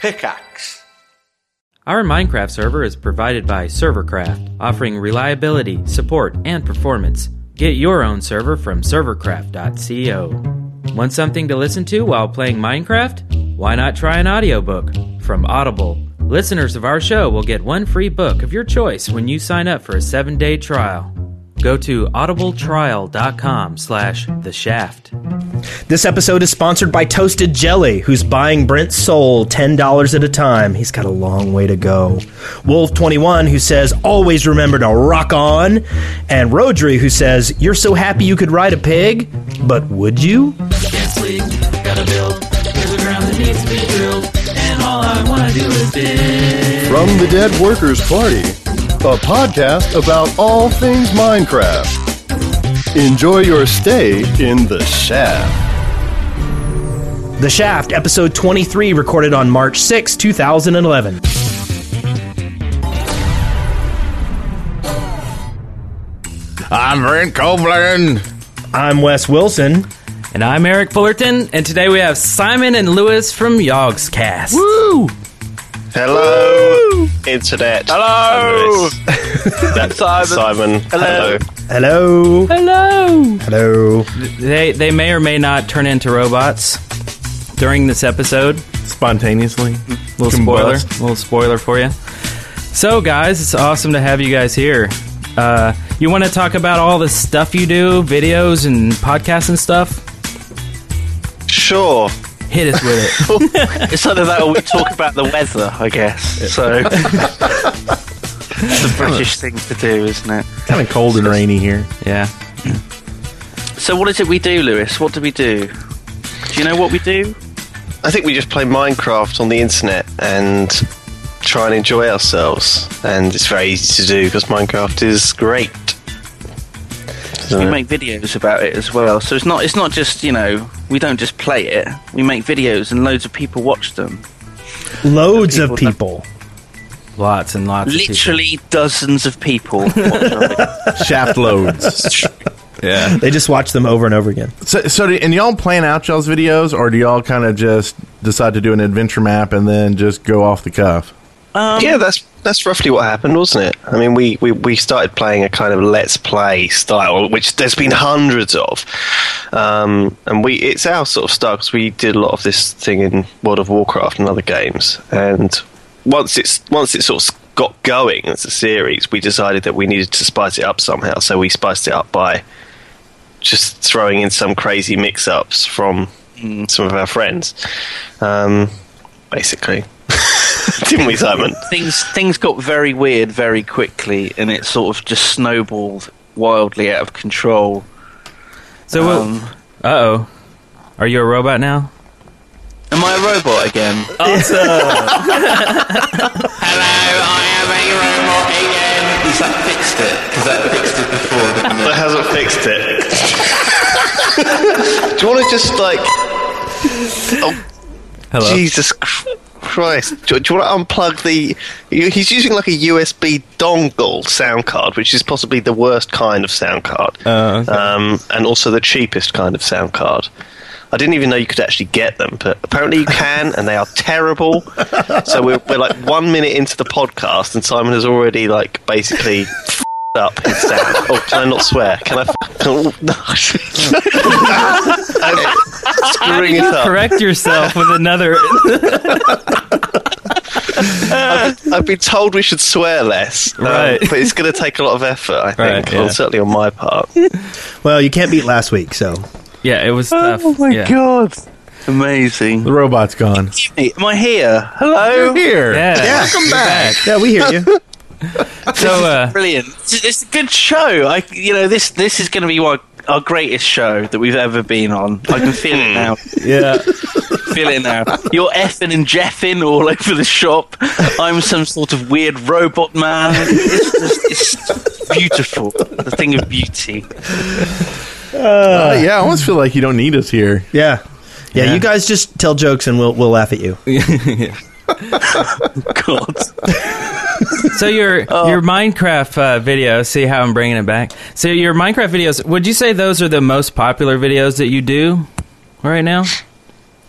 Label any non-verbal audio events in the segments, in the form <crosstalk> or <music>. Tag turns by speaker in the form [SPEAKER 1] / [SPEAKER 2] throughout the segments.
[SPEAKER 1] Pickaxe.
[SPEAKER 2] Our Minecraft server is provided by Servercraft, offering reliability, support, and performance. Get your own server from servercraft.co. Want something to listen to while playing Minecraft? Why not try an audiobook from Audible? Listeners of our show will get one free book of your choice when you sign up for a 7-day trial. Go to audibletrial.com slash the shaft.
[SPEAKER 3] This episode is sponsored by Toasted Jelly, who's buying Brent's soul $10 at a time. He's got a long way to go. Wolf21, who says, always remember to rock on. And Rodri, who says, you're so happy you could ride a pig, but would you?
[SPEAKER 4] Can't sleep, gotta build. There's a ground that needs to be drilled, and all I wanna do is dig.
[SPEAKER 5] From the Dead Workers Party, a podcast about all things Minecraft. Enjoy your stay in the shaft.
[SPEAKER 3] The Shaft, episode 23, recorded on March 6, 2011.
[SPEAKER 6] I'm Brent Copeland.
[SPEAKER 3] I'm Wes Wilson.
[SPEAKER 2] And I'm Eric Fullerton, and today we have Simon and Lewis from Yogg's Cast.
[SPEAKER 7] Hello, internet. Hello, that's
[SPEAKER 1] Simon.
[SPEAKER 7] Simon.
[SPEAKER 1] Hello.
[SPEAKER 7] Hello.
[SPEAKER 3] Hello.
[SPEAKER 2] Hello!
[SPEAKER 3] Hello.
[SPEAKER 2] They, they may or may not turn into robots during this episode.
[SPEAKER 6] Spontaneously.
[SPEAKER 2] little spoiler,
[SPEAKER 6] Combust.
[SPEAKER 2] little spoiler for you. So, guys, it's awesome to have you guys here. Uh, you want to talk about all the stuff you do, videos and podcasts and stuff?
[SPEAKER 7] Sure.
[SPEAKER 2] Hit us with it.
[SPEAKER 1] It's either that or we talk about the weather, I guess. So it's the British thing to do, isn't it?
[SPEAKER 6] Kind of cold and rainy here.
[SPEAKER 2] yeah.
[SPEAKER 1] So what is it we do, Lewis? What do we do? Do you know what we do?
[SPEAKER 7] I think we just play Minecraft on the internet and try and enjoy ourselves. And it's very easy to do because Minecraft is great.
[SPEAKER 1] We
[SPEAKER 5] Uh.
[SPEAKER 7] Yeah.
[SPEAKER 1] make videos about it as well. So it's not it's not just, you know, we don't just play it. We make videos and loads of people watch them.
[SPEAKER 3] Loads of people.
[SPEAKER 2] Lots and lots of
[SPEAKER 1] Literally dozens of people watch it.
[SPEAKER 6] Shaft loads. yeah.
[SPEAKER 3] They just watch them over and over again.
[SPEAKER 6] So, so do, and y'all plan out y'all's videos, or do y'all kind of just decide to do an adventure map and then just go off the cuff?
[SPEAKER 7] yeah, that's that's roughly what happened, wasn't it? I mean, we, we, we started playing a kind of let's play style, which there's been hundreds of, um, and we it's our sort of style because we did a lot of this thing in World of Warcraft and other games, and once it's once it sort of got going as a series, we decided that we needed to spice it up somehow, so we spiced it up by just throwing in some crazy mix-ups from some of our friends, um, basically. <laughs> Didn't we, Simon?
[SPEAKER 1] things things got very weird very quickly and it sort of just snowballed wildly out of control.
[SPEAKER 2] people. So, we'll-
[SPEAKER 1] Um,
[SPEAKER 2] uh-oh. Are you a robot now?
[SPEAKER 1] Am I a robot again? <laughs>
[SPEAKER 7] that hasn't fixed it. Do you want to just like? Oh,
[SPEAKER 2] Hello.
[SPEAKER 7] Jesus Chr- Christ! Do, do you want to unplug the? you- He's using like a USB dongle sound card, which is possibly the worst kind of sound card,
[SPEAKER 6] Uh,
[SPEAKER 7] um, and also the cheapest kind of sound card. I didn't even know you could actually get them, but apparently you can, and they are terrible. So we're, we're like one minute into the podcast, and Simon has already like <laughs> basically f***ed up his sound. Oh, can I not swear? Can I? F- oh, no.
[SPEAKER 2] <laughs>
[SPEAKER 7] I'm screwing it up.
[SPEAKER 2] Correct yourself with another.
[SPEAKER 7] I've been told we should swear less, um,
[SPEAKER 2] Right.
[SPEAKER 7] But it's going to take a lot of effort, I think,
[SPEAKER 2] Right, yeah.
[SPEAKER 7] well, certainly on my part.
[SPEAKER 3] Well, you can't beat last week, so.
[SPEAKER 2] yeah, it was tough. yeah.
[SPEAKER 1] god. Amazing.
[SPEAKER 6] the robot's gone.
[SPEAKER 1] Hey, am I here? Hello?
[SPEAKER 6] Here.
[SPEAKER 2] Yeah.
[SPEAKER 6] Welcome back.
[SPEAKER 3] Yeah, we hear <laughs> you.
[SPEAKER 2] So, uh,
[SPEAKER 1] Brilliant. It's, it's a good show. I, you know, this this is going to be our, our greatest show that we've ever been on. I can feel it now.
[SPEAKER 6] Yeah.
[SPEAKER 1] Feel it now. You're effing and jeffing all <laughs> over the shop. I'm some sort of weird robot man. It's just it's beautiful. The thing of beauty.
[SPEAKER 6] Uh, yeah. I almost feel like you don't need us here.
[SPEAKER 3] Yeah. Yeah, you guys just tell jokes and we'll we'll laugh at you.
[SPEAKER 1] God.
[SPEAKER 2] so your your Minecraft uh, videos. See how I'm bringing it back. So your Minecraft videos. Would you say those are the most popular videos that you do right now?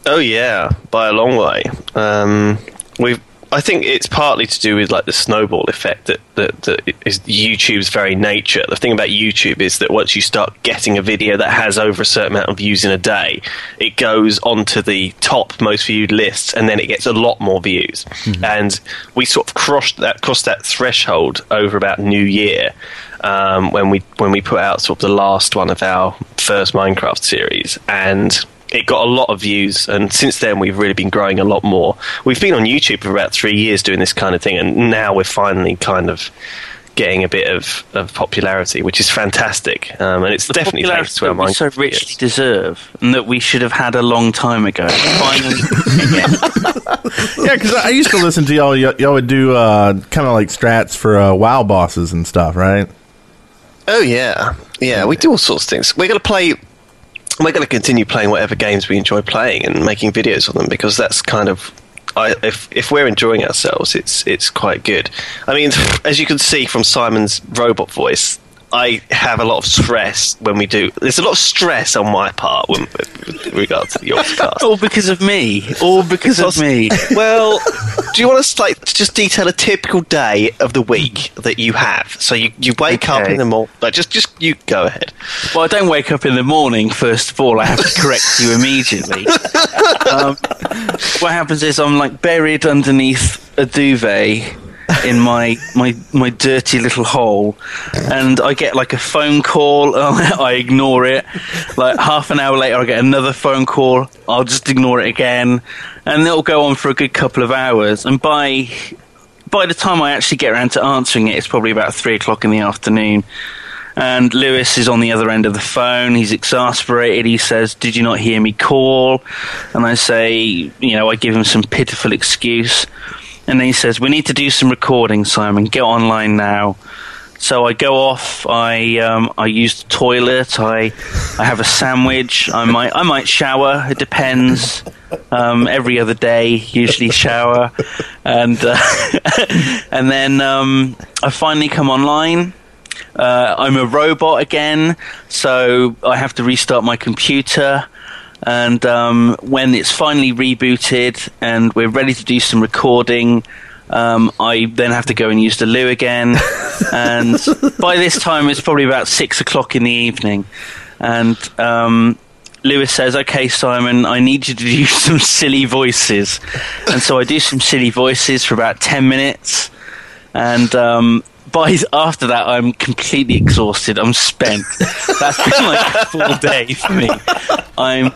[SPEAKER 7] Oh yeah, by a long way. Um, we've I think it's partly to do with like the snowball effect that, that that is YouTube's very nature. The thing about YouTube is that once you start getting a video that has over a certain amount of views in a day, it goes onto the top most viewed lists, and then it gets a lot more views. And we sort of crossed that crossed that threshold over about New Year um, when we when we put out sort of the last one of our first Minecraft series, and it got a lot of views, and since then we've really been growing a lot more. We've been on YouTube for about three years doing this kind of thing, and now we're finally kind of getting a bit of, of popularity, which is fantastic. Um, and it's
[SPEAKER 1] the
[SPEAKER 7] definitely
[SPEAKER 1] popularity
[SPEAKER 7] thanks to our
[SPEAKER 1] that we so
[SPEAKER 7] Minecraft.
[SPEAKER 1] richly deserve, and that we should have had a long time ago. Finally, <laughs>
[SPEAKER 6] Yeah, because I I used to listen to y'all. Y- y'all would do uh, kind of like strats for uh, WoW bosses and stuff, right?
[SPEAKER 7] Oh yeah, yeah. We do all sorts of things. We're going to play. We're going to continue playing whatever games we enjoy playing and making videos on them because that's kind of. I, if if we're enjoying ourselves, it's it's quite good. I mean, <laughs> as you can see from Simon's robot voice, I have a lot of stress when we do. There's a lot of stress on my part when, with regard <laughs> to the Yorkscast.
[SPEAKER 1] all because of me. All because of me.
[SPEAKER 7] Well, do you want us like to just detail a typical day of the week that you have? So you, you wake up
[SPEAKER 1] Okay.
[SPEAKER 7] in the morning. Like just just you go ahead.
[SPEAKER 1] Well, I don't wake up in the morning, first of all. I have to correct you immediately. um, what happens is I'm like buried underneath a duvet in my, my, my dirty little hole, and I get like a phone call. <laughs> and I ignore it. Like half an hour later, I get another phone call. I'll just ignore it again, and it'll go on for a good couple of hours. And by by the time I actually get around to answering it, it's probably about three o'clock in the afternoon. And Lewis is on the other end of the phone. He's exasperated. He says, Did you not hear me call? And I say, You know, I give him some pitiful excuse. And then he says, We need to do some recording, Simon. Get online now. So I go off. I um, I use the toilet. I I have a sandwich. I might I might shower. It depends. Um, every other day, usually shower, and uh, <laughs> and then um, I finally come online. Uh, I'm a robot again, so I have to restart my computer. And um, when it's finally rebooted and we're ready to do some recording, um, I then have to go and use the loo again. and by this time, it's probably about six o'clock in the evening. And um, Lewis says, "Okay, Simon, I need you to do <laughs> some silly voices." And so I do some silly voices for about ten minutes and um, by <laughs> after that, I'm completely exhausted. I'm spent. That's been like a full day for me. I'm,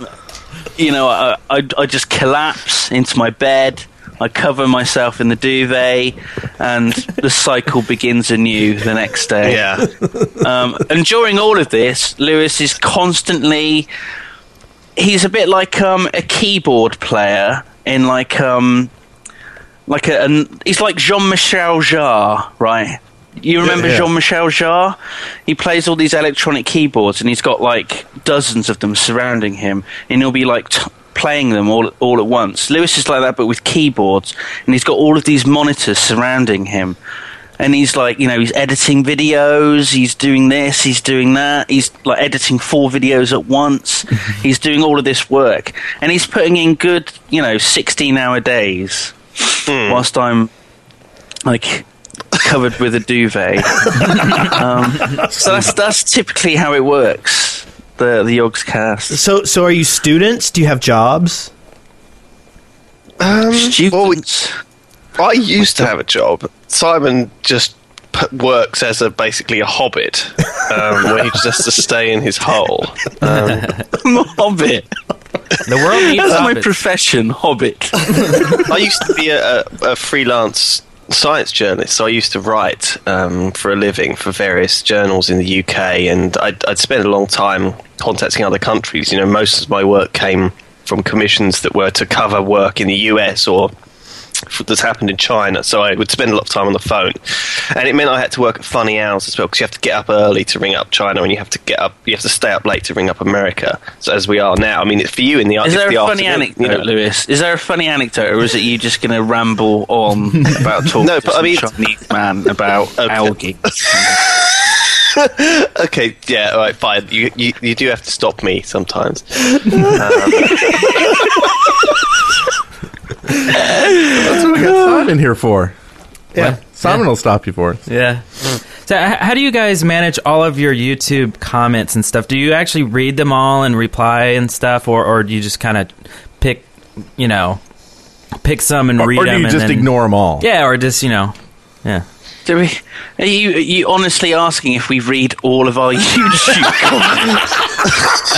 [SPEAKER 1] you know, I, I, I just collapse into my bed. I cover myself in the duvet, and the cycle begins anew the next day.
[SPEAKER 7] Yeah.
[SPEAKER 1] Um, <laughs> and during all of this, Lewis is constantly. He's a bit like um, a keyboard player in like um, like a. An, he's like Jean Michel Jarre, right? You remember
[SPEAKER 6] yeah.
[SPEAKER 1] Jean Michel Jarre? He plays all these electronic keyboards, and he's got like dozens of them surrounding him, and he'll be like. T- playing them all all at once. Lewis is like that but with keyboards and he's got all of these monitors surrounding him and he's like, you know, he's editing videos, he's doing this, he's doing that, he's like editing four videos at once, he's doing all of this work, and he's putting in good, you know, 16 hour days whilst I'm like covered with a duvet. um, so that's, that's typically how it works, the, the Yogs cast.
[SPEAKER 3] So, so are you students? Do you have jobs?
[SPEAKER 7] well, we-
[SPEAKER 1] Students.
[SPEAKER 7] I used to have a job. Simon just p- works as a basically a hobbit, um, where he just has to stay in his hole. Um,
[SPEAKER 1] I'm a <laughs> hobbit.
[SPEAKER 2] The world needs
[SPEAKER 1] That's my
[SPEAKER 2] hobbits.
[SPEAKER 1] profession, hobbit.
[SPEAKER 7] I used to be a, a, a freelance science journalist, so I used to write um, for a living for various journals in the UK, and I'd, I'd spent a long time contacting other countries. You know, most of my work came from commissions that were to cover work in the US or f- that's happened in China. So I would spend a lot of time on the phone, and it meant I had to work at funny hours as well because you have to get up early to ring up China, and you have to get up, you have to stay up late to ring up America. So as we are now, I mean, it's for you in the
[SPEAKER 1] Is
[SPEAKER 7] it's
[SPEAKER 1] there a
[SPEAKER 7] the
[SPEAKER 1] funny
[SPEAKER 7] afternoon,
[SPEAKER 1] anecdote, Lewis? Is there a funny anecdote, or is it you just going to ramble on about talking
[SPEAKER 7] No,
[SPEAKER 1] to
[SPEAKER 7] but I
[SPEAKER 1] some
[SPEAKER 7] mean- <laughs>
[SPEAKER 1] Chinese man about
[SPEAKER 7] Okay.
[SPEAKER 1] algae?
[SPEAKER 7] Okay, yeah, all right, fine. You, you, you do have to stop me sometimes. Um,
[SPEAKER 6] we got Simon here for.
[SPEAKER 3] Yeah.
[SPEAKER 6] Simon will stop you for it.
[SPEAKER 2] Yeah. So, h- how do you guys manage all of your YouTube comments and stuff? Do you actually read them all and reply and stuff, or, or do you just kind of pick, you know, pick some and
[SPEAKER 6] Or,
[SPEAKER 2] read
[SPEAKER 6] or
[SPEAKER 2] them?
[SPEAKER 6] do you
[SPEAKER 2] and
[SPEAKER 6] just
[SPEAKER 2] then-
[SPEAKER 6] ignore them all?
[SPEAKER 2] Yeah, or just you know, yeah.
[SPEAKER 1] Do we? Are you are you honestly asking if we read all of our <laughs> YouTube comments?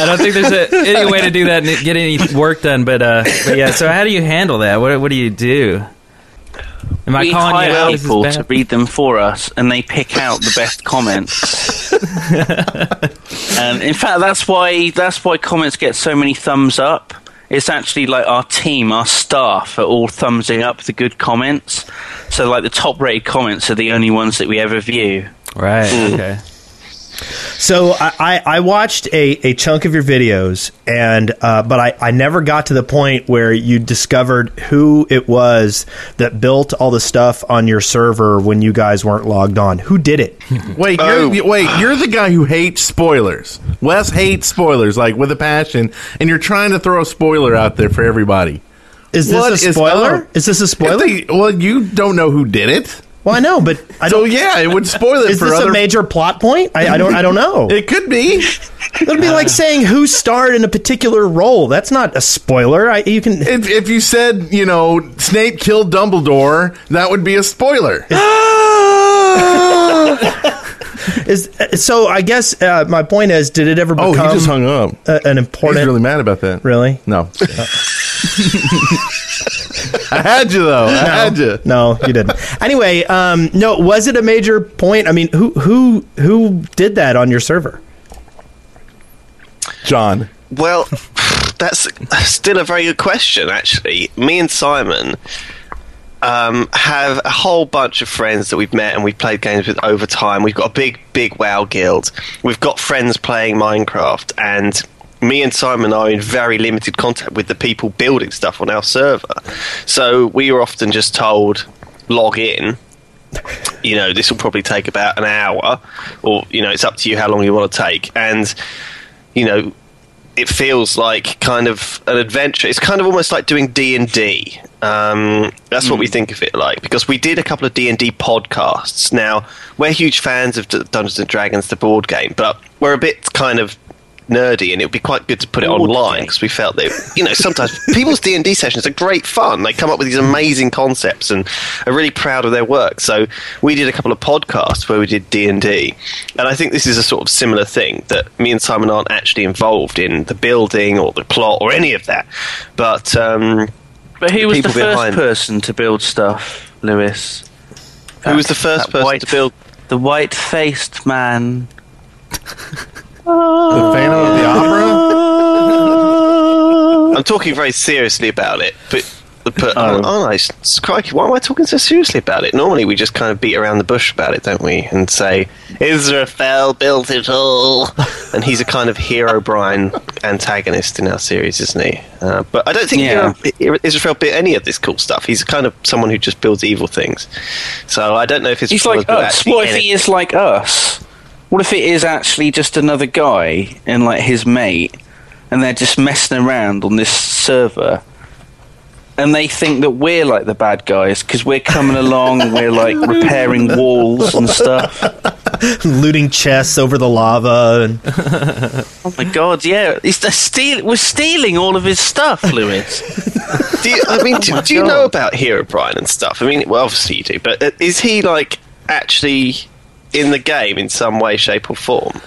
[SPEAKER 2] I don't think there's a, any way to do that and get any work done. But, uh, but yeah. So, how do you handle that? What what do you do? Am I
[SPEAKER 1] We
[SPEAKER 2] calling you out?
[SPEAKER 1] hire
[SPEAKER 2] This is
[SPEAKER 1] people
[SPEAKER 2] bad.
[SPEAKER 1] to read them for us, and they pick out the
[SPEAKER 2] <laughs>
[SPEAKER 1] best comments. and in fact, that's why that's why comments get so many thumbs up. It's actually like our team, our staff are all thumbsing up the good comments. So like the top rated comments are the only ones that we ever view.
[SPEAKER 2] Right.
[SPEAKER 1] Hmm.
[SPEAKER 2] Okay.
[SPEAKER 3] So I, I, I watched a, a chunk of your videos, and uh, but I, I never got to the point where you discovered who it was that built all the stuff on your server when you guys weren't logged on. Who did
[SPEAKER 6] <laughs>
[SPEAKER 3] it?
[SPEAKER 6] Wait,
[SPEAKER 7] Oh.
[SPEAKER 6] you're, you- wait, you're the guy who hates spoilers. Wes hates spoilers like with a passion, and you're trying to throw a spoiler out there for everybody.
[SPEAKER 3] Is this
[SPEAKER 6] What
[SPEAKER 3] a
[SPEAKER 6] is
[SPEAKER 3] spoiler?
[SPEAKER 6] up?
[SPEAKER 3] Is this a
[SPEAKER 6] If
[SPEAKER 3] spoiler?
[SPEAKER 6] they- well, you don't know who did it.
[SPEAKER 3] well, I know, but I
[SPEAKER 6] So
[SPEAKER 3] don't.
[SPEAKER 6] Oh, yeah, it would spoil it
[SPEAKER 3] Is
[SPEAKER 6] for
[SPEAKER 3] this
[SPEAKER 6] other.
[SPEAKER 3] a major plot point? I, I don't. I don't
[SPEAKER 6] <laughs>
[SPEAKER 3] know.
[SPEAKER 6] it could be.
[SPEAKER 3] It'd be like saying who starred in a particular role. That's not a spoiler. I, you can.
[SPEAKER 6] If, if you said, you know, Snape killed Dumbledore, that would be a spoiler.
[SPEAKER 3] Is so? I guess uh, my point is, did it ever
[SPEAKER 6] Oh,
[SPEAKER 3] become
[SPEAKER 6] up.
[SPEAKER 3] a- an
[SPEAKER 6] He's
[SPEAKER 3] important?
[SPEAKER 6] really mad about that.
[SPEAKER 3] really?
[SPEAKER 6] No. <laughs> I had you though. I had you.
[SPEAKER 3] No, you didn't. anyway, um, no, was it a major point? I mean, who who who did that on your server?
[SPEAKER 6] John.
[SPEAKER 7] Well, <laughs> that's still a very good question, actually. Me and Simon um, have a whole bunch of friends that we've met and we've played games with over time. We've got a big, big WoW guild. We've got friends playing Minecraft, and me and Simon are in very limited contact with the people building stuff on our server. So we are often just told, log in. You know, this will probably take about an hour, or, you know, it's up to you how long you want to take. And, you know, it feels like kind of an adventure. It's kind of almost like doing D and D. Um, That's what we think of it like because we did a couple of D and D podcasts. Now we're huge fans of D- Dungeons and Dragons, the board game, but we're a bit kind of nerdy, and it would be quite good to put it online because we felt that you know sometimes people's D and D sessions are great fun. They come up with these amazing concepts and are really proud of their work. So we did a couple of podcasts where we did D and D, and I think this is a sort of similar thing that me and Simon aren't actually involved in the building or the plot or any of that, but. Um,
[SPEAKER 1] But who
[SPEAKER 7] The
[SPEAKER 1] was the
[SPEAKER 7] people
[SPEAKER 1] first
[SPEAKER 7] behind.
[SPEAKER 1] person to build stuff, Lewis? Uh,
[SPEAKER 7] Who was the first person to build?
[SPEAKER 1] The white faced man.
[SPEAKER 6] The Phantom of the Opera?
[SPEAKER 7] I'm talking very seriously about it, but. But oh. aren't I? S- Crikey, why am I talking so seriously about it? Normally, we just kind of beat around the bush about it, don't we? And say Israfel built it all,
[SPEAKER 1] <laughs>
[SPEAKER 7] and he's a kind of hero Brian antagonist in our series, isn't he? Uh, but I don't think
[SPEAKER 1] Yeah.
[SPEAKER 7] Hero- Israfel built any of this cool stuff. He's kind of someone who just builds evil things. So I don't know if it's
[SPEAKER 1] He's like us. What if he is like us? What if it is actually just another guy and like his mate, and they're just messing around on this server, and they think that we're like the bad guys because we're coming along <laughs> and we're like repairing walls and stuff.
[SPEAKER 3] <laughs> Looting chests over the lava and
[SPEAKER 1] Oh my god, yeah, he's they're steal- we're stealing all of his stuff, Lewis.
[SPEAKER 7] do you, <laughs> I mean, do, do you
[SPEAKER 1] God.
[SPEAKER 7] know about Hero Brian and stuff? I mean, well, obviously you do, but uh, is he like actually in the game in some way, shape, or form?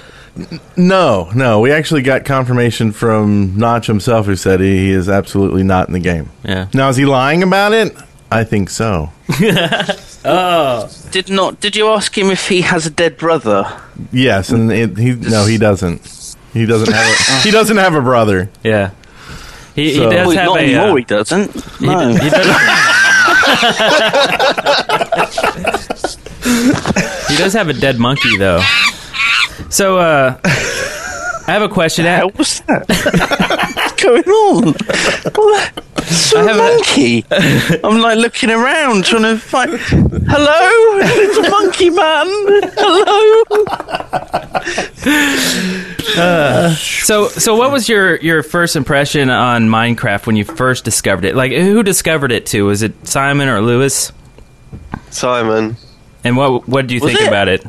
[SPEAKER 6] No, no. We actually got confirmation from Notch himself who said he, he is absolutely not in the game.
[SPEAKER 2] Yeah.
[SPEAKER 6] Now is he lying about it? I think so.
[SPEAKER 1] Did not? Did you ask him if he has a dead brother?
[SPEAKER 6] Yes, and it, he no, he doesn't. He doesn't have a, he doesn't have a brother.
[SPEAKER 2] Yeah. He,
[SPEAKER 6] So-
[SPEAKER 2] he does
[SPEAKER 1] Well,
[SPEAKER 2] have
[SPEAKER 1] not
[SPEAKER 2] a.
[SPEAKER 1] anymore.
[SPEAKER 2] uh,
[SPEAKER 1] he doesn't.
[SPEAKER 2] he
[SPEAKER 1] No.
[SPEAKER 2] d- <laughs> he does, he does have a dead monkey, though. So, uh, I have a question.
[SPEAKER 1] <laughs> What's that? What's going on? What the- It's a monkey. I'm like looking around trying to find. Hello, it's a monkey man. Hello.
[SPEAKER 2] So, so what was your your first impression on Minecraft when you first discovered it? Like, who discovered it to? Was it Simon or Lewis?
[SPEAKER 7] Simon.
[SPEAKER 2] And what what do you think
[SPEAKER 1] it?
[SPEAKER 2] about it?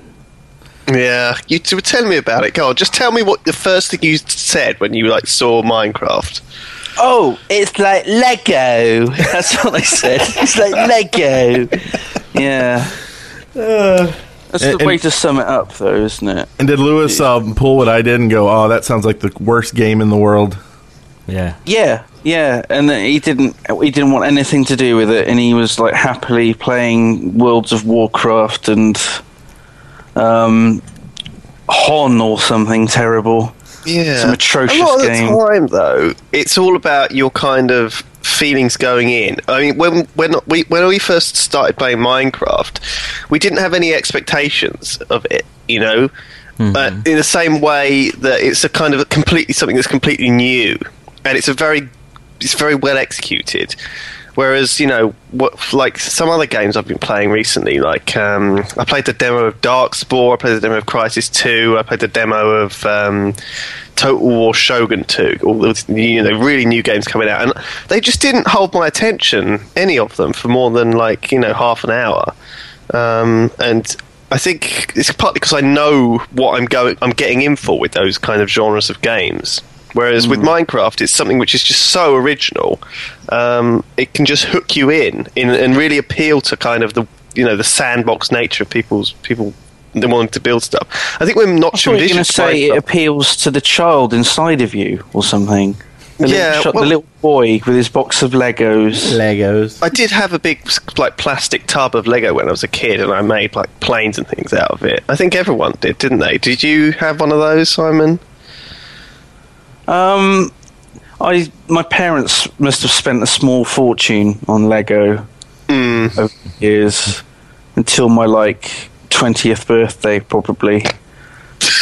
[SPEAKER 7] Yeah, you two were telling me about it. Go on, just tell me what the first thing you said when you like saw Minecraft.
[SPEAKER 1] Oh, it's like Lego. That's what I said. It's like Lego. Yeah. That's the
[SPEAKER 6] and-
[SPEAKER 1] way to sum it up, though, isn't it?
[SPEAKER 6] And did Lewis um, pull what I did and go, "Oh, that sounds like the worst game in the world"?
[SPEAKER 2] Yeah,
[SPEAKER 1] Yeah, yeah, and then he didn't. He didn't want anything to do with it, and he was like happily playing Worlds of Warcraft and um, Hon or something terrible.
[SPEAKER 7] Yeah,
[SPEAKER 1] Some atrocious
[SPEAKER 7] A lot of
[SPEAKER 1] game.
[SPEAKER 7] the time, though, it's all about your kind of feelings going in. I mean, when when we when we first started playing Minecraft, we didn't have any expectations of it, you know.
[SPEAKER 1] Mm-hmm.
[SPEAKER 7] But in the same way that it's a kind of a completely something that's completely new, and it's a very it's very well executed. Whereas you know, what, like some other games I've been playing recently, like um, I played the demo of Darkspore, I played the demo of Crisis Two, I played the demo of um, Total War Shogun Two. All those you know really new games coming out, and they just didn't hold my attention any of them for more than like you know half an hour. Um, and I think it's partly because I know what I'm going, I'm getting in for with those kind of genres of games. Whereas
[SPEAKER 1] Hmm.
[SPEAKER 7] with Minecraft, it's something which is just so original. Um, it can just hook you in, in and really appeal to kind of the you know the sandbox nature of people's people. They want to build stuff. I think we're not
[SPEAKER 1] I thought you were going to
[SPEAKER 7] traditionally
[SPEAKER 1] say it appeals to the child inside of you or something. The
[SPEAKER 7] Yeah,
[SPEAKER 1] little, ch-
[SPEAKER 7] well-
[SPEAKER 1] the little boy with his box of Legos.
[SPEAKER 3] Legos.
[SPEAKER 7] I did have a big like plastic tub of Lego when I was a kid, and I made like planes and things out of it. I think everyone did, didn't they? Did you have one of those, Simon?
[SPEAKER 1] Um, I my parents must have spent a small fortune on Lego over the years until my like twentieth birthday, probably.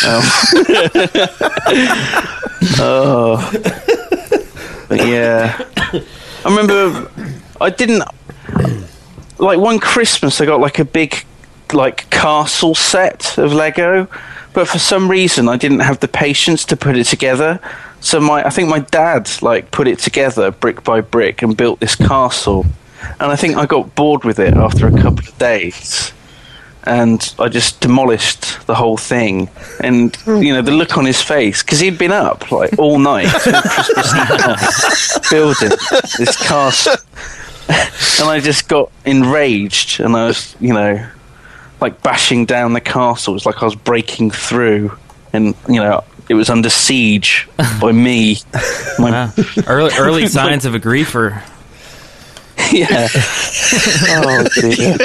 [SPEAKER 1] Um, <laughs> oh, but yeah, I remember I didn't like one Christmas I got like a big like castle set of Lego, but for some reason I didn't have the patience to put it together. So my I think my dad like put it together brick by brick and built this castle. And I think I got bored with it after a couple of days. And I just demolished the whole thing, and you know the look on his face because he'd been up like all night till Christmas Eve, building this castle, and I just got enraged, and I was, you know, like bashing down the castle. It's like I was breaking through, and you know, it was under siege by me.
[SPEAKER 7] <laughs>
[SPEAKER 1] My,
[SPEAKER 2] wow. <laughs> early early signs of a griefer.
[SPEAKER 1] <laughs>
[SPEAKER 7] <laughs>
[SPEAKER 1] Yeah. oh dear.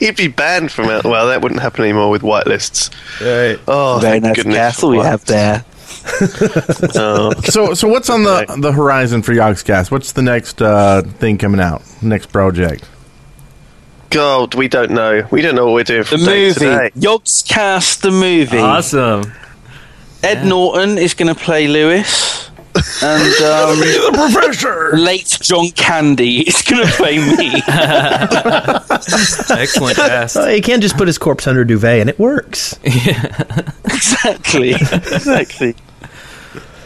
[SPEAKER 7] He'd be banned from it. Well, that wouldn't happen anymore with whitelists.
[SPEAKER 6] Right.
[SPEAKER 7] Oh,
[SPEAKER 1] Very
[SPEAKER 7] thank
[SPEAKER 1] nice
[SPEAKER 7] goodness
[SPEAKER 1] castle we
[SPEAKER 7] for
[SPEAKER 1] have there.
[SPEAKER 7] whitelists. Oh.
[SPEAKER 6] So, so what's on the the horizon for Yogscast? What's the next uh, thing coming out? Next project?
[SPEAKER 7] God, we don't know. We don't know what we're doing
[SPEAKER 1] The
[SPEAKER 7] from day to day.
[SPEAKER 1] movie, Yogs cast the movie.
[SPEAKER 2] Awesome.
[SPEAKER 1] Ed Norton is going to play Lewis. And um, late John Candy is going to play me. <laughs>
[SPEAKER 7] <laughs>
[SPEAKER 2] Excellent cast.
[SPEAKER 3] Uh, he can just put his corpse under a duvet and it works.
[SPEAKER 1] exactly, exactly.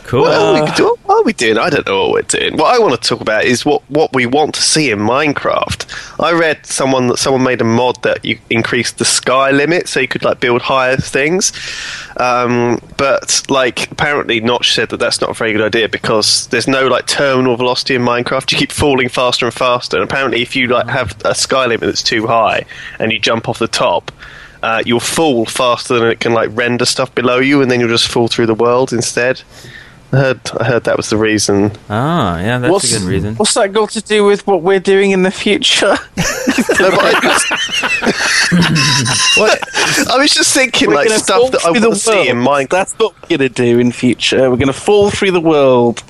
[SPEAKER 2] Cool.
[SPEAKER 7] What, are we, do- what are we doing? I don't know what we're doing. What I want to talk about is what, what we want to see in Minecraft. I read someone that someone made a mod that you increased the sky limit so you could like build higher things. Um, but like apparently Notch said that that's not a very good idea because there's no like terminal velocity in Minecraft. You keep falling faster and faster. And apparently if you like have a sky limit that's too high and you jump off the top, uh, you'll fall faster than it can like render stuff below you, and then you'll just fall through the world instead. I heard, I heard that was the
[SPEAKER 1] <laughs>
[SPEAKER 7] reason.
[SPEAKER 2] Ah, yeah, that's a good reason.
[SPEAKER 1] What's that got to do with what we're doing in the future? <laughs>
[SPEAKER 7] No, <laughs> but I, just, I was just thinking, like
[SPEAKER 1] gonna
[SPEAKER 7] stuff that I
[SPEAKER 1] through
[SPEAKER 7] want to see in
[SPEAKER 1] world.
[SPEAKER 7] Minecraft.
[SPEAKER 1] That's what we're going to do in future. We're going to fall through the world.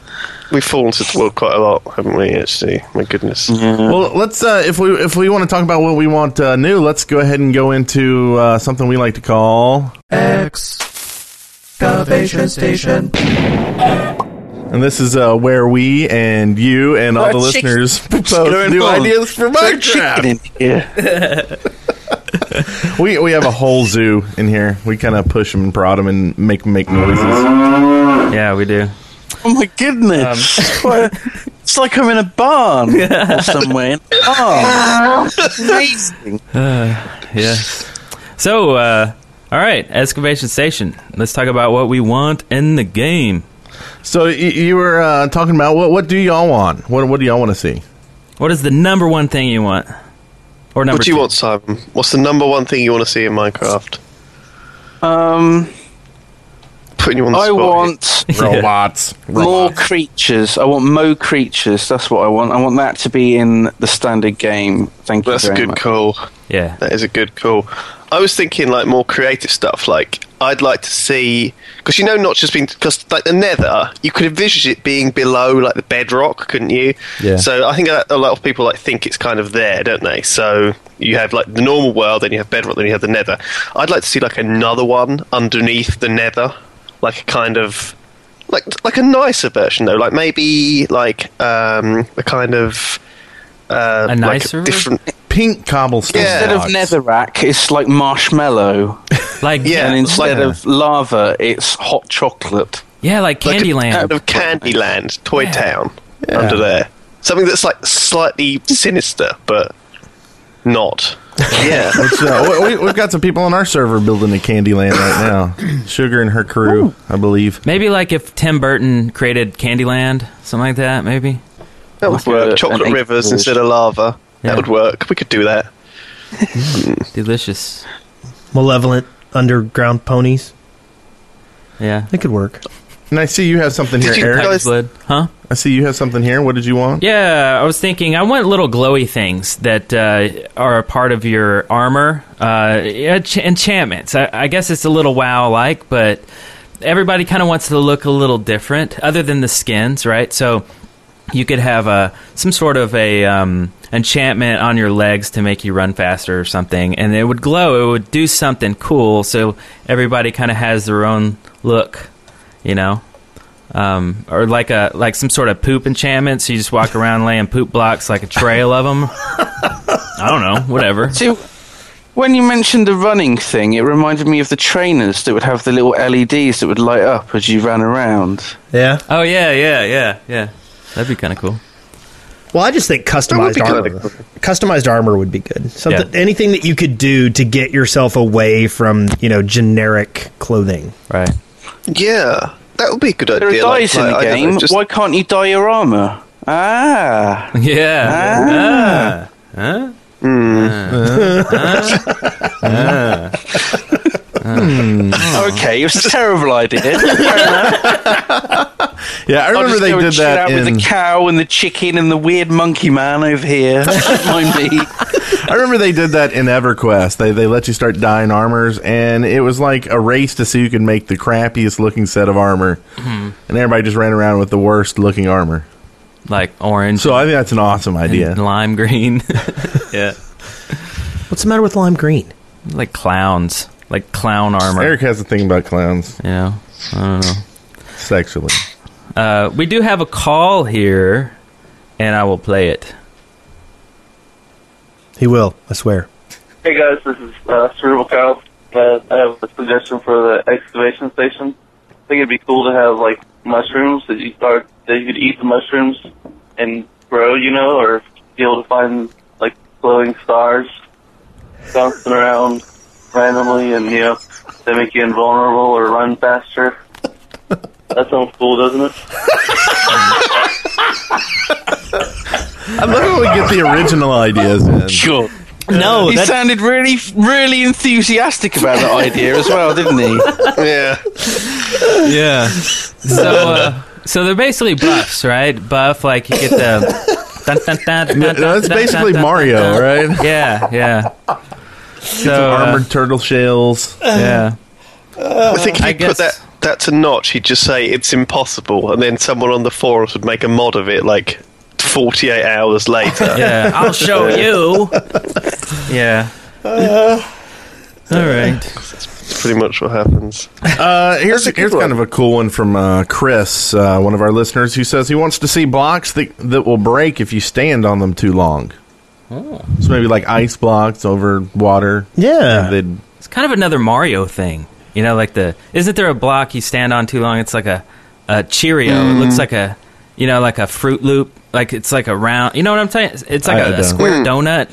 [SPEAKER 7] We've fallen to the world quite a lot, haven't we? Actually, my goodness.
[SPEAKER 6] Well, let's uh, if we if we want to talk about what we want uh, new, let's go ahead and go into uh, something we like to call.
[SPEAKER 4] Excavation station.
[SPEAKER 6] And And this is uh, where we and you and all the
[SPEAKER 1] What's chicken-
[SPEAKER 6] listeners propose
[SPEAKER 1] going
[SPEAKER 6] Oh, new
[SPEAKER 1] on?
[SPEAKER 6] ideas for Minecraft.
[SPEAKER 1] Chicken in here.
[SPEAKER 6] We, we have a whole zoo in here. We kind of push them and prod them and make 'em make noises.
[SPEAKER 2] Yeah, we do.
[SPEAKER 1] Oh my goodness! Why- it's like I'm in a barn <laughs> or somewhere. In a barn. Amazing.
[SPEAKER 2] Yeah. So, uh, all right, excavation station. Let's talk about what we want in the game.
[SPEAKER 6] So y- you were uh, talking about what what do y'all want? What what do y'all want to see?
[SPEAKER 2] What is the number one thing you want? Or number
[SPEAKER 7] What do you
[SPEAKER 2] two?
[SPEAKER 7] want, Simon? What's the number one thing you want to see in Minecraft?
[SPEAKER 1] Um,
[SPEAKER 7] Putting you on the
[SPEAKER 1] I
[SPEAKER 7] spot.
[SPEAKER 1] want
[SPEAKER 7] <laughs>
[SPEAKER 6] Robots.
[SPEAKER 1] more creatures. I want mo creatures. That's what I want. I want that to be in the standard game. Thank you
[SPEAKER 7] That's a
[SPEAKER 1] very
[SPEAKER 7] good
[SPEAKER 1] much.
[SPEAKER 7] call.
[SPEAKER 2] Yeah.
[SPEAKER 7] That is a good call. I was thinking like more creative stuff. Like I'd like to see because you know not just being because like the Nether, you could envisage it being below like the bedrock, couldn't you?
[SPEAKER 6] Yeah.
[SPEAKER 7] So I think a a lot of people like think it's kind of there, don't they? So you have like the normal world, then you have bedrock, then you have the Nether. I'd like to see like another one underneath the Nether, like a kind of like like a nicer version though, like maybe like um a kind of uh,
[SPEAKER 2] A
[SPEAKER 7] like
[SPEAKER 2] nicer
[SPEAKER 7] different
[SPEAKER 6] Pink cobblestone.
[SPEAKER 7] Yeah.
[SPEAKER 1] Instead of
[SPEAKER 6] blocks.
[SPEAKER 1] netherrack, it's like marshmallow,
[SPEAKER 2] Like
[SPEAKER 7] Yeah.
[SPEAKER 2] yeah,
[SPEAKER 1] and
[SPEAKER 7] like-
[SPEAKER 1] instead of lava, it's hot chocolate.
[SPEAKER 2] like
[SPEAKER 7] like a
[SPEAKER 2] Candyland.
[SPEAKER 7] kind of Candyland, Toy
[SPEAKER 2] Yeah.
[SPEAKER 7] Town under there. Something that's like slightly sinister, but not. Yeah,
[SPEAKER 6] So uh, we, we've got some people on our server building a Candyland right now. <clears throat> Sugar and her crew, I believe.
[SPEAKER 2] maybe like if Tim Burton created Candyland, something like that, maybe.
[SPEAKER 7] that
[SPEAKER 1] Like
[SPEAKER 7] would
[SPEAKER 1] a-
[SPEAKER 7] work.
[SPEAKER 1] an
[SPEAKER 7] Chocolate
[SPEAKER 1] eight
[SPEAKER 7] rivers
[SPEAKER 1] ball.
[SPEAKER 7] instead of lava.
[SPEAKER 2] Yeah.
[SPEAKER 7] That would work. We could do that.
[SPEAKER 2] Delicious.
[SPEAKER 3] Malevolent underground ponies.
[SPEAKER 2] Yeah.
[SPEAKER 3] It could work.
[SPEAKER 6] And I see you have something here,
[SPEAKER 7] Did you
[SPEAKER 6] Eric.
[SPEAKER 2] Tiger's
[SPEAKER 7] guys-
[SPEAKER 2] blood. Huh?
[SPEAKER 6] I see you have something here. What did you want?
[SPEAKER 2] Yeah, I was thinking I want little glowy things that uh, are a part of your armor. Uh, ench- enchantments. I, I guess it's a little WoW like, but everybody kind of wants to look a little different, other than the skins, right? So you could have a some sort of a um, enchantment on your legs to make you run faster or something, and it would glow. It would do something cool. So everybody kind of has their own look, you know, um, or like a like some sort of poop enchantment. So you just walk around <laughs> laying poop blocks like a trail of them. I don't know, whatever.
[SPEAKER 1] See, when you mentioned the running thing, it reminded me of the trainers that would have the little LEDs that would light up as you ran around.
[SPEAKER 3] Yeah.
[SPEAKER 2] Oh yeah, yeah, yeah, yeah. That'd be kind of cool.
[SPEAKER 3] Well, I just think customized armor. Customized armor would be good. Something,
[SPEAKER 2] Yeah.
[SPEAKER 3] anything that you could do to get yourself away from you know generic clothing.
[SPEAKER 2] Right.
[SPEAKER 7] Yeah, that would be a good
[SPEAKER 1] There are
[SPEAKER 7] idea. like-
[SPEAKER 1] dice in the
[SPEAKER 7] like, I don't know,
[SPEAKER 1] game.
[SPEAKER 7] just-
[SPEAKER 1] Why can't you dye your armor? Ah,
[SPEAKER 2] <laughs> Yeah. Ah. Huh?
[SPEAKER 7] Hmm.
[SPEAKER 1] okay, it was
[SPEAKER 7] <laughs>
[SPEAKER 1] a terrible idea. Fair enough.
[SPEAKER 6] Yeah, I
[SPEAKER 1] I'll
[SPEAKER 6] remember
[SPEAKER 1] just
[SPEAKER 6] they
[SPEAKER 1] go and
[SPEAKER 6] did
[SPEAKER 1] chill
[SPEAKER 6] that
[SPEAKER 1] out with
[SPEAKER 6] <laughs> in.
[SPEAKER 1] the cow and the chicken and the weird monkey man over
[SPEAKER 6] <laughs>
[SPEAKER 1] here. Don't mind me.
[SPEAKER 6] I remember they did that in EverQuest. They they let you start dyeing
[SPEAKER 5] <laughs>
[SPEAKER 6] armors, and it was like a race to see who could make the crappiest looking set of armor. And everybody just ran around with the worst looking armor.
[SPEAKER 2] Like orange
[SPEAKER 6] So I think that's an awesome
[SPEAKER 2] and
[SPEAKER 6] idea.
[SPEAKER 2] lime green. <laughs> yeah.
[SPEAKER 3] What's the matter with lime green?
[SPEAKER 2] Like clowns. Like clown armor.
[SPEAKER 6] Eric has a thing about clowns
[SPEAKER 2] You know. I don't know.
[SPEAKER 6] sexually.
[SPEAKER 2] Uh, we do have a call here, and I will play it.
[SPEAKER 3] He will. I swear.
[SPEAKER 8] Hey guys, this is uh, Cerebral Cow. Uh, I have a suggestion for the excavation station. I think it'd be cool to have like mushrooms that you start that you could eat the mushrooms and grow, you know, or be able to find like glowing stars bouncing around randomly, and you know they make you invulnerable or run faster. That sounds cool, doesn't it?
[SPEAKER 6] I love when we get the original ideas in.
[SPEAKER 1] Sure.
[SPEAKER 3] No,
[SPEAKER 1] He sounded really, really enthusiastic about that idea as well, didn't he?
[SPEAKER 7] yeah,
[SPEAKER 2] Yeah. So, uh, so they're basically buffs, right? Buff, like you get
[SPEAKER 6] <laughs>
[SPEAKER 2] the. Dun, dun, dun, dun, dun,
[SPEAKER 6] No, it's
[SPEAKER 2] dun,
[SPEAKER 6] basically
[SPEAKER 2] dun, dun,
[SPEAKER 6] Mario,
[SPEAKER 2] dun.
[SPEAKER 6] right?
[SPEAKER 2] Yeah, yeah. So, uh,
[SPEAKER 6] Armored turtle shells.
[SPEAKER 2] yeah.
[SPEAKER 7] <laughs> I think if
[SPEAKER 2] I
[SPEAKER 7] you
[SPEAKER 2] guess-
[SPEAKER 7] put that that to notch, he'd just say it's impossible, and then someone on the forums would make a mod of it like forty eight hours
[SPEAKER 2] <laughs>
[SPEAKER 7] later.
[SPEAKER 6] <laughs>
[SPEAKER 2] Yeah, I'll show you. Yeah. All right.
[SPEAKER 7] That's pretty much what happens.
[SPEAKER 6] Uh, here's
[SPEAKER 7] That's a good
[SPEAKER 6] here's
[SPEAKER 7] one.
[SPEAKER 6] kind of a cool one from uh, Chris, uh, one of our listeners, who says he wants to see blocks that that will break if you stand on them too long. So maybe like ice blocks over water.
[SPEAKER 3] Yeah.
[SPEAKER 6] They'd-
[SPEAKER 2] It's kind of another Mario thing. You know, like the isn't there a block you stand on too long? It's like a, a Cheerio. It
[SPEAKER 6] Mm-hmm.
[SPEAKER 2] looks like a you know, like a fruit loop. Like it's like a round you know what I'm saying? It's like
[SPEAKER 6] I- I
[SPEAKER 2] a a
[SPEAKER 6] don't.
[SPEAKER 2] square donut.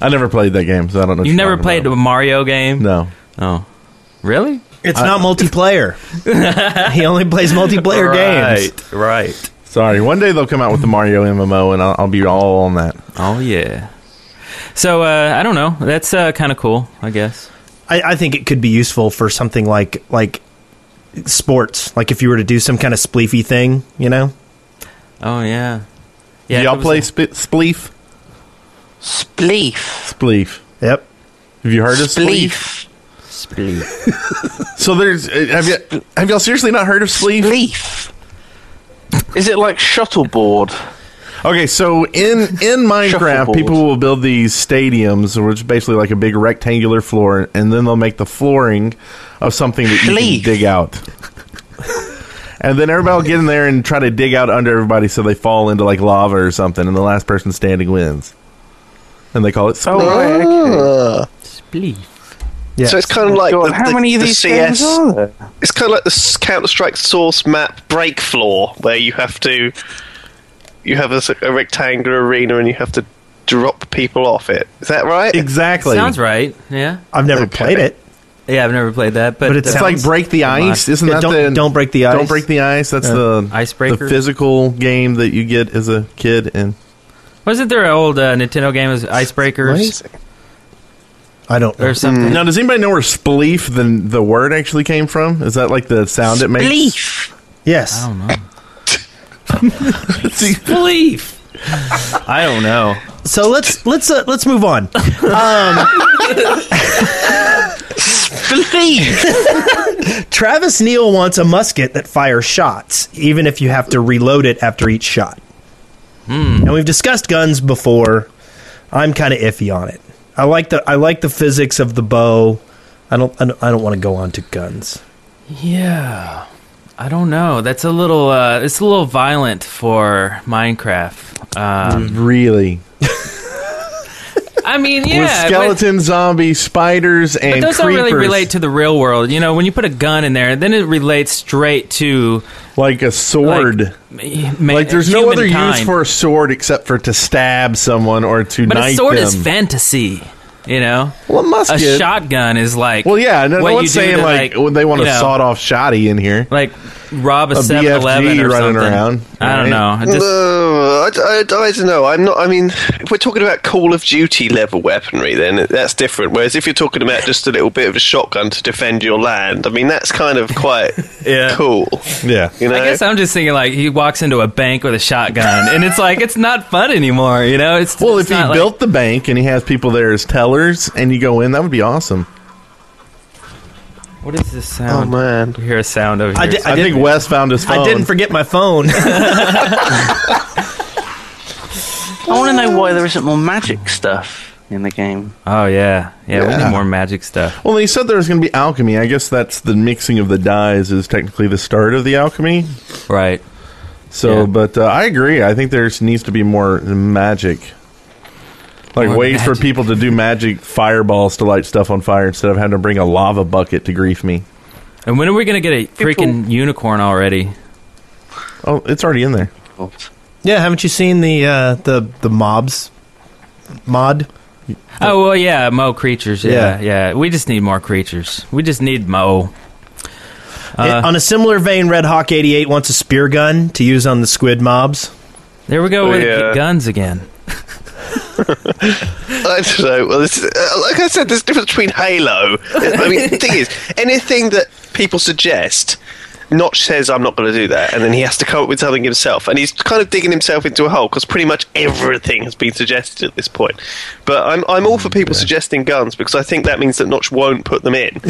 [SPEAKER 6] I never played that game, so I don't know. what
[SPEAKER 2] You've
[SPEAKER 6] you're
[SPEAKER 2] never
[SPEAKER 6] talking
[SPEAKER 2] played
[SPEAKER 6] about.
[SPEAKER 2] a Mario game?
[SPEAKER 6] No.
[SPEAKER 2] Oh. Really?
[SPEAKER 3] It's not <laughs> multiplayer. he only plays multiplayer games.
[SPEAKER 2] right.
[SPEAKER 6] Sorry. One day they'll come out with the Mario MMO, and I'll, I'll be all on that.
[SPEAKER 2] Oh yeah. So uh, I don't know. That's uh, kind of cool, I guess.
[SPEAKER 3] I, I think it could be useful for something like like sports. Like if you were to do some kind of spleefy thing, you know?
[SPEAKER 2] Oh yeah.
[SPEAKER 6] Do
[SPEAKER 2] Yeah.
[SPEAKER 6] y'all
[SPEAKER 2] it was-
[SPEAKER 6] play sp- Spleef?
[SPEAKER 1] Spleef.
[SPEAKER 6] Spleef.
[SPEAKER 3] Yep.
[SPEAKER 6] Have you heard of Spleef?
[SPEAKER 1] Spleef. Spleef.
[SPEAKER 6] So there's. uh, Have you have y'all seriously not heard of Spleef?
[SPEAKER 1] Spleef. Is it like shuffleboard?
[SPEAKER 6] Okay, so in in Minecraft,
[SPEAKER 1] Shuffleboard.
[SPEAKER 6] people will build these stadiums, which is basically like a big rectangular floor, and then they'll make the flooring of something that you
[SPEAKER 1] Schleef.
[SPEAKER 6] can dig out. and then everybody will get in there and try to dig out under everybody, so they fall into like lava or something, and the last person standing wins. And they call it
[SPEAKER 1] Oh,
[SPEAKER 6] Spleef.
[SPEAKER 1] right, okay.
[SPEAKER 3] Yeah.
[SPEAKER 7] So it's kind of like
[SPEAKER 1] God,
[SPEAKER 7] the,
[SPEAKER 1] how
[SPEAKER 7] the-
[SPEAKER 1] many of
[SPEAKER 7] the
[SPEAKER 1] these
[SPEAKER 7] CS
[SPEAKER 1] games are there?
[SPEAKER 7] It's kind of like the Counter Strike source map break floor, where you have to you have a, s- a rectangular arena and you have to drop people off it. Is that right?
[SPEAKER 6] Exactly.
[SPEAKER 2] Sounds right. Yeah.
[SPEAKER 3] I've never
[SPEAKER 7] Okay.
[SPEAKER 3] played it.
[SPEAKER 2] Yeah, I've never played that, but,
[SPEAKER 3] But it's
[SPEAKER 6] It's
[SPEAKER 2] uh,
[SPEAKER 6] like break the ice, isn't
[SPEAKER 3] Yeah,
[SPEAKER 6] that
[SPEAKER 3] don't-
[SPEAKER 6] the
[SPEAKER 3] don't break the ice.
[SPEAKER 6] Don't break the ice. That's the
[SPEAKER 2] Icebreaker.
[SPEAKER 6] the physical game that you get as a kid, and
[SPEAKER 2] wasn't there an old uh, Nintendo game as Icebreakers
[SPEAKER 3] I don't know.
[SPEAKER 2] or something?
[SPEAKER 6] Now, does anybody know where spleef the the word actually came from? Is that like the sound it makes?
[SPEAKER 1] Spleef.
[SPEAKER 3] Yes.
[SPEAKER 2] I don't know. Belief. I don't know.
[SPEAKER 3] So let's let's uh, let's move on. Um, <laughs>
[SPEAKER 1] Spleef.
[SPEAKER 3] Travis Neal wants a musket that fires shots, even if you have to reload it after each shot.
[SPEAKER 2] Hmm.
[SPEAKER 3] And we've discussed guns before. I'm kind of iffy on it. I like the I like the physics of the bow. I don't I don't, I don't want to go on to guns.
[SPEAKER 2] Yeah. I don't know. That's a little. Uh, it's a little violent for Minecraft. Um,
[SPEAKER 6] Really,
[SPEAKER 2] I mean, yeah.
[SPEAKER 6] with
[SPEAKER 2] but-
[SPEAKER 6] skeleton zombies, spiders, and
[SPEAKER 2] It
[SPEAKER 6] creepers.
[SPEAKER 2] doesn't really relate to the real world. You know, when you put a gun in there, then it relates straight to
[SPEAKER 6] like a sword. Like,
[SPEAKER 2] like,
[SPEAKER 6] there's no other use for a sword except for to stab someone or to
[SPEAKER 2] But
[SPEAKER 6] knife
[SPEAKER 2] a sword
[SPEAKER 6] them.
[SPEAKER 2] is fantasy. You know,
[SPEAKER 6] well, a
[SPEAKER 2] a
[SPEAKER 6] musket.
[SPEAKER 2] shotgun is like
[SPEAKER 6] Well, yeah, no,
[SPEAKER 2] what
[SPEAKER 6] no
[SPEAKER 2] you
[SPEAKER 6] one's
[SPEAKER 2] do
[SPEAKER 6] saying
[SPEAKER 2] to,
[SPEAKER 6] like, when they want a
[SPEAKER 2] you know,
[SPEAKER 6] sawed off shotty in here.
[SPEAKER 2] like rob a,
[SPEAKER 6] BFG
[SPEAKER 2] 7-Eleven or
[SPEAKER 6] running
[SPEAKER 2] something.
[SPEAKER 6] around,
[SPEAKER 2] I don't know.
[SPEAKER 6] right?
[SPEAKER 2] It just-
[SPEAKER 7] Uh, I, I, I don't know. I'm not. I mean, if we're talking about Call of Duty level weaponry, then that's different. Whereas if you're talking about just a little bit of a shotgun to defend your land, I mean, that's kind of
[SPEAKER 1] <laughs>
[SPEAKER 7] quite cool.
[SPEAKER 6] Yeah,
[SPEAKER 7] You know,
[SPEAKER 2] I guess I'm just thinking like he walks into a bank with a shotgun, and it's like it's not fun anymore. You know, it's
[SPEAKER 6] Well,
[SPEAKER 2] it's
[SPEAKER 6] if he
[SPEAKER 2] not like-
[SPEAKER 6] built the bank and he has people there as tellers, and you go in, that would be awesome.
[SPEAKER 2] what is this
[SPEAKER 7] oh
[SPEAKER 2] sound?
[SPEAKER 7] man,
[SPEAKER 2] I hear a sound over
[SPEAKER 3] I
[SPEAKER 2] here.
[SPEAKER 3] did-
[SPEAKER 6] I, think
[SPEAKER 3] didn't-
[SPEAKER 6] Wes found his phone.
[SPEAKER 3] I didn't forget my phone.
[SPEAKER 1] I want to know why there isn't more magic stuff in the game.
[SPEAKER 2] oh yeah, yeah. We
[SPEAKER 6] Yeah.
[SPEAKER 2] need more magic stuff.
[SPEAKER 6] Well, they said there was going to be alchemy. I guess that's the mixing of the dyes is technically the start of the alchemy.
[SPEAKER 2] Right.
[SPEAKER 6] So,
[SPEAKER 2] Yeah.
[SPEAKER 6] but uh, I agree. I think there needs to be more magic, like
[SPEAKER 2] More
[SPEAKER 6] ways for
[SPEAKER 2] magic.
[SPEAKER 6] people to do magic fireballs to light stuff on fire instead of having to bring a lava bucket to grief me.
[SPEAKER 2] And when are we gonna get a freaking unicorn already?
[SPEAKER 6] Oh, it's already in there.
[SPEAKER 3] yeah, haven't you seen the uh, the the mobs mod?
[SPEAKER 2] Oh well, yeah, mo creatures. Yeah,
[SPEAKER 3] Yeah.
[SPEAKER 2] yeah. We just need more creatures. We just need mo. Uh,
[SPEAKER 3] on a similar vein, Red Hawk 88 wants a spear gun to use on the squid mobs.
[SPEAKER 2] There we go
[SPEAKER 7] Oh,
[SPEAKER 2] with
[SPEAKER 7] yeah.
[SPEAKER 2] guns again.
[SPEAKER 7] <laughs> I don't know. Well, this, uh, like I said, there's a difference between Halo. I mean, the thing is, anything that people suggest, Notch says, I'm not going to do that. And then he has to come up with something himself. And he's kind of digging himself into a hole because pretty much everything has been suggested at this point. But I'm, I'm all for people suggesting guns because I think that means that Notch won't put them in.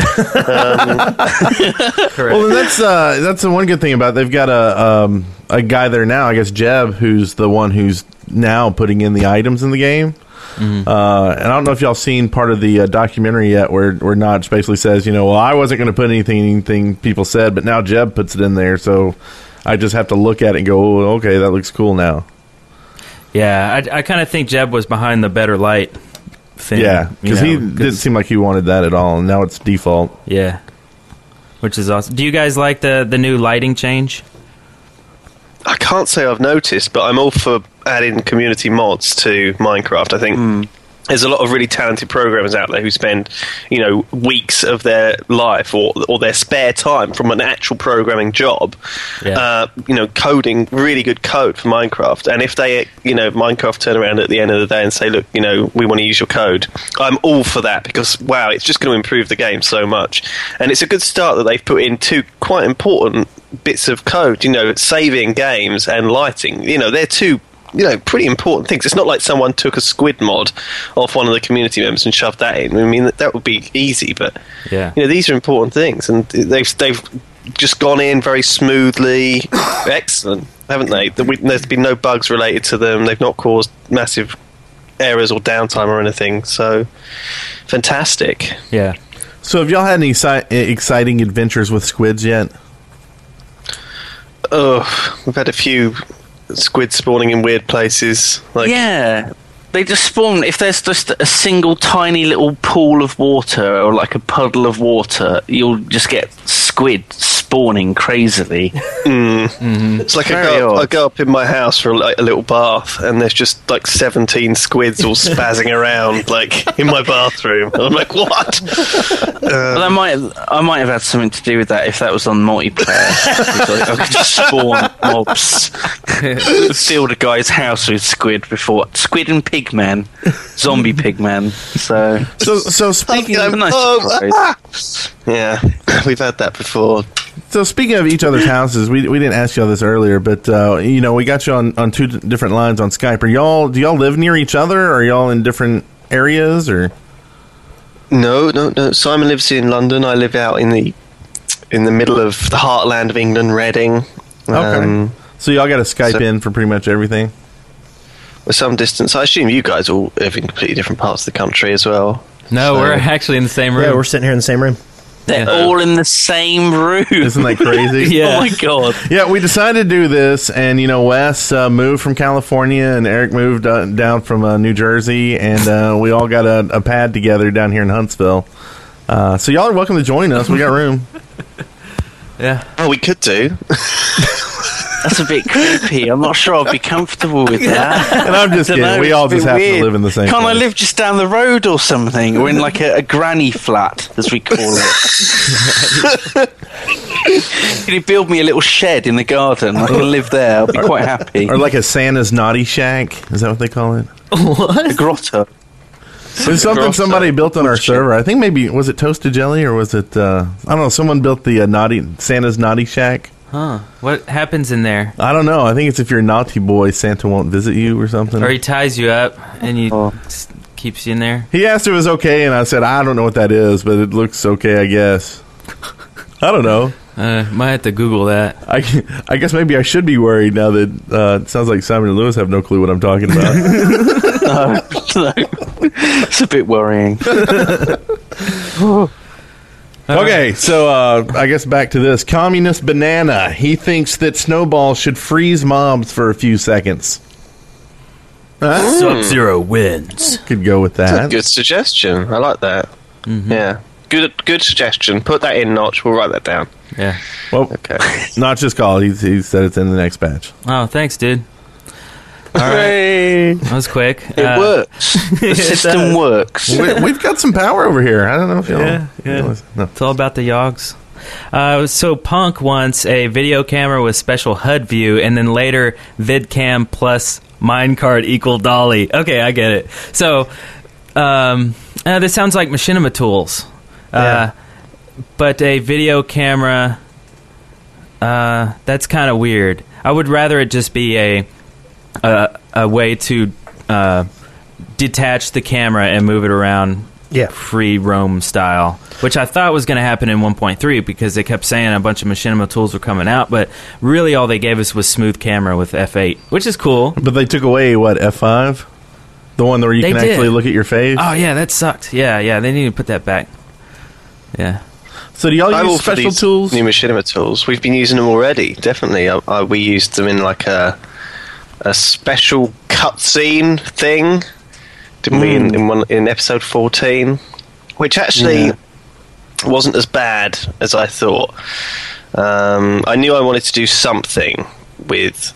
[SPEAKER 6] Well, then that's uh, that's the one good thing about it. they've got a um, a guy there now. I guess Jeb, who's the one who's now putting in the items in the game. Uh, and I don't know if y'all seen part of the uh, documentary yet, where where Notch basically says, you know, well, I wasn't going to put anything anything people said, but now Jeb puts it in there, so I just have to look at it and go, oh, okay, that looks cool now.
[SPEAKER 2] Yeah, I, I kind of think Jeb was behind the better light thing.
[SPEAKER 6] Yeah,
[SPEAKER 2] you
[SPEAKER 6] because he
[SPEAKER 2] know,
[SPEAKER 6] didn't seem like he wanted that at all, and now it's default.
[SPEAKER 2] Yeah, which is awesome. Do you guys like the the new lighting change?
[SPEAKER 7] I can't say I've noticed, but I'm all for adding community mods to Minecraft. I think there's a lot of really talented programmers out there who spend, you know, weeks of their life or or their spare time from an actual programming job,
[SPEAKER 2] Yeah.
[SPEAKER 7] uh, you know, coding really good code for Minecraft. And if they, you know, Minecraft turn around at the end of the day and say, look, you know, we want to use your code, I'm all for that because wow, it's just going to improve the game so much. And it's a good start that they've put in two quite important bits of code, you know, saving games and lighting. You know, they're two you know, pretty important things. It's not like someone took a squid mod off one of the community members and shoved that in. I mean, that, that would be easy, but
[SPEAKER 2] Yeah.
[SPEAKER 7] you know, these are important things, and they've they've just gone in very
[SPEAKER 1] <coughs>
[SPEAKER 7] smoothly, excellent, haven't they? That we- There's been no bugs related to them. They've not caused massive errors or downtime or anything. So fantastic.
[SPEAKER 2] Yeah.
[SPEAKER 6] So, have y'all had any exci- exciting adventures with squids yet?
[SPEAKER 7] Ugh, we've had a few squid spawning in weird places. Like,
[SPEAKER 1] yeah. They just spawn. If there's just a single tiny little pool of water or like a puddle of water, you'll just get squid spawning
[SPEAKER 6] <laughs>
[SPEAKER 1] crazily.
[SPEAKER 7] It's like I
[SPEAKER 1] Very
[SPEAKER 7] go, up,
[SPEAKER 1] odd.
[SPEAKER 7] I go up in my house for like a little bath, and there's just like 17
[SPEAKER 1] <laughs>
[SPEAKER 7] squids all spazzing around, like in my bathroom. I'm like, what?
[SPEAKER 1] But I might, I might have had something to do with that if that was on
[SPEAKER 6] <laughs>
[SPEAKER 1] multiplayer. Because I, I could just spawn mobs, fill the guy's house with squid before squid and pigman, zombie pigman. So
[SPEAKER 6] So, so speaking
[SPEAKER 1] a nice
[SPEAKER 7] Oh,
[SPEAKER 1] surprise.
[SPEAKER 7] Yeah, <coughs> we've had that before.
[SPEAKER 6] So speaking of each other's houses, we, we didn't ask y'all this earlier, but uh, you know we got you on, on two d- different lines on Skype. Are y'all do y'all live near each other? Or are y'all in different areas? Or
[SPEAKER 7] No, no, no. Simon lives in London. I live out in the in the middle of the heartland of England, Reading. Um,
[SPEAKER 6] so y'all got to Skype
[SPEAKER 7] so-
[SPEAKER 6] in for pretty much everything.
[SPEAKER 7] with some distance. I assume you guys all live in completely different parts of the country as well.
[SPEAKER 2] No,
[SPEAKER 7] So-
[SPEAKER 2] we're actually in the same
[SPEAKER 3] Yeah,
[SPEAKER 2] room.
[SPEAKER 3] we're sitting here in the same room.
[SPEAKER 1] they're all in the same room.
[SPEAKER 6] Isn't that
[SPEAKER 1] <laughs>
[SPEAKER 6] crazy?
[SPEAKER 1] Oh my god!
[SPEAKER 6] Yeah, we decided to do this, and you know, Wes uh, moved from California, and Eric moved uh, down from uh, New Jersey, and uh, we all got a, a pad together down here in Huntsville. Uh, so y'all are welcome to join us. We got room.
[SPEAKER 7] Oh, we could do.
[SPEAKER 1] That's a bit creepy. I'm not sure I'd be comfortable with that.
[SPEAKER 6] And I'm just
[SPEAKER 1] Dunno,
[SPEAKER 6] kidding. we all
[SPEAKER 1] it's a
[SPEAKER 6] just
[SPEAKER 1] bit
[SPEAKER 6] happen to
[SPEAKER 1] weird.
[SPEAKER 6] live in the same.
[SPEAKER 1] Can't I
[SPEAKER 6] place.
[SPEAKER 1] live just down the road or something, or in like a, a granny flat, as we call it? <laughs> Can you build me a little shed in the garden? I can live there. I'll be quite <laughs> happy.
[SPEAKER 6] Or like a Santa's naughty shack. Is that what they call it?
[SPEAKER 1] a grotto.
[SPEAKER 6] It's something somebody built on our server. I think maybe was it Toasted Jelly or was it uh, I don't know. Someone built the uh, naughty Santa's naughty shack.
[SPEAKER 2] Huh. What happens in there?
[SPEAKER 6] I don't know. I think it's if you're a naughty boy, Santa won't visit you or something.
[SPEAKER 2] Or he ties you up and he s- keeps you in there.
[SPEAKER 6] he asked if it was okay, and I said I don't know what that is, but it looks okay, I guess. I don't know.
[SPEAKER 2] Uh, might have to Google that.
[SPEAKER 6] I, <laughs> I guess maybe I should be worried now that uh, it sounds like Simon and Lewis have no clue what I'm talking about.
[SPEAKER 1] <laughs> No. it's a bit worrying.
[SPEAKER 6] okay, so uh, I guess back to this communist banana. He thinks that Snowball should freeze mobs for a few seconds.
[SPEAKER 3] Sub Zero wins.
[SPEAKER 6] Could go with that.
[SPEAKER 7] Good suggestion. I like that.
[SPEAKER 2] Mm-hmm.
[SPEAKER 7] Yeah. Good, good suggestion. Put that in, Notch. We'll write that down.
[SPEAKER 2] Yeah.
[SPEAKER 6] Well,
[SPEAKER 7] Okay.
[SPEAKER 2] <laughs>
[SPEAKER 6] not just call. He, he said it's in the next batch.
[SPEAKER 2] Oh, thanks, dude. All right. That was quick.
[SPEAKER 1] It
[SPEAKER 2] Uh,
[SPEAKER 1] works. The
[SPEAKER 2] it
[SPEAKER 1] system
[SPEAKER 2] does.
[SPEAKER 1] works.
[SPEAKER 6] we, we've got some power over here. I don't know if y'all.
[SPEAKER 2] Yeah, yeah.
[SPEAKER 6] realize- No.
[SPEAKER 2] It's all about the yogs. Uh, so Punk wants a video camera with special HUD view, and then later VidCam plus minecart equal dolly. Okay, I get it. So um, uh, this sounds like machinima tools, uh, but a video camera. Uh, that's kind of weird. I would rather it just be a a, a way to uh, detach the camera and move it around
[SPEAKER 3] Yeah.
[SPEAKER 2] free roam style, which I thought was going to happen in 1.3 because they kept saying a bunch of machinima tools were coming out, but really all they gave us was smooth camera with f8, which is cool.
[SPEAKER 6] But they took away what F five. The one where you
[SPEAKER 2] They
[SPEAKER 6] can
[SPEAKER 2] did.
[SPEAKER 6] actually look at your face.
[SPEAKER 2] Oh yeah, that sucked. Yeah, yeah, they need to put that back. Yeah.
[SPEAKER 6] so do y'all
[SPEAKER 7] I'm all
[SPEAKER 6] use
[SPEAKER 7] for
[SPEAKER 6] special
[SPEAKER 7] these
[SPEAKER 6] tools?
[SPEAKER 7] New machinima tools. We've been using them already. Definitely, I, I, we used them in like a a special cutscene thing, didn't we?
[SPEAKER 6] Hmm.
[SPEAKER 7] In, in one in episode fourteen, which actually wasn't as bad as I thought. Um, I knew I wanted to do something with.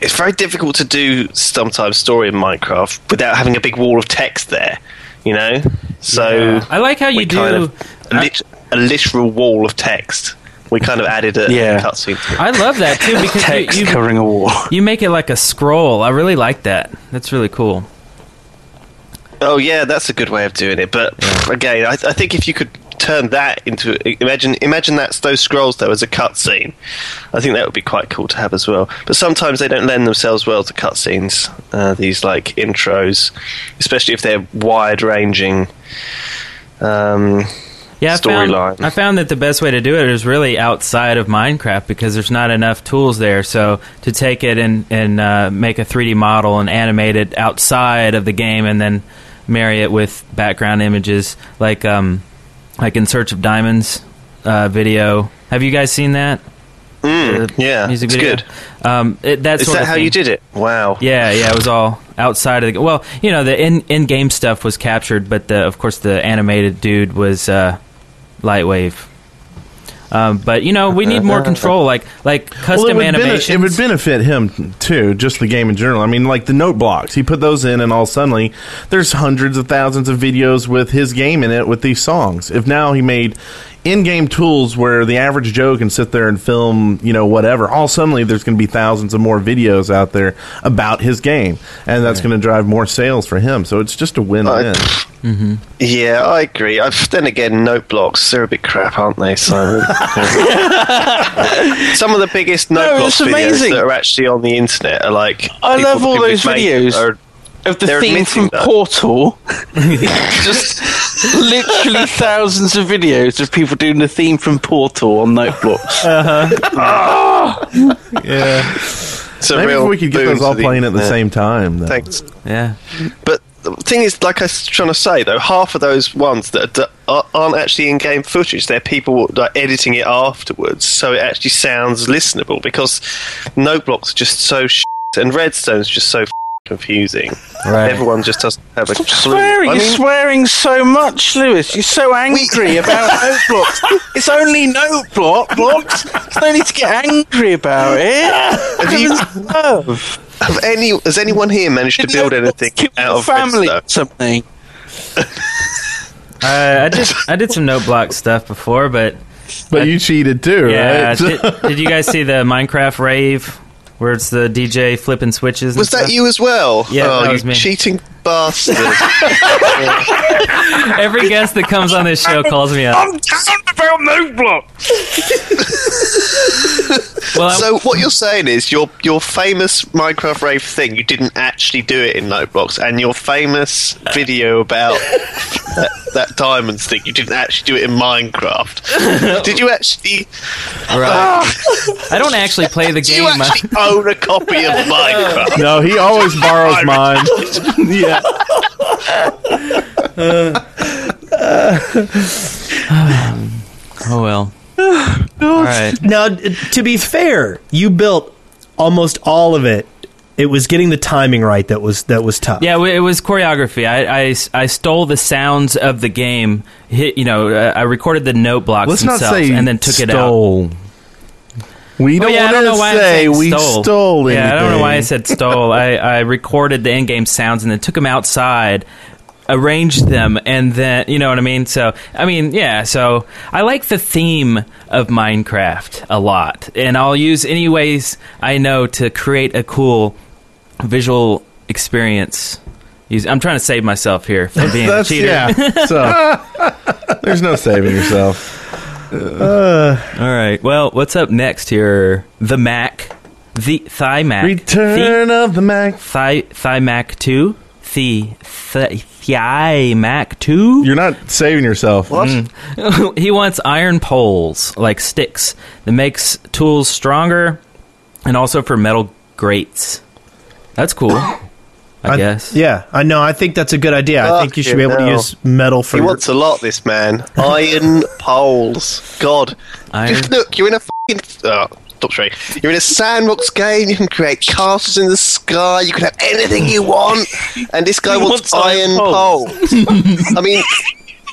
[SPEAKER 7] It's very difficult to do sometimes story in Minecraft without having a big wall of text there, you know. So
[SPEAKER 2] I like how you
[SPEAKER 7] we
[SPEAKER 2] do.
[SPEAKER 7] kind of- a, lit- a literal wall of text. We kind of added a
[SPEAKER 1] Yeah.
[SPEAKER 7] cutscene. To it.
[SPEAKER 2] I love that too because
[SPEAKER 1] Text
[SPEAKER 2] you, you
[SPEAKER 1] covering a wall.
[SPEAKER 2] you make it like a scroll. I really like that. That's really cool.
[SPEAKER 7] Oh yeah, that's a good way of doing it. But pff, again, I, I think if you could turn that into imagine imagine that's those scrolls though as a cutscene, I think that would be quite cool to have as well. But sometimes they don't lend themselves well to cutscenes. Uh, these like intros, especially if they're wide ranging. Um,
[SPEAKER 2] Yeah, I found,
[SPEAKER 7] Storyline.
[SPEAKER 2] I found that the best way to do it is really outside of Minecraft because there's not enough tools there. So to take it and and uh, make a 3D model and animate it outside of the game, and then marry it with background images, like um, like in Search of Diamonds uh, video. Have you guys seen that?
[SPEAKER 7] mm, yeah,
[SPEAKER 2] music
[SPEAKER 7] it's
[SPEAKER 2] video.
[SPEAKER 7] good.
[SPEAKER 2] Um, it, that
[SPEAKER 7] Is
[SPEAKER 2] sort
[SPEAKER 7] that
[SPEAKER 2] of
[SPEAKER 7] how
[SPEAKER 2] thing.
[SPEAKER 7] you did it? Wow.
[SPEAKER 2] Yeah, yeah, it was all outside of the. Well, you know, the in in game stuff was captured, but the of course the animated dude was uh, Lightwave. Um, but you know, we need
[SPEAKER 6] <laughs>
[SPEAKER 2] more control, like like
[SPEAKER 6] Well, it
[SPEAKER 2] custom
[SPEAKER 6] would bene-
[SPEAKER 2] animation.
[SPEAKER 6] it would benefit him too, just the game in general. I mean, like the note blocks, he put those in, and all suddenly there's hundreds of thousands of videos with his game in it with these songs. If now he made in-game tools where the average Joe can sit there and film, you know, whatever, all suddenly there's going to be thousands of more videos out there about his game, and that's going to drive more sales for him. So it's just a win-win.
[SPEAKER 7] Yeah, I agree. I've, then again, note blocks, they're a bit crap, aren't they,
[SPEAKER 1] <laughs>
[SPEAKER 7] Simon? <laughs> Some of the biggest note
[SPEAKER 1] No,
[SPEAKER 7] blocks
[SPEAKER 1] it's
[SPEAKER 7] videos
[SPEAKER 1] amazing.
[SPEAKER 7] that are actually on the internet are like.
[SPEAKER 1] I
[SPEAKER 7] people-
[SPEAKER 1] love all
[SPEAKER 7] people
[SPEAKER 1] those
[SPEAKER 7] make-
[SPEAKER 1] videos.
[SPEAKER 7] are-
[SPEAKER 1] of the
[SPEAKER 7] They're
[SPEAKER 1] theme from
[SPEAKER 7] admitting that.
[SPEAKER 1] Portal. just
[SPEAKER 6] <laughs>
[SPEAKER 1] <laughs> literally thousands of videos of people doing the theme from Portal on note blocks.
[SPEAKER 6] yeah,
[SPEAKER 7] it's a
[SPEAKER 6] maybe
[SPEAKER 7] real
[SPEAKER 6] if we could get
[SPEAKER 7] boon
[SPEAKER 6] those
[SPEAKER 7] to
[SPEAKER 6] all playing at the
[SPEAKER 7] internet.
[SPEAKER 6] same time. Though.
[SPEAKER 7] Thanks.
[SPEAKER 2] yeah,
[SPEAKER 7] But the thing is, like I was trying to say, though, half of those ones that are, d- are- aren't actually in game footage, they're people like, editing it afterwards, so it actually sounds listenable because note blocks are just so shit, and redstone's just so f- confusing.
[SPEAKER 2] right.
[SPEAKER 7] Everyone just doesn't have a clue.
[SPEAKER 1] swearing,
[SPEAKER 7] I
[SPEAKER 1] you're
[SPEAKER 7] mean,
[SPEAKER 1] swearing so much, Lewis. You're so
[SPEAKER 7] <laughs>
[SPEAKER 1] angry about note blocks. It's only note block blocks. There's no need to get angry about it.
[SPEAKER 7] have you,
[SPEAKER 1] Oh,
[SPEAKER 7] have any, has anyone here managed to build anything out of
[SPEAKER 1] family or
[SPEAKER 7] redstone?
[SPEAKER 1] something.
[SPEAKER 2] I, I did I did some note block <laughs> stuff before, but
[SPEAKER 6] But you cheated too,
[SPEAKER 2] yeah.
[SPEAKER 6] right?
[SPEAKER 2] Did,
[SPEAKER 6] <laughs>
[SPEAKER 2] did you guys see the Minecraft rave where it's the DJ flipping switches? and
[SPEAKER 7] Was that
[SPEAKER 2] stuff?
[SPEAKER 7] you as well?
[SPEAKER 2] Yeah,
[SPEAKER 7] oh,
[SPEAKER 2] that
[SPEAKER 7] you
[SPEAKER 2] was me.
[SPEAKER 7] cheating
[SPEAKER 2] <laughs>
[SPEAKER 7] bastard.
[SPEAKER 2] Every guest that comes on this show calls me up.
[SPEAKER 1] I'm down about note blocks.
[SPEAKER 2] Well, I-
[SPEAKER 7] so what you're saying is your your famous Minecraft rave thing, you didn't actually do it in Notebox, and your famous video about <laughs> that, that diamonds thing, you didn't actually do it in Minecraft. Did you actually?
[SPEAKER 2] I don't actually play the
[SPEAKER 7] Do
[SPEAKER 2] game.
[SPEAKER 7] <laughs> you
[SPEAKER 2] I-
[SPEAKER 7] actually own a copy of Minecraft?
[SPEAKER 6] No, he always borrows mine. yeah.
[SPEAKER 2] Oh
[SPEAKER 7] <sighs>
[SPEAKER 2] well. All right.
[SPEAKER 3] Now, d- to be fair, you built almost all of it. It was getting the timing right that was that was tough.
[SPEAKER 2] Yeah, w- it was choreography. I, I, I stole the sounds of the game. Hit, you know, uh, I recorded the note blocks
[SPEAKER 6] Let's not
[SPEAKER 2] themselves
[SPEAKER 6] say
[SPEAKER 2] and then took it out.
[SPEAKER 6] stole. We
[SPEAKER 2] Oh,
[SPEAKER 6] don't
[SPEAKER 2] yeah, I don't know
[SPEAKER 6] want
[SPEAKER 2] why
[SPEAKER 6] to say
[SPEAKER 2] I said
[SPEAKER 6] we
[SPEAKER 2] stole.
[SPEAKER 6] stole.
[SPEAKER 2] yeah, I don't know why I
[SPEAKER 6] anything.
[SPEAKER 2] said stole. I, I recorded the in-game sounds and then took them outside, arranged them, and then you know what I mean. So I mean, yeah. So I like the theme of Minecraft a lot, and I'll use any ways I know to create a cool visual experience. Use- I'm trying to save myself here
[SPEAKER 6] <laughs>
[SPEAKER 2] from being a
[SPEAKER 6] That's
[SPEAKER 2] cheater.
[SPEAKER 6] yeah. So
[SPEAKER 2] <laughs>
[SPEAKER 6] there's no saving yourself.
[SPEAKER 2] All right. Well, what's up next here? The Mac, the Thigh Mac,
[SPEAKER 6] Return of the Mac.
[SPEAKER 2] the, Thigh Thigh Mac Two, the Th- Thigh Mac Two.
[SPEAKER 6] You're not saving yourself.
[SPEAKER 2] <laughs> he wants iron poles like sticks that makes tools stronger, and also for metal grates. That's cool. I, guess.
[SPEAKER 3] Yeah, I know. I think that's a good idea. I think you should be able to
[SPEAKER 7] Fucking
[SPEAKER 3] use metal for.
[SPEAKER 7] He wants a lot, this man. Iron poles. God.
[SPEAKER 2] Iron-
[SPEAKER 7] Just look, you're in a fucking. Oh, stop straight. You're in a sandbox game. You can create castles in the sky. You can have anything you want. And this guy
[SPEAKER 1] wants
[SPEAKER 7] wants,
[SPEAKER 1] iron
[SPEAKER 7] iron poles. I mean.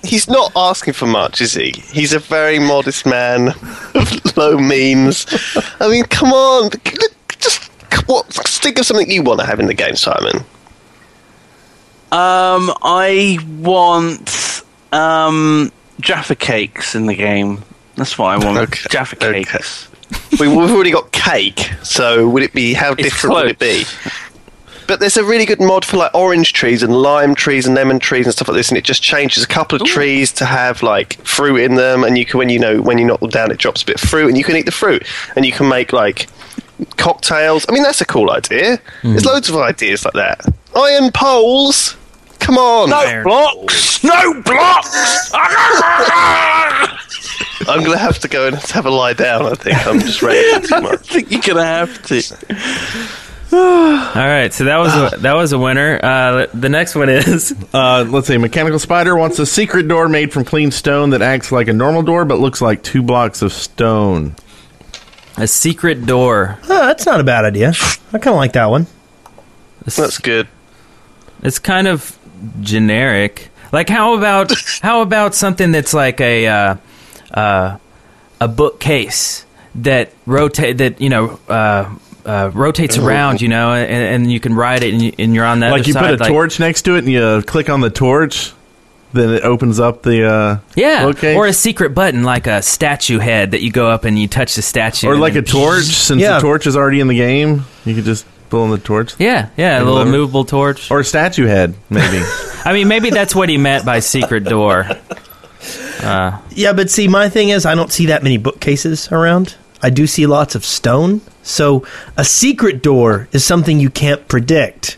[SPEAKER 7] He's not asking for much, is he? He's a very modest man <laughs> of low means. I mean, come on, look, just what? Think of something you want to have in the game, Simon.
[SPEAKER 1] Um, I want um, Jaffa cakes in the game. That's what I want.
[SPEAKER 7] Okay,
[SPEAKER 1] Jaffa
[SPEAKER 7] okay.
[SPEAKER 1] cakes.
[SPEAKER 7] we, we've already got cake, so would it be how
[SPEAKER 1] It's
[SPEAKER 7] different would it be? But there's a really good mod for like orange trees and lime trees and lemon trees and stuff like this, and it just changes a couple of trees to have like fruit in them, and you can when you know when you knock them down, it drops a bit of fruit, and you can eat the fruit, and you can make like cocktails. I mean, that's a cool idea. There's loads of ideas like that. Iron poles. Come on!
[SPEAKER 1] blocks! No blocks!
[SPEAKER 7] I'm gonna have to go and have a lie down. I think I'm just ready too much.
[SPEAKER 1] I think you're gonna have to.
[SPEAKER 2] All right, so that was a, that was a winner. Uh, the next one is <laughs>
[SPEAKER 6] Uh, let's see. Mechanical Spider wants a secret door made from clean stone that acts like a normal door but looks like two blocks of stone.
[SPEAKER 2] a secret door.
[SPEAKER 3] Oh, that's not a bad idea. I kind of like that one.
[SPEAKER 7] That's good.
[SPEAKER 2] It's kind of generic. Like how
[SPEAKER 6] <laughs>
[SPEAKER 2] about how about something that's like a uh, uh, a bookcase that rotate that you know uh, uh, rotates around, you know, and, and you can ride it, and, you, and you're on that.
[SPEAKER 6] Oh. like you put a torch next to it and you click on the torch, then it opens up the uh,
[SPEAKER 2] yeah,
[SPEAKER 6] bookcase.
[SPEAKER 2] or a secret button like a statue head that you go up and you touch the statue,
[SPEAKER 6] Or
[SPEAKER 2] and
[SPEAKER 6] like a
[SPEAKER 2] then- <laughs>
[SPEAKER 6] torch. Since
[SPEAKER 3] Yeah.
[SPEAKER 6] the torch is already in the game, you could just pull on the torch.
[SPEAKER 2] Yeah, yeah, a little
[SPEAKER 6] lever.
[SPEAKER 2] movable torch.
[SPEAKER 6] Or a statue head, maybe. <laughs>
[SPEAKER 2] I mean, maybe that's what he meant by secret door. Uh,
[SPEAKER 3] Yeah, but see, my thing is, I don't see that many bookcases around. I do see lots of stone. So a secret door is something you can't predict,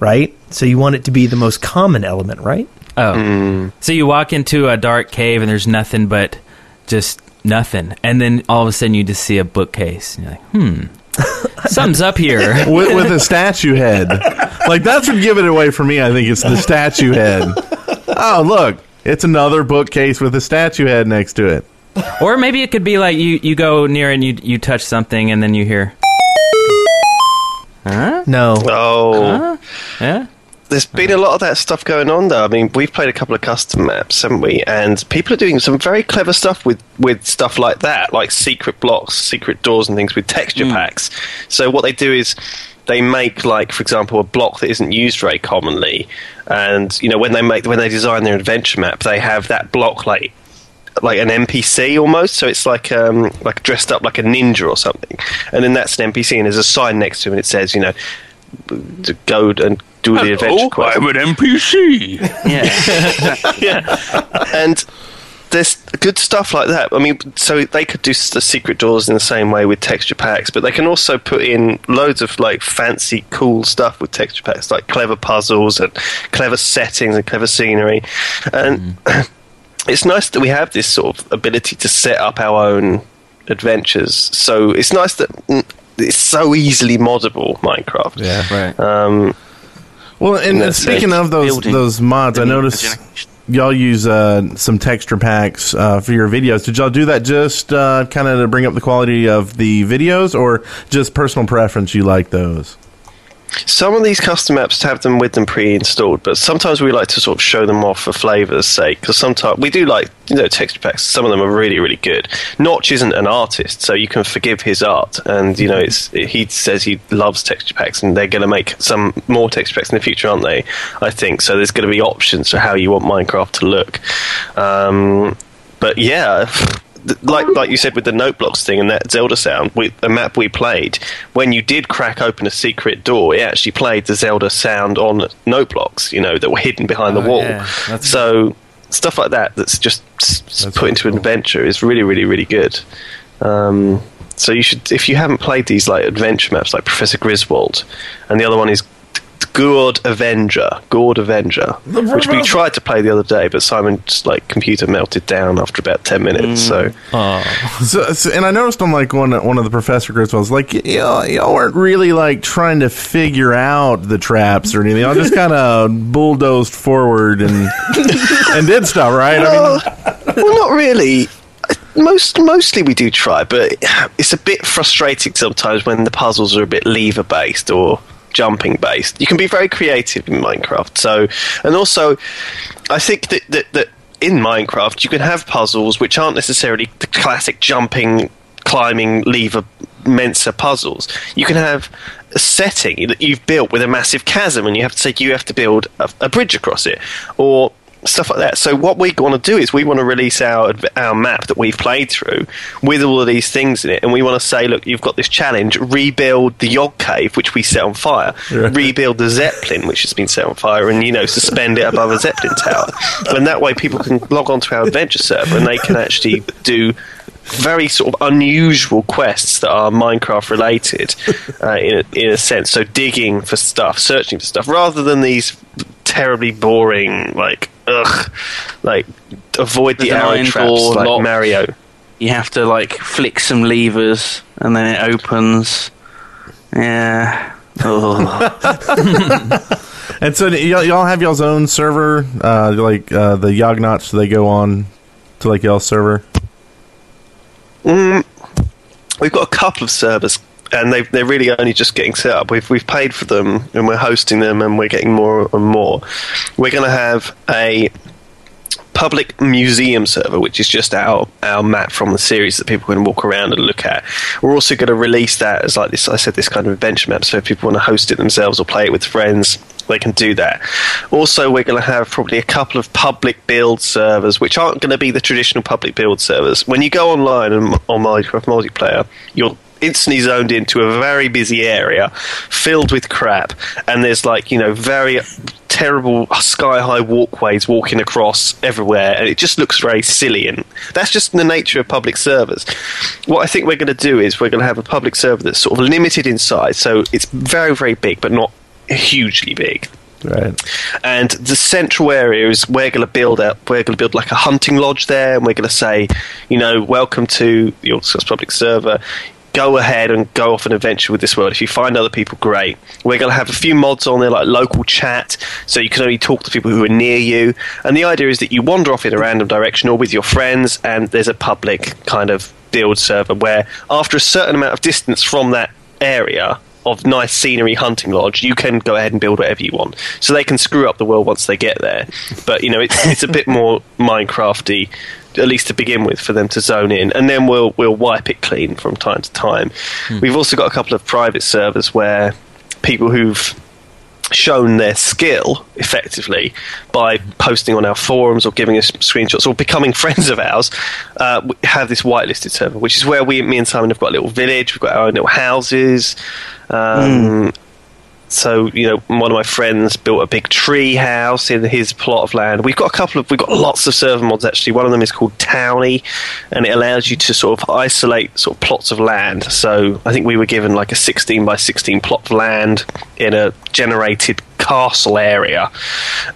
[SPEAKER 3] right? So you want it to be the most common element, right?
[SPEAKER 2] Oh. So you walk into a dark cave and there's nothing but just nothing. And then all of a sudden you just see a bookcase. And you're like, hmm.
[SPEAKER 6] <laughs>
[SPEAKER 2] Something's up here.
[SPEAKER 6] with, with a statue head. Like that's what give it away for me. I think it's the statue head.
[SPEAKER 2] <laughs>
[SPEAKER 6] Oh look, it's another bookcase with a statue head next to it.
[SPEAKER 2] or maybe it could be like you, you go near and you, you touch something and then you hear,
[SPEAKER 3] No.
[SPEAKER 7] Oh.
[SPEAKER 2] yeah?
[SPEAKER 7] there's been a lot of that stuff going on though. I mean, we've played a couple of custom maps, haven't we? And people are doing some very clever stuff with with stuff like that, like secret blocks, secret doors, and things with texture packs. So what they do is they make like, for example, a block that isn't used very commonly, and you know when they make when they design their adventure map, they have that block like like an NPC almost. So it's like um, like dressed up like a ninja or something, and then that's an NPC, and there's a sign next to him, and it says, you know, to go and do the adventure quest.
[SPEAKER 1] I'm an NPC.
[SPEAKER 7] <laughs>
[SPEAKER 1] Yeah.
[SPEAKER 7] and there's good stuff like that. I mean, so they could do s- the secret doors in the same way with texture packs, but they can also put in loads of like fancy, cool stuff with texture packs, like clever puzzles and clever settings and clever scenery. And <clears throat> it's nice that we have this sort of ability to set up our own adventures. So it's nice that. mm, It's so easily moddable, Minecraft.
[SPEAKER 6] Yeah,
[SPEAKER 2] right.
[SPEAKER 7] Um,
[SPEAKER 6] Well, and, and
[SPEAKER 7] That's
[SPEAKER 6] speaking of those
[SPEAKER 1] building.
[SPEAKER 6] those mods, I
[SPEAKER 1] Building
[SPEAKER 6] noticed
[SPEAKER 1] imagination.
[SPEAKER 6] y'all use uh, some texture packs uh, for your videos. Did y'all do that just uh, kind of to bring up the quality of the videos, or just personal preference? You like those?
[SPEAKER 7] Some of these custom apps have them with them pre-installed, but sometimes we like to sort of show them off for flavor's sake. Because sometimes we do like you know texture packs. Some of them are really really good. Notch isn't an artist, so you can forgive his art, and you know it's he says he loves texture packs, and they're going to make some more texture packs in the future, aren't they? I think so. There's going to be options for how you want Minecraft to look. Um, but yeah, <laughs> th- like like you said with the note blocks thing and that Zelda sound with the map we played, when you did crack open a secret door, it actually played the Zelda sound on note blocks, you know, that were hidden behind the wall.
[SPEAKER 2] Oh, yeah, that's-
[SPEAKER 7] so stuff like that that's just s- s- put into an adventure is really really really good. Um, so you should if you haven't played these like adventure maps like Professor Griswold, and the other one is. Gourd Avenger. Gourd Avenger. Which we tried to play the other day, but Simon's like computer melted down after about ten minutes. So
[SPEAKER 6] So, so- and I noticed on like one one of the professor groups, I was like, y- y'all, y'all weren't really like trying to figure out the traps or anything. I just kind of <laughs> bulldozed forward and and did stuff. Right? I mean,
[SPEAKER 7] well, not really. Most mostly we do try, but it's a bit frustrating sometimes when the puzzles are a bit lever based or jumping based. You can be very creative in Minecraft. So, and also, I think that that, that in Minecraft you can have puzzles which aren't necessarily the classic jumping, climbing, lever Mensa puzzles. You can have a setting that you've built with a massive chasm, and you have to say you have to build a, a bridge across it, or stuff like that. So what we want to do is we want to release our adv- our map that we've played through with all of these things in it, and we want to say, look, you've got this challenge: rebuild the Yog Cave, which we set on fire, rebuild the Zeppelin, which has been set on fire, and you know suspend it above a Zeppelin tower. And that way, people can log onto our adventure server and they can actually do. Very sort of unusual quests that are Minecraft related, uh, in, a, in a sense. So digging for stuff, searching for stuff, rather than these terribly boring, like ugh, like avoid the
[SPEAKER 1] There's an
[SPEAKER 7] arrow
[SPEAKER 1] iron
[SPEAKER 7] traps
[SPEAKER 1] door
[SPEAKER 7] like
[SPEAKER 1] lock.
[SPEAKER 7] Mario.
[SPEAKER 1] You have to like flick some levers and then it opens.
[SPEAKER 7] <laughs>
[SPEAKER 1] Yeah. <laughs> Oh.
[SPEAKER 6] and so y'all, y'all have y'all's own server, uh, like uh, the Yognauts. They go on to like y'all's server.
[SPEAKER 7] We've got a couple of servers, and they they're really only just getting set up. We've we've paid for them, and we're hosting them, and we're getting more and more. We're going to have a public museum server, which is just our our map from the series that people can walk around and look at. We're also going to release that as like this. I said this kind of adventure map, so if people want to host it themselves or play it with friends, they can do that. Also, we're going to have probably a couple of public build servers, which aren't going to be the traditional public build servers. When you go online and on Minecraft multiplayer, you're instantly zoned into a very busy area filled with crap and there's like you know very terrible sky high walkways walking across everywhere and it just looks very silly and that's just the nature of public servers what i think we're going to do is we're going to have a public server that's sort of limited in size so it's very very big but not hugely big
[SPEAKER 6] Right.
[SPEAKER 7] and the central area is we're going to build up. We're going to build like a hunting lodge there, and we're going to say, you know, welcome to the Autoscots public server. Go ahead and go off an adventure with this world. If you find other people, great. We're going to have a few mods on there, like local chat, so you can only talk to people who are near you. And the idea is that you wander off in a random direction or with your friends, and there's a public kind of build server where, after a certain amount of distance from that area, of nice scenery hunting lodge, you can go ahead and build whatever you want. So they can screw up the world once they get there. But you know, it's it's a bit more Minecrafty, at least to begin with, for them to zone in, and then we'll we'll wipe it clean from time to time. We've also got a couple of private servers where people who've shown their skill effectively by posting on our forums or giving us screenshots or becoming <laughs> friends of ours uh, we have this whitelisted server which is where we me and simon have got a little village we've got our own little houses um, so you know one of my friends built a big tree house in his plot of land we've got a couple of we've got lots of server mods actually one of them is called townie and it allows you to sort of isolate sort of plots of land so i think we were given like a 16 by 16 plot of land in a generated castle area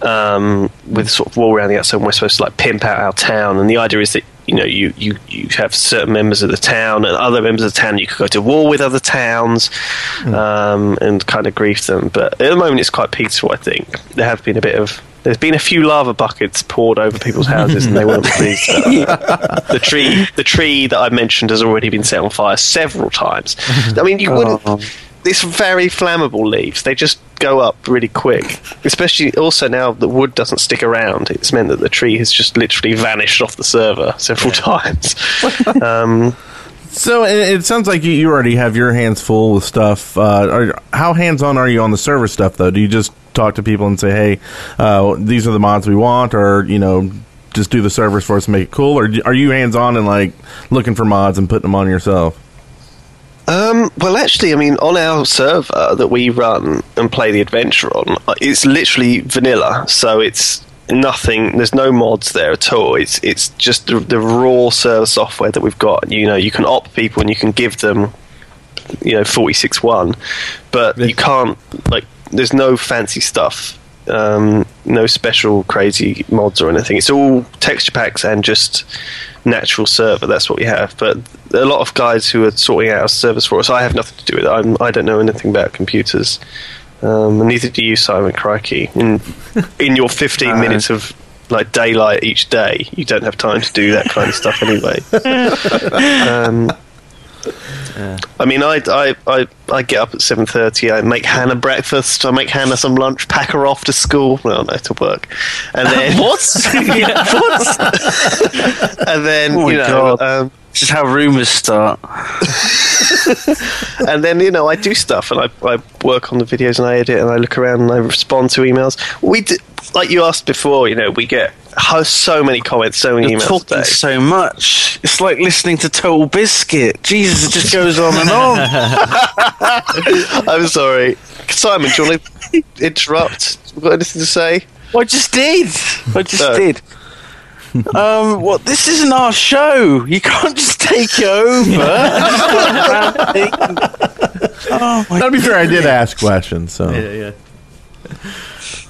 [SPEAKER 7] um, with sort of wall around the outside and we're supposed to like pimp out our town and the idea is that you know, you, you, you have certain members of the town and other members of the town. You could go to war with other towns um, and kind of grief them. But at the moment, it's quite peaceful. I think there have been a bit of there's been a few lava buckets poured over people's houses, and they weren't pleased. about that. <laughs> the tree the tree that I mentioned has already been set on fire several times. I mean, you wouldn't. It's very flammable leaves. They just go up really quick. Especially also now the wood doesn't stick around. It's meant that the tree has just literally vanished off the server several times. um,
[SPEAKER 6] So it, it sounds like you, you already have your hands full with stuff. Uh, are, how hands on are you on the server stuff though? Do you just talk to people and say, "Hey, uh, these are the mods we want," or you know, just do the servers for us and make it cool? Or do- are you hands on and like looking for mods and putting them on yourself?
[SPEAKER 7] Um, well, actually, I mean, on our server that we run and play the adventure on, it's literally vanilla. So it's nothing. There's no mods there at all. It's it's just the, the raw server software that we've got. You know, you can opt people and you can give them, you know, forty six one, but you can't like there's no fancy stuff, um, no special crazy mods or anything. It's all texture packs and just natural server. That's what we have. But a lot of guys who are sorting out servers for us, I have nothing to do with. It. I'm, I don't know anything about computers. Um, and neither do you, Simon Crikey. In, in your 15 minutes of like daylight each day, you don't have time to do that kind of stuff anyway. I mean, I, I, I, I get up at seven thirty. I make Hannah breakfast. I make Hannah some lunch. Pack her off to school. Well, no, to work.
[SPEAKER 1] <laughs>
[SPEAKER 7] And then what? and then
[SPEAKER 1] Oh my
[SPEAKER 7] you know,
[SPEAKER 1] God.
[SPEAKER 7] um,
[SPEAKER 1] This is how rumors start.
[SPEAKER 7] and then you know, I do stuff and I, I work on the videos and I edit and I look around and I respond to emails. We d like you asked before. You know, we get ho- so many comments, so many
[SPEAKER 1] You're
[SPEAKER 7] emails.
[SPEAKER 1] talking
[SPEAKER 7] today.
[SPEAKER 1] so much. It's like listening to Total Biscuit. Jesus, it just goes on and
[SPEAKER 7] <laughs>
[SPEAKER 1] on.
[SPEAKER 7] I'm sorry, Simon. Do you want
[SPEAKER 1] <laughs>
[SPEAKER 7] to interrupt? We've got anything to say?
[SPEAKER 1] I just did. I just
[SPEAKER 7] Oh.
[SPEAKER 1] did. Um, what? This isn't our show. You can't just take it over. oh my
[SPEAKER 6] That'll be fair. I <laughs> did ask questions. So
[SPEAKER 2] yeah.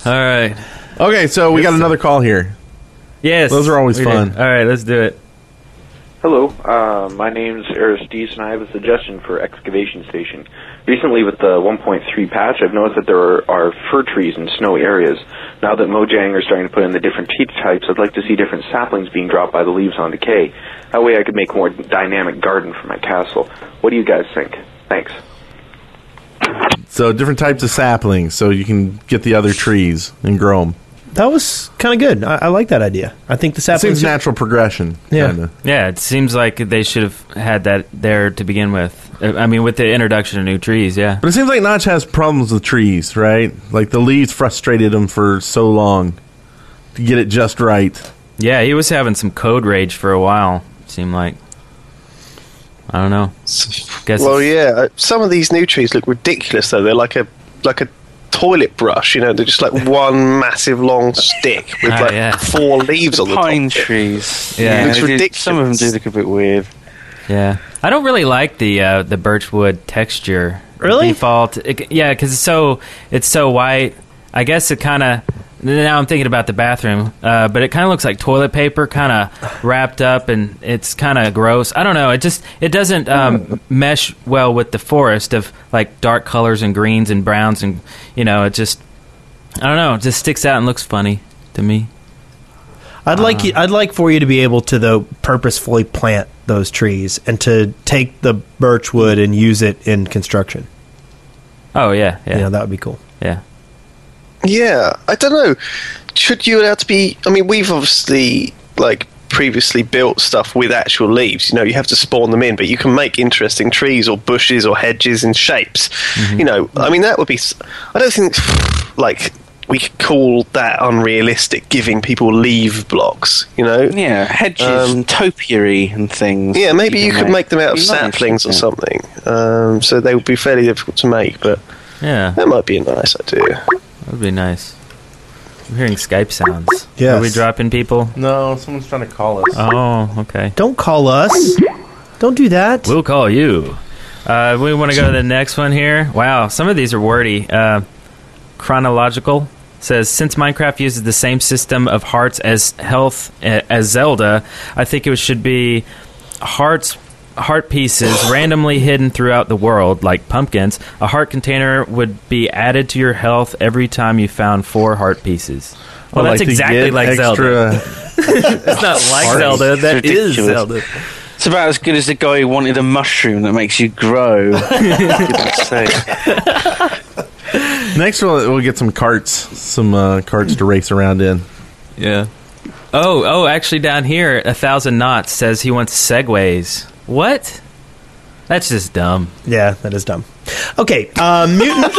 [SPEAKER 2] All right.
[SPEAKER 6] okay, so we got another call here.
[SPEAKER 2] Yes.
[SPEAKER 6] Those are always
[SPEAKER 2] we
[SPEAKER 6] fun.
[SPEAKER 2] did. All right, let's do it.
[SPEAKER 9] Hello, uh, my name's Aristides, and I have a suggestion for excavation station. Recently, with the 1.3 patch, I've noticed that there are, are fir trees in snowy areas. Now that Mojang are starting to put in the different tree types, I'd like to see different saplings being dropped by the leaves on decay. That way, I could make more dynamic garden for my castle. What do you guys think? Thanks.
[SPEAKER 6] So different types of saplings, so you can get the other trees and grow them.
[SPEAKER 3] That was kind of good. I, I like that idea. I think the
[SPEAKER 6] That seems
[SPEAKER 3] saplings.
[SPEAKER 6] natural progression.
[SPEAKER 3] Yeah.
[SPEAKER 6] kinda.
[SPEAKER 2] Yeah, it seems like they should have had that there to begin with. Uh, I mean, with the introduction of new trees, yeah.
[SPEAKER 6] But it seems like Notch has problems with trees, Mm. right? Like the leaves frustrated him for so long to get it just right.
[SPEAKER 2] Yeah, he was having some code rage for a while, seemed like. I don't know. Guess
[SPEAKER 7] Well,
[SPEAKER 2] it's-
[SPEAKER 7] yeah. uh, Some of these new trees look ridiculous, though. They're like a like a toilet brush. You know,
[SPEAKER 2] <laughs>
[SPEAKER 7] they're just like one massive long stick with
[SPEAKER 2] Ah,
[SPEAKER 7] like
[SPEAKER 2] yeah.
[SPEAKER 7] four leaves on the <laughs>
[SPEAKER 1] pine
[SPEAKER 7] top.
[SPEAKER 1] trees.
[SPEAKER 2] Yeah. Looks
[SPEAKER 1] they do-
[SPEAKER 7] ridiculous.
[SPEAKER 1] some of them do look a bit weird.
[SPEAKER 2] Yeah, I don't really like the uh, the birchwood texture.
[SPEAKER 3] Really?
[SPEAKER 2] Default. It, yeah, because it's so it's so white. I guess it kind of. Now I'm thinking about the bathroom, uh, but it kind of looks like toilet paper, kind of wrapped up, and it's kind of gross. I don't know. It just it doesn't um, mesh well with the forest of like dark colors and greens and browns, and you know, it just I don't know. It just sticks out and looks funny to me.
[SPEAKER 3] I'd
[SPEAKER 2] Ah.
[SPEAKER 3] like you, I'd like for you to be able to though purposefully plant those trees and to take the birch wood and use it in construction.
[SPEAKER 2] Oh yeah, yeah,
[SPEAKER 3] You know, that would be cool.
[SPEAKER 2] yeah.
[SPEAKER 7] Yeah, I don't know. Should you allow to be? I mean, we've obviously like previously built stuff with actual leaves. You know, you have to spawn them in, but you can make interesting trees or bushes or hedges and shapes.
[SPEAKER 1] Mm-hmm.
[SPEAKER 7] You know, I mean, that would be. s- I don't think like we could call that unrealistic, giving people leave blocks. You know,
[SPEAKER 1] Yeah, hedges
[SPEAKER 7] Um,
[SPEAKER 1] and topiary and things.
[SPEAKER 7] Yeah, maybe you, could make, them out of
[SPEAKER 1] Nice,
[SPEAKER 7] saplings or
[SPEAKER 1] yeah.
[SPEAKER 7] something. Um, so they would be fairly difficult to make, but
[SPEAKER 2] yeah.
[SPEAKER 7] that might be a nice idea.
[SPEAKER 2] That would be nice. I'm hearing Skype sounds.
[SPEAKER 3] Yes.
[SPEAKER 2] Are we dropping people?
[SPEAKER 6] No, someone's trying to call us.
[SPEAKER 2] Oh, okay.
[SPEAKER 3] Don't call us. Don't do that.
[SPEAKER 2] We'll call you. Uh, we want to go to the next one here. Wow, some of these are wordy. Uh, chronological says since Minecraft uses the same system of hearts as health uh, as Zelda, I think it should be hearts heart pieces randomly hidden throughout the world like pumpkins. A heart container would be added to your health every time you found four heart pieces. Well, that's exactly like Zelda. <laughs> It's not like Zelda.
[SPEAKER 1] It's
[SPEAKER 2] That is
[SPEAKER 1] ridiculous.
[SPEAKER 2] Zelda.
[SPEAKER 1] It's about as good as the guy who wanted a mushroom that makes you <laughs> grow. Goodness sake.
[SPEAKER 6] Next, we'll, we'll get some carts, some uh, carts to race around in.
[SPEAKER 2] Yeah. Oh, oh, actually, down here, a thousand knots says he wants segways. What? That's just dumb.
[SPEAKER 3] Yeah, that is dumb. Okay, uh, mutant.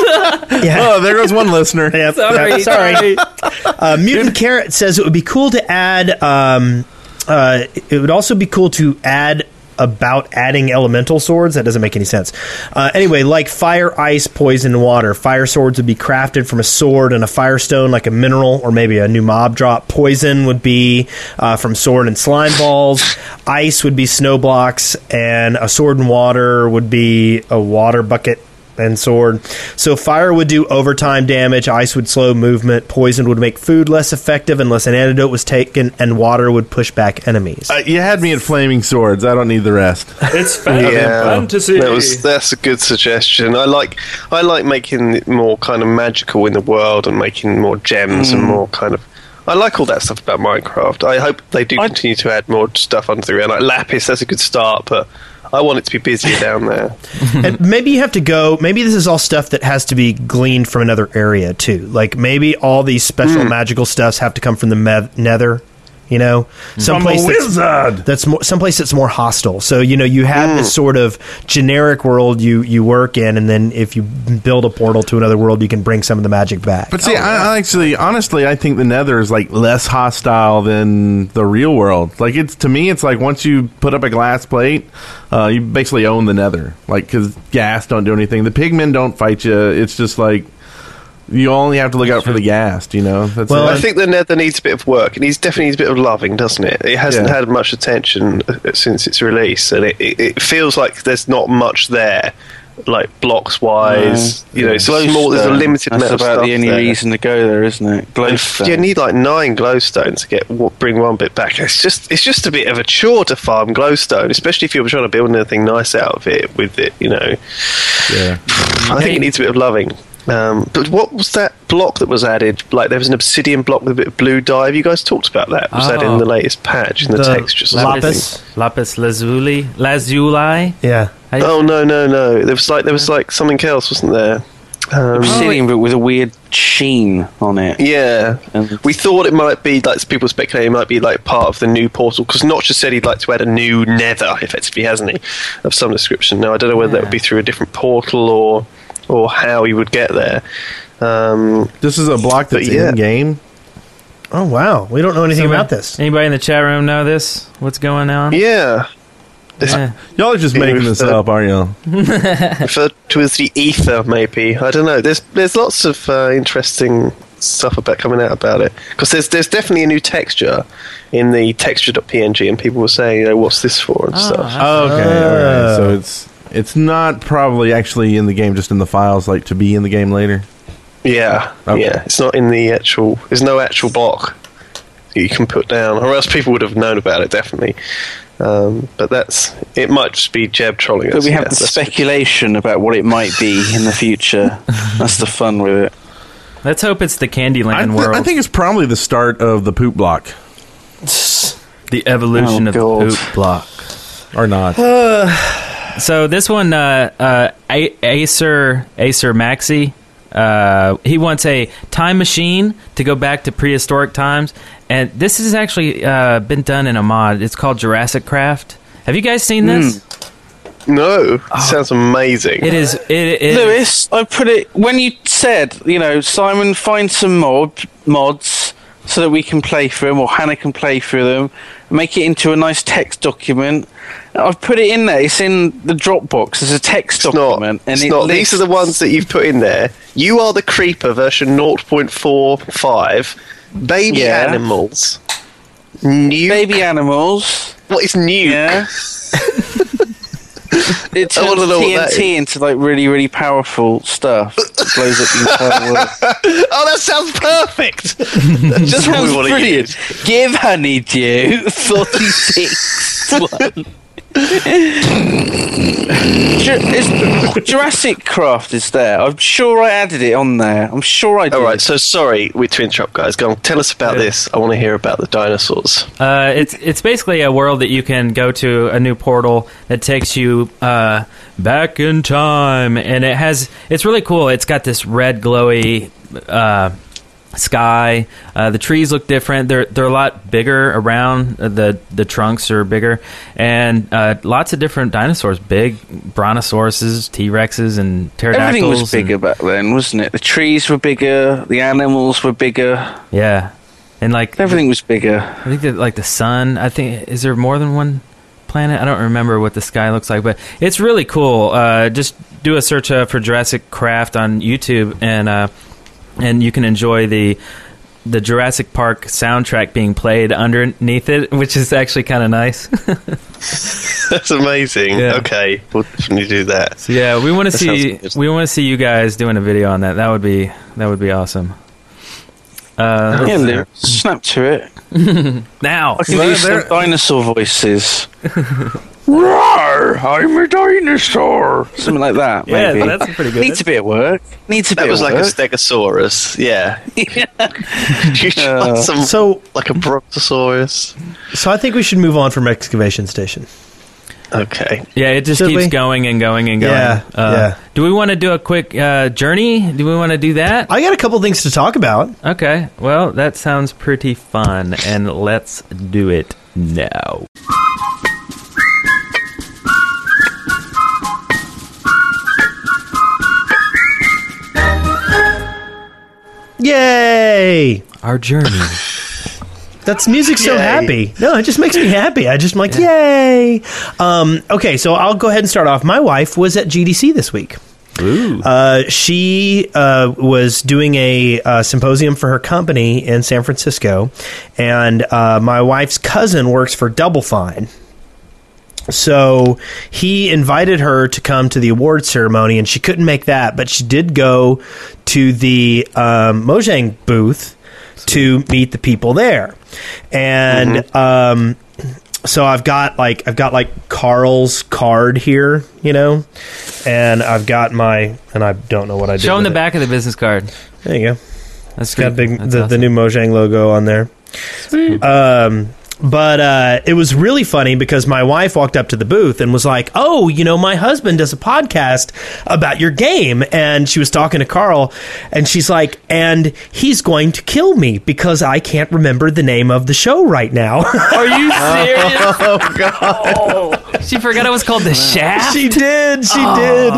[SPEAKER 6] <laughs>
[SPEAKER 3] yeah,
[SPEAKER 6] Oh, there goes one listener.
[SPEAKER 3] <laughs> yeah, yeah, sorry.
[SPEAKER 6] <laughs>
[SPEAKER 3] Uh, mutant carrot says it would be cool to add. Um, uh, it would also be cool to add about adding elemental swords. That doesn't make any sense. Uh, anyway, like fire, ice, poison, water. Fire swords would be crafted from a sword and a firestone, like a mineral or maybe a new mob drop. Poison would be uh, from sword and slime balls. Ice would be snow blocks, and a sword and water would be a water bucket and sword. So fire would do overtime damage, ice would slow movement, poison would make food less effective unless an antidote was taken, and water would push back enemies.
[SPEAKER 6] Uh, you had me at flaming swords. I don't need the rest.
[SPEAKER 10] It's fan- fantasy.
[SPEAKER 7] That was that's a good suggestion. I like I like making it more kind of magical in the world and making more gems and more kind of. I like all that stuff about Minecraft. I hope they do continue to add more stuff onto the ground. Like Lapis, that's a good start, but I want it to be busier down there.
[SPEAKER 6] <laughs>
[SPEAKER 3] and maybe you have to go. Maybe this is all stuff that has to be gleaned from another area too. Like maybe all these
[SPEAKER 6] Hmm.
[SPEAKER 3] special magical stuffs have to come from the meth- Nether. You know,
[SPEAKER 6] Hmm.
[SPEAKER 3] someplace that's, that's more, someplace that's more hostile. So you know, you have this
[SPEAKER 6] Hmm.
[SPEAKER 3] sort of generic world you you work in, and then if you build a portal to another world, you can bring some of the magic back.
[SPEAKER 6] But see, I, I actually, honestly, I think the Nether is like less hostile than the real world. Like it's to me, it's like once you put up a glass plate, uh, you basically own the Nether. Like because gas don't do anything, the pigmen don't fight you. It's just like you only have to look out for the gas. You know, that's
[SPEAKER 3] Well,
[SPEAKER 6] it.
[SPEAKER 7] I think the Nether needs a bit of work. It needs definitely needs a bit of loving, doesn't it? It hasn't
[SPEAKER 6] Yeah.
[SPEAKER 7] had much attention uh, since its release, and it, it, it feels like there's not much there, like blocks wise. You know, it's a small. There's a
[SPEAKER 1] Glowstone.
[SPEAKER 7] limited
[SPEAKER 1] That's
[SPEAKER 7] amount of
[SPEAKER 1] about
[SPEAKER 7] stuff
[SPEAKER 1] the only
[SPEAKER 7] there.
[SPEAKER 1] reason to go there, isn't it?
[SPEAKER 7] And f-
[SPEAKER 1] Glowstone.
[SPEAKER 7] you need like nine glowstone to get w- bring one bit back. It's just it's just a bit of a chore to farm glowstone, especially if you're trying to build anything nice out of it with it. You know,
[SPEAKER 6] Yeah.
[SPEAKER 7] I think it needs a bit of loving. Um, but what was that block that was added? Like there was an obsidian block with a bit of blue dye. Have you guys talked about that? Was that
[SPEAKER 2] Oh.
[SPEAKER 7] in the latest patch in the, textures? or something?
[SPEAKER 3] lapis.
[SPEAKER 2] Lapis lazuli? Lazuli?
[SPEAKER 3] Yeah,
[SPEAKER 7] Oh no no no! There was like there was like something else, wasn't there? Um,
[SPEAKER 1] Obsidian, but with a weird sheen on it.
[SPEAKER 7] Yeah,
[SPEAKER 1] And-
[SPEAKER 7] we thought it might be like people speculated it might be like part of the new portal because Notch has said he'd like to add a new Nether, effectively, hasn't he, of some description. Now I don't know whether that would be through a different portal or or how he would get there. Um,
[SPEAKER 6] this is a block that's
[SPEAKER 7] But yeah.
[SPEAKER 6] in game.
[SPEAKER 3] Oh wow, we don't know anything
[SPEAKER 2] Somebody-
[SPEAKER 3] about this.
[SPEAKER 2] Anybody in the chat room know this? What's going on?
[SPEAKER 7] yeah, It's
[SPEAKER 2] Yeah.
[SPEAKER 6] Y'all are just making this up, aren't y'all?
[SPEAKER 7] <laughs> referred to as the ether, maybe. I don't know. There's there's lots of uh, interesting stuff about coming out about it because there's there's definitely a new texture in the texture.png, and people were saying, you know, "What's this
[SPEAKER 2] Ah,
[SPEAKER 7] for?" and
[SPEAKER 2] Oh,
[SPEAKER 7] stuff.
[SPEAKER 6] uh, Okay, all right. so it's it's not probably actually in the game, just in the files, like to be in the game later.
[SPEAKER 7] Yeah,
[SPEAKER 6] Okay.
[SPEAKER 7] yeah. It's not in the actual. There's no actual block that you can put down, or else people would have known about it definitely. Um, but that's it. Might just be Jeb trolling
[SPEAKER 1] But
[SPEAKER 7] us.
[SPEAKER 1] we have
[SPEAKER 7] yeah,
[SPEAKER 1] the
[SPEAKER 7] that's-
[SPEAKER 1] speculation about what it might be in the
[SPEAKER 7] <laughs>
[SPEAKER 1] future. That's the fun with it.
[SPEAKER 2] Let's hope it's the
[SPEAKER 6] I,
[SPEAKER 2] Candyland
[SPEAKER 6] thi-
[SPEAKER 2] world.
[SPEAKER 6] I think it's probably the start of the poop block,
[SPEAKER 2] the evolution
[SPEAKER 1] Oh,
[SPEAKER 2] of the
[SPEAKER 1] God.
[SPEAKER 2] poop block.
[SPEAKER 6] or not.
[SPEAKER 2] So this one, uh, uh, A- Acer Acer Maxi, uh, he wants a time machine to go back to prehistoric times, and this has actually uh, been done in a mod. It's called Jurassic Craft. Have you guys seen this?
[SPEAKER 7] no.
[SPEAKER 1] Oh.
[SPEAKER 7] it Sounds amazing.
[SPEAKER 2] It is. It, it is-
[SPEAKER 1] Lewis, I put it when you said, you know, Simon, find some mod mods so that we can play through them, or Hannah can play through them. Make it into a nice text document. I've put it in there. It's in the Dropbox. It's a text
[SPEAKER 7] It's not.
[SPEAKER 1] document,
[SPEAKER 7] it's
[SPEAKER 1] it
[SPEAKER 7] not.
[SPEAKER 1] lists-
[SPEAKER 7] These are the ones that you've put in there. You are the creeper version 0.45. Baby
[SPEAKER 1] Yeah.
[SPEAKER 7] animals. New. <laughs>
[SPEAKER 1] baby animals.
[SPEAKER 7] What is new?
[SPEAKER 1] Yeah. it
[SPEAKER 7] <laughs> I
[SPEAKER 1] turns
[SPEAKER 7] wanna know what that
[SPEAKER 1] TNT into like really, really powerful stuff. It blows up the entire
[SPEAKER 7] <laughs>
[SPEAKER 1] world.
[SPEAKER 7] Oh, that
[SPEAKER 1] <laughs>
[SPEAKER 7] sounds perfect. That's just what we
[SPEAKER 1] Sounds
[SPEAKER 7] want to
[SPEAKER 1] brilliant.
[SPEAKER 7] use.
[SPEAKER 1] Give honeydew 46 one. <laughs> Ju- it's- Jurassic Craft is there. I'm sure I added it on there. I'm sure I did.
[SPEAKER 7] All right, so sorry we to interrupt, guys. Go on, tell us about this. I want to hear about the dinosaurs. <laughs>
[SPEAKER 2] Uh, it's it's basically a world that you can go to a new portal that takes you uh, back in time, and it has it's really cool. It's got this red glowy uh, sky. Uh, the trees look different. They're they're a lot bigger around. Uh, the The trunks are bigger, and uh, lots of different dinosaurs: big brontosauruses, T Rexes, and pterodactyls.
[SPEAKER 1] Everything was
[SPEAKER 2] and-
[SPEAKER 1] bigger back then, wasn't it? The trees were bigger, the animals were bigger,
[SPEAKER 2] yeah, and like
[SPEAKER 1] everything was bigger.
[SPEAKER 2] I think that like the sun. I think is there more than one planet? I don't remember what the sky looks like, but it's really cool. Uh, just do a search uh, for Jurassic Craft on YouTube, and uh, and you can enjoy the the Jurassic Park soundtrack being played underneath it, which is actually kind of nice. <laughs>
[SPEAKER 7] That's amazing.
[SPEAKER 2] Yeah.
[SPEAKER 7] Okay, we'll definitely do that.
[SPEAKER 2] So yeah, we want to
[SPEAKER 7] That sounds
[SPEAKER 2] see we want to see you guys doing a video on that. That would be that would be awesome. Uh,
[SPEAKER 1] yeah, Lou, snap to it.
[SPEAKER 2] now
[SPEAKER 1] I can do some dinosaur voices.
[SPEAKER 4] Roar! I'm a dinosaur.
[SPEAKER 1] Something like that,
[SPEAKER 4] Yeah,
[SPEAKER 1] maybe.
[SPEAKER 4] that's pretty good.
[SPEAKER 1] Needs to be at work. Needs to
[SPEAKER 7] That
[SPEAKER 1] be
[SPEAKER 7] was
[SPEAKER 1] at
[SPEAKER 7] like a
[SPEAKER 1] work.
[SPEAKER 7] Stegosaurus. Yeah.
[SPEAKER 1] <laughs>
[SPEAKER 7] you tried some,
[SPEAKER 3] so
[SPEAKER 7] like a Brontosaurus.
[SPEAKER 3] So I think we should move on from excavation station.
[SPEAKER 7] Okay.
[SPEAKER 2] yeah, it just
[SPEAKER 3] Should
[SPEAKER 2] keeps
[SPEAKER 3] we?
[SPEAKER 2] going and going and going.
[SPEAKER 3] Yeah,
[SPEAKER 2] uh,
[SPEAKER 3] yeah.
[SPEAKER 2] Do we want to do a quick uh, journey? Do we want to do that?
[SPEAKER 3] I got a couple things to talk about.
[SPEAKER 2] Okay, well that sounds pretty fun, and let's do it now.
[SPEAKER 3] Yay!
[SPEAKER 2] Our journey.
[SPEAKER 3] That's music so
[SPEAKER 2] Yay.
[SPEAKER 3] happy. No, it just makes me happy. I just like, yay! Um, okay, so I'll go ahead and start off. My wife was at GDC this week.
[SPEAKER 2] Ooh.
[SPEAKER 3] Uh, she uh, was doing a uh, symposium for her company in San Francisco, and uh, my wife's cousin works for Double Fine. So he invited her to come to the award ceremony, and she couldn't make that, but she did go to the um, Mojang booth to meet the people there. And um, so I've got like I've got like Carl's card here, you know, and I've got my and I don't know what I did.
[SPEAKER 2] <laughs> Show them
[SPEAKER 3] with
[SPEAKER 2] the
[SPEAKER 3] it.
[SPEAKER 2] back of the business card.
[SPEAKER 3] There you go.
[SPEAKER 2] That's
[SPEAKER 3] got
[SPEAKER 2] pretty-
[SPEAKER 3] big
[SPEAKER 2] that's
[SPEAKER 3] the, the new Mojang logo on there. Um, but uh, it was really funny because my wife walked up to the booth and was like, "Oh, you know, my husband does a podcast about your game," and she was talking to Carl, and she's like, "And he's going to kill me because I can't remember the name of the show right now." <laughs>
[SPEAKER 2] Are you serious? oh god! <laughs> She forgot it was called
[SPEAKER 3] <laughs>
[SPEAKER 2] the Shaft.
[SPEAKER 3] She did. She did.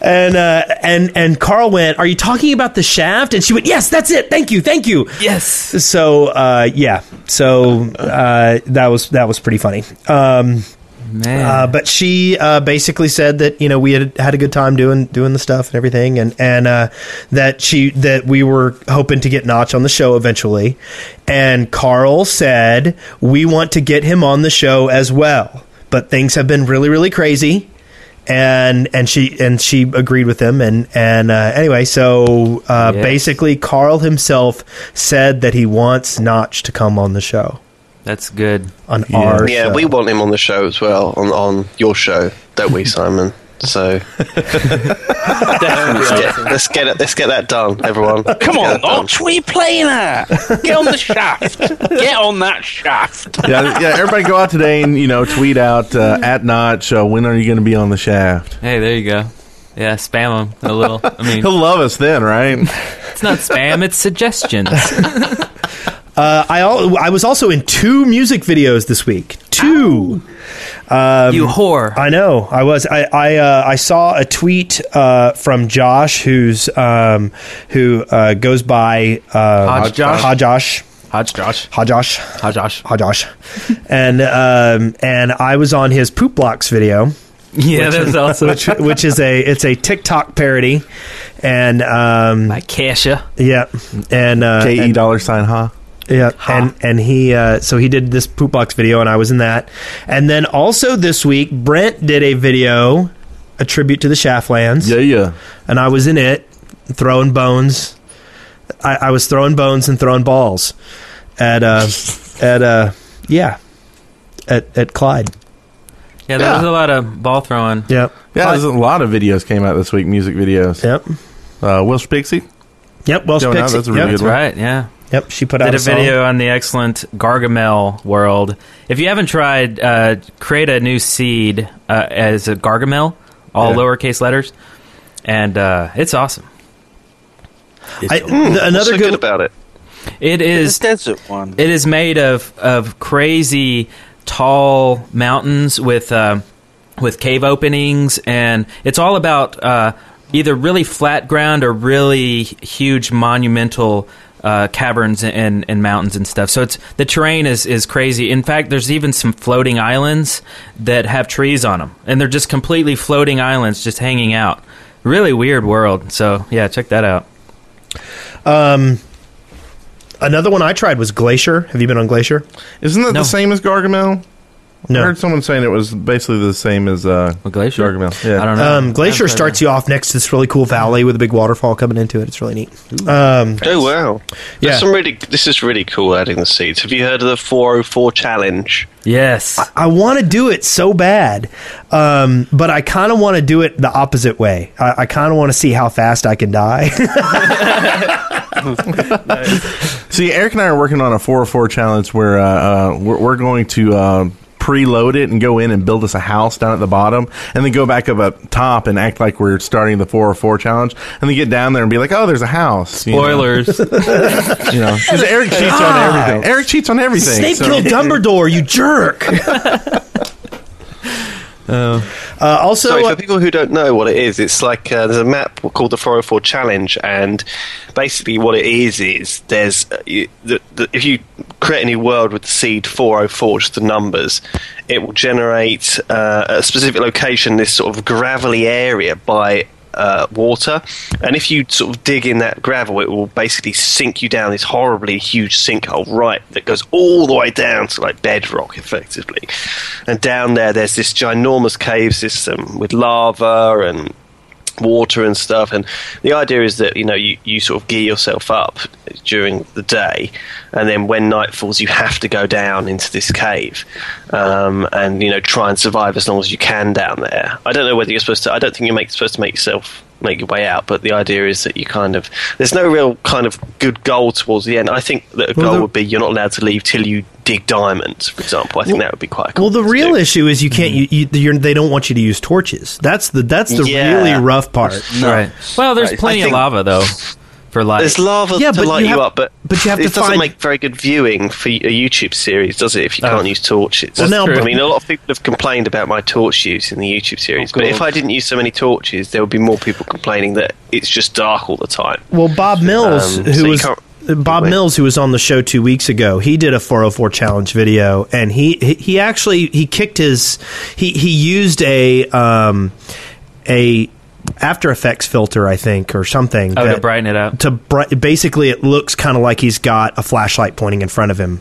[SPEAKER 3] And uh, and and Carl went, "Are you talking about the shaft?" And she went, "Yes, that's it. Thank you, thank you."
[SPEAKER 2] Yes.
[SPEAKER 3] So uh, yeah. So uh, that was that was pretty funny. Um,
[SPEAKER 2] Man.
[SPEAKER 3] Uh, but she uh, basically said that you know we had had a good time doing doing the stuff and everything, and and uh, that she that we were hoping to get Notch on the show eventually, and Carl said we want to get him on the show as well, but things have been really really crazy, and and she and she agreed with him, and and uh, anyway, so uh,
[SPEAKER 2] Yes.
[SPEAKER 3] basically Carl himself said that he wants Notch to come on the show
[SPEAKER 2] That's good.
[SPEAKER 3] on our
[SPEAKER 7] yeah,
[SPEAKER 3] show.
[SPEAKER 7] we want him on the show as well, on, on your show, don't we, Simon? So let's, get, let's get it. Let's get that done,
[SPEAKER 1] Come on,
[SPEAKER 7] everyone. Let's get that done.
[SPEAKER 1] Notch, what are you playing at? Get on the shaft. Get on that shaft.
[SPEAKER 6] yeah, yeah. Everybody go out today and you know tweet out uh, at Notch. Uh, when are you going to be on the shaft?
[SPEAKER 2] Hey, there you go. Yeah, spam them a little. I mean,
[SPEAKER 3] <laughs>
[SPEAKER 6] He'll love us then, right?
[SPEAKER 2] it's not spam; it's suggestions.
[SPEAKER 3] Uh, I al- I was also in two music videos this week.
[SPEAKER 2] Oh.
[SPEAKER 3] Two. <laughs> Um,
[SPEAKER 2] You whore.
[SPEAKER 3] I know. I was. I I, uh, I saw a tweet uh, from Josh, who's um, who uh, goes by uh,
[SPEAKER 2] Hodge Josh?
[SPEAKER 3] Hodjosh.
[SPEAKER 2] Hodge Josh.
[SPEAKER 3] Hodjosh.
[SPEAKER 2] Hodge Josh.
[SPEAKER 3] Hodjosh. <laughs> and um, and I was on his poop blocks video
[SPEAKER 2] <laughs> Yeah,
[SPEAKER 3] which
[SPEAKER 2] that
[SPEAKER 3] <laughs>
[SPEAKER 2] was
[SPEAKER 3] is-
[SPEAKER 2] awesome.
[SPEAKER 3] which, which is a it's a TikTok parody, and um,
[SPEAKER 2] By Kesha.
[SPEAKER 3] yeah, and uh,
[SPEAKER 6] K E
[SPEAKER 3] and-
[SPEAKER 6] dollar sign, huh?
[SPEAKER 3] yeah, and and he uh, so he did this poop box video, and I was in that, and then also this week Brent did a video, a tribute to the Shaftlands,
[SPEAKER 6] Yeah, yeah.
[SPEAKER 3] and I was in it throwing bones. I, I was throwing bones and throwing balls at
[SPEAKER 6] <laughs>
[SPEAKER 3] uh at uh yeah at at Clyde.
[SPEAKER 2] Yeah, there
[SPEAKER 6] Yeah.
[SPEAKER 2] was a lot of ball throwing.
[SPEAKER 3] Yep.
[SPEAKER 6] Yeah, there's a lot of videos came out this week, music videos.
[SPEAKER 3] Yep.
[SPEAKER 6] Uh, Welsh Pixie.
[SPEAKER 3] Yep. Well,
[SPEAKER 6] Going out,
[SPEAKER 3] Pixie.
[SPEAKER 6] that's a really
[SPEAKER 3] yep.
[SPEAKER 6] good
[SPEAKER 2] That's right. Yeah,
[SPEAKER 3] Yep. She put out
[SPEAKER 2] did a
[SPEAKER 3] song.
[SPEAKER 2] video on the excellent Gargamel world. If you haven't tried, uh, create a new seed uh, as a Gargamel, all
[SPEAKER 6] Yeah.
[SPEAKER 2] lowercase letters, and uh, it's awesome.
[SPEAKER 3] I, th- another
[SPEAKER 7] What's so
[SPEAKER 3] good.
[SPEAKER 7] good about it?
[SPEAKER 2] It
[SPEAKER 1] This
[SPEAKER 2] is
[SPEAKER 1] desert one.
[SPEAKER 2] It is made of of crazy tall mountains with um with cave openings, and it's all about uh, either really flat ground or really huge monumental. Uh, caverns and, and mountains and stuff. So it's the terrain is, is crazy. In fact, there's even some floating islands that have trees on them, and they're just completely floating islands, just hanging out. Really weird world. So yeah, check that out.
[SPEAKER 3] Another one I tried was Glacier. Have you been on Glacier?
[SPEAKER 6] Isn't that
[SPEAKER 3] No.
[SPEAKER 6] the same as Gargamel?
[SPEAKER 3] No.
[SPEAKER 6] I heard someone saying it was basically the same as uh,
[SPEAKER 2] Glacier.
[SPEAKER 6] Gargamel. Yeah, I don't
[SPEAKER 3] Um, Glacier starts you off next to this really cool valley with a big waterfall coming into it. It's really neat. Um,
[SPEAKER 7] Oh wow!
[SPEAKER 3] Yeah.
[SPEAKER 7] Yeah, some really. This is really cool. Adding the seeds. Have you heard of the 404 challenge?
[SPEAKER 2] Yes.
[SPEAKER 3] I want to do it so bad, um, but I kind of want to do it the opposite way. I, I kind of want to see how fast I can die.
[SPEAKER 6] See, Eric and I are working on a 404 challenge where uh, uh, we're, we're going to uh, preload it and go in and build us a house down at the bottom, and then go back up up top and act like we're starting the 404 challenge, and then get down there and be like, "Oh, there's a house." you know?
[SPEAKER 11] Spoilers.
[SPEAKER 6] you
[SPEAKER 3] <laughs>
[SPEAKER 6] know, because Eric cheats
[SPEAKER 3] Ah!
[SPEAKER 6] on everything. Eric cheats on
[SPEAKER 3] <laughs>
[SPEAKER 6] everything.
[SPEAKER 3] Snape
[SPEAKER 6] so- <laughs>
[SPEAKER 3] killed Dumbledore,
[SPEAKER 7] <laughs>
[SPEAKER 3] you jerk. uh, also,
[SPEAKER 7] Oh. Sorry, for people who don't know what it is, it's like uh, there's a map called the 404 Challenge, and basically what it is is there's uh, you, the, the, if you create a new world with the seed 404, just the numbers, it will generate uh, a specific location, this sort of gravelly area by. Uh, water, and if you sort of dig in that gravel, it will basically sink you down this horribly huge sinkhole, right? That goes all the way down to like bedrock, effectively. And down there, there's this ginormous cave system with lava and water and stuff. And the idea is that you know you, you sort of gear yourself up during the day, and then when night falls, you have to go down into this cave um, and you know try and survive as long as you can down there. I don't know whether you're supposed to. I don't think you're make, supposed to make yourself make your way out but the idea is that you kind of there's no real kind of good goal towards the end i think that a
[SPEAKER 3] Well,
[SPEAKER 7] goal
[SPEAKER 3] the-
[SPEAKER 7] would be you're not allowed to leave till you dig diamonds for example i think that would be quite
[SPEAKER 3] well, the real issue is you can't. You, you, you're, they don't want you to use torches. That's the that's the
[SPEAKER 7] Mm-hmm. Yeah.
[SPEAKER 3] really rough part.
[SPEAKER 11] Right. Well, there's
[SPEAKER 7] Right.
[SPEAKER 11] plenty
[SPEAKER 7] I
[SPEAKER 11] of
[SPEAKER 7] think-
[SPEAKER 11] lava though for light.
[SPEAKER 7] There's lava
[SPEAKER 3] Yeah,
[SPEAKER 7] to
[SPEAKER 3] but
[SPEAKER 7] light
[SPEAKER 3] you
[SPEAKER 7] you,
[SPEAKER 3] have-
[SPEAKER 7] up, but,
[SPEAKER 3] but you have to
[SPEAKER 7] it doesn't
[SPEAKER 3] find- Oh.
[SPEAKER 7] make very good viewing for y- a YouTube series, does it? If you can't use torches,
[SPEAKER 3] Well, now,
[SPEAKER 7] I
[SPEAKER 3] but-
[SPEAKER 7] mean, a lot of people have complained about my torch use in the YouTube series, but
[SPEAKER 3] Oh, God.
[SPEAKER 7] if I didn't use so many torches, there would be more people complaining that it's just dark all the time. <laughs>
[SPEAKER 3] Well, Bob Mills,
[SPEAKER 7] Um,
[SPEAKER 3] who
[SPEAKER 7] so you
[SPEAKER 3] was
[SPEAKER 7] can't-
[SPEAKER 3] Bob Mills, who was on the show two weeks ago, he did a 404 challenge video, and he he, he actually he kicked his he he used a um a after effects filter i think or something
[SPEAKER 11] Oh, to brighten it up
[SPEAKER 3] to bri- basically it looks kind of like he's got a flashlight pointing in front of him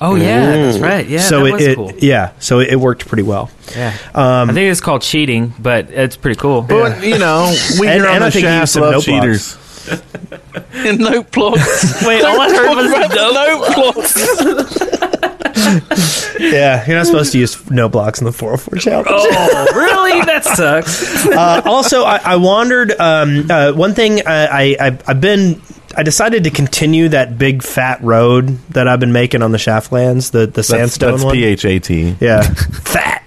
[SPEAKER 2] Oh yeah, that's right. Yeah,
[SPEAKER 3] so
[SPEAKER 2] that
[SPEAKER 3] it,
[SPEAKER 2] was
[SPEAKER 3] it-
[SPEAKER 2] cool.
[SPEAKER 3] yeah so it, it worked pretty well
[SPEAKER 2] Yeah. I think it's called cheating, but it's pretty cool.
[SPEAKER 6] But you know, we
[SPEAKER 3] And-
[SPEAKER 6] here on
[SPEAKER 3] and I
[SPEAKER 6] the
[SPEAKER 3] think he used
[SPEAKER 6] shaft
[SPEAKER 3] some
[SPEAKER 6] love
[SPEAKER 3] note blocks.
[SPEAKER 1] <laughs>
[SPEAKER 6] cheaters.
[SPEAKER 1] no plots.
[SPEAKER 2] Wait,
[SPEAKER 1] Don't
[SPEAKER 2] all I heard
[SPEAKER 1] talk
[SPEAKER 2] was
[SPEAKER 1] about
[SPEAKER 2] no
[SPEAKER 1] plots.
[SPEAKER 3] yeah you're not supposed to use no blocks in the 404 challenge
[SPEAKER 2] Oh, <laughs> really? That sucks.
[SPEAKER 3] uh, also, I, I wandered. Um, uh, one thing uh, I, I I've been. I decided to continue that big fat road that I've been making on the Shaftlands, the the
[SPEAKER 6] That's,
[SPEAKER 3] sandstone
[SPEAKER 6] that's
[SPEAKER 3] one.
[SPEAKER 6] P-H-A-T.
[SPEAKER 3] Yeah, <laughs> fat.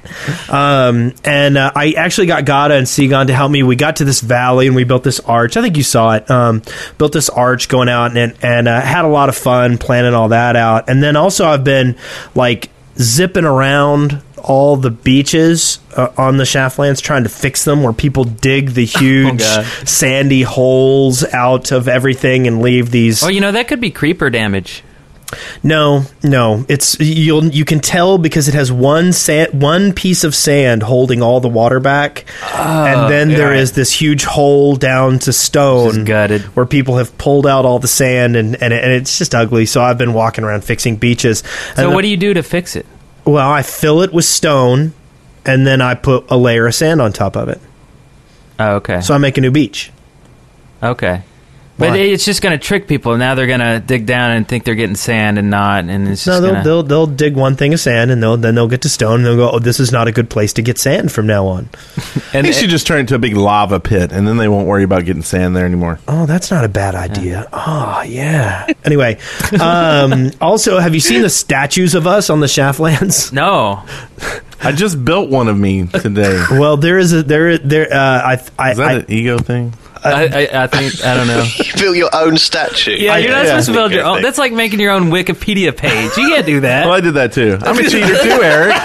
[SPEAKER 3] Um, and uh, I actually got Gada and Seagon to help me. We got to this valley and we built this arch. I think you saw it. Um, built this arch going out and and uh, had a lot of fun planning all that out. And then also I've been like zipping around all the beaches uh, on the Shaftlands trying to fix them where people dig the huge
[SPEAKER 11] God.
[SPEAKER 3] sandy holes out of everything and leave these
[SPEAKER 2] Oh, you know that could be creeper damage.
[SPEAKER 3] no, no. It's you'll you can tell because it has one sand, one piece of sand holding all the water back,
[SPEAKER 2] Ah,
[SPEAKER 3] and then there is this huge hole down to stone,
[SPEAKER 2] Just gutted.
[SPEAKER 3] where people have pulled out all the sand, and and, it, and it's just ugly. So I've been walking around fixing beaches.
[SPEAKER 2] So what do you do to fix it?
[SPEAKER 3] you? Well, I fill it with stone, and then I put a layer of sand on top of it.
[SPEAKER 2] Oh, okay.
[SPEAKER 3] So I make a new beach.
[SPEAKER 2] Okay. But
[SPEAKER 3] Why?
[SPEAKER 2] it's just going to trick people. Now they're going to dig down and think they're getting sand and not, and it's
[SPEAKER 3] No,
[SPEAKER 2] just
[SPEAKER 3] they'll,
[SPEAKER 2] gonna-
[SPEAKER 3] they'll they'll dig one thing of sand, and they'll then they'll get to stone, and they'll go, "Oh, this is not a good place to get sand from now on."
[SPEAKER 6] And he should just turn it into a big lava pit, and then they won't worry about getting sand there anymore.
[SPEAKER 3] Oh, that's not a bad idea. Oh, yeah. Anyway,
[SPEAKER 2] <laughs>
[SPEAKER 3] um, also, have you seen the statues of us on the Shaftlands?
[SPEAKER 2] no.
[SPEAKER 6] I just built one of
[SPEAKER 3] <laughs>
[SPEAKER 6] me today.
[SPEAKER 3] Well, there is a there there. Uh, I I,
[SPEAKER 6] Is that
[SPEAKER 3] I
[SPEAKER 6] an ego thing?
[SPEAKER 11] I, I, I think I don't know.
[SPEAKER 7] You build your own statue.
[SPEAKER 2] Yeah, you're not supposed to build your own.
[SPEAKER 7] That's
[SPEAKER 2] That's like making your own Wikipedia page. You can't do
[SPEAKER 6] Well,
[SPEAKER 2] that.
[SPEAKER 6] I did that too. I'm a cheater too,
[SPEAKER 2] <laughs>
[SPEAKER 6] Eric.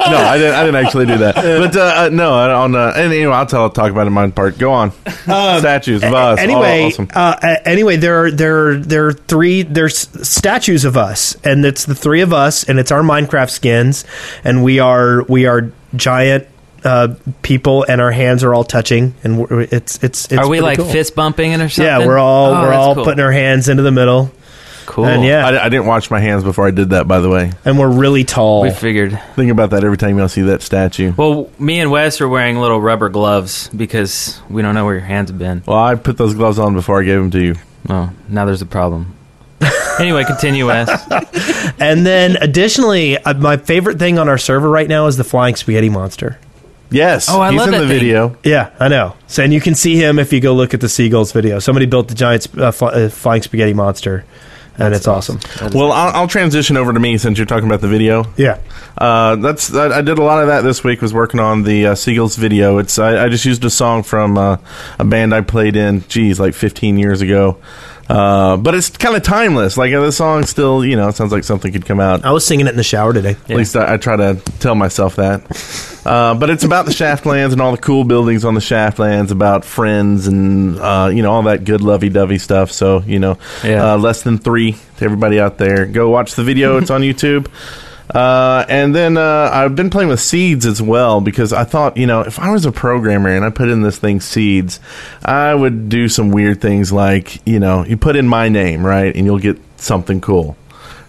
[SPEAKER 6] No, I didn't. I didn't actually do that. But uh, uh, no, I- on uh, and anyway, I'll tell, talk about it in my part. Go on.
[SPEAKER 2] Um,
[SPEAKER 6] Statues of us.
[SPEAKER 3] anyway,
[SPEAKER 6] Oh, awesome.
[SPEAKER 3] uh, a- anyway, there are there are, there are three there's statues of us, and it's the three of us, and it's our Minecraft skins, and we are we are giant uh, people, and our hands are all touching, and we're, it's it's, it's
[SPEAKER 2] Are we
[SPEAKER 3] pretty
[SPEAKER 2] like
[SPEAKER 3] cool.
[SPEAKER 2] fist bumping it or something?
[SPEAKER 3] Yeah, we're all
[SPEAKER 2] Oh,
[SPEAKER 3] we're
[SPEAKER 2] that's
[SPEAKER 3] all
[SPEAKER 2] cool.
[SPEAKER 3] putting our hands into the middle.
[SPEAKER 2] cool.
[SPEAKER 6] And yeah, I, I didn't wash my hands before I did that. By the way,
[SPEAKER 3] and we're really tall.
[SPEAKER 2] We figured.
[SPEAKER 6] Think about that every time y'all see that statue.
[SPEAKER 2] Well, me and Wes are wearing little rubber gloves because we don't know where your hands have been.
[SPEAKER 6] Well, I put those gloves on before I gave them to you.
[SPEAKER 2] Oh, now there's a
[SPEAKER 3] <laughs>
[SPEAKER 2] problem. anyway, continue, Wes.
[SPEAKER 3] <laughs> and then, additionally, uh, my favorite thing on our server right now is the flying spaghetti monster.
[SPEAKER 6] Yes.
[SPEAKER 2] Oh, I he's love in that the thing. video.
[SPEAKER 3] Yeah, I know. So, and you can see him if you go look at the seagulls video. Somebody built the giant sp- uh, fly, uh, flying spaghetti monster, and it's awesome.
[SPEAKER 6] Well, I'll, I'll transition over to me since you're talking about the video.
[SPEAKER 3] Yeah.
[SPEAKER 6] uh, that's I, I did a lot of that this week. Was working on the uh, Seagulls video. It's I, I just used a song from uh, a band I played in. Geez, like 15 years ago. Uh, but it's kind of timeless. Like uh, the song still, you know, it sounds like something could come out.
[SPEAKER 3] I was singing it in the shower today.
[SPEAKER 6] At least I, I try to tell myself that. Uh, but it's about the Shaftlands and all the cool buildings on the Shaftlands, about friends and uh, you know all that good lovey-dovey stuff. So you know,
[SPEAKER 2] Yeah.
[SPEAKER 6] uh, less than three to everybody out there. Go watch the video. It's on YouTube. Uh, and then uh, I've been playing with seeds as well because I thought, you know, if I was a programmer and I put in this thing seeds, I would do some weird things like, you know, you put in my name, right, and you'll get something cool,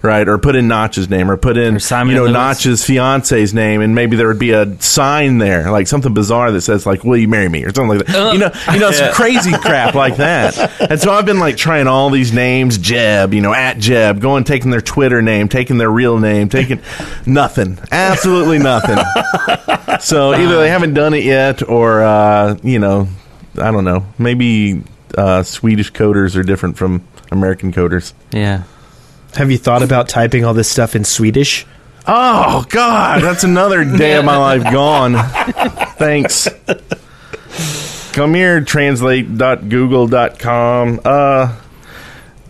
[SPEAKER 6] right, or put in Notch's name, or put in you know
[SPEAKER 2] Lewis.
[SPEAKER 6] Notch's fiance's name, and maybe there would be a sign there, like something bizarre that says like, "Will you marry me?" or something like that. you know, you know, some crazy crap like that. And so I've been like trying all these names, Jeb, you know, at Jeb, going taking their Twitter name, taking their real name, taking <laughs> nothing, absolutely nothing. so either they haven't done it yet, or uh, you know, I don't know. Maybe uh, Swedish coders are different from American coders.
[SPEAKER 2] Yeah.
[SPEAKER 3] Have you thought about typing all this stuff in Swedish?
[SPEAKER 6] Oh God, that's another day of my life gone. Thanks. Come here, translate.google.com. Uh,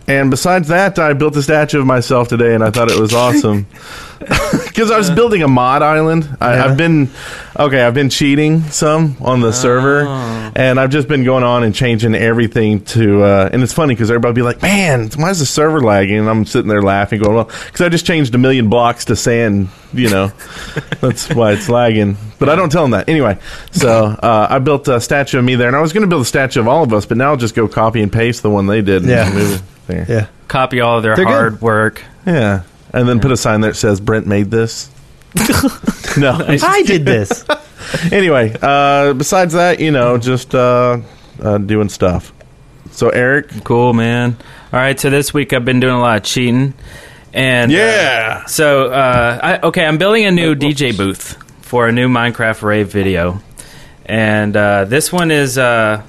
[SPEAKER 6] and besides that, I built a statue of myself today, and I thought it was awesome <laughs> because I was building a mod island. I, I've been okay. I've been cheating some on the server, and I've just been going on and changing everything to. Uh, and it's funny because everybody be like, "Man, why is the server lagging?" And I'm sitting there laughing, going, "Well, because I just changed a million blocks to sand. You know, that's why it's lagging." But I don't tell them that anyway. So uh, I built a statue of me there, and I was going to build a statue of all of us, but now I'll just go copy and paste the one they did. and
[SPEAKER 3] Yeah.
[SPEAKER 6] move it there.
[SPEAKER 3] Yeah.
[SPEAKER 2] Copy all of their
[SPEAKER 6] They're good.
[SPEAKER 2] hard work.
[SPEAKER 6] Yeah. And then put a sign there that says Brent
[SPEAKER 1] <laughs>
[SPEAKER 6] made this. no.
[SPEAKER 3] I did <laughs> this.
[SPEAKER 6] anyway, uh, besides that, you know, just uh, uh, doing stuff. So Eric,
[SPEAKER 2] cool man. All right, so this week I've been doing a lot of cheating, and uh,
[SPEAKER 6] Yeah.
[SPEAKER 2] so uh, I, okay, I'm building a new DJ booth for a new Minecraft rave video, and uh, this one is uh,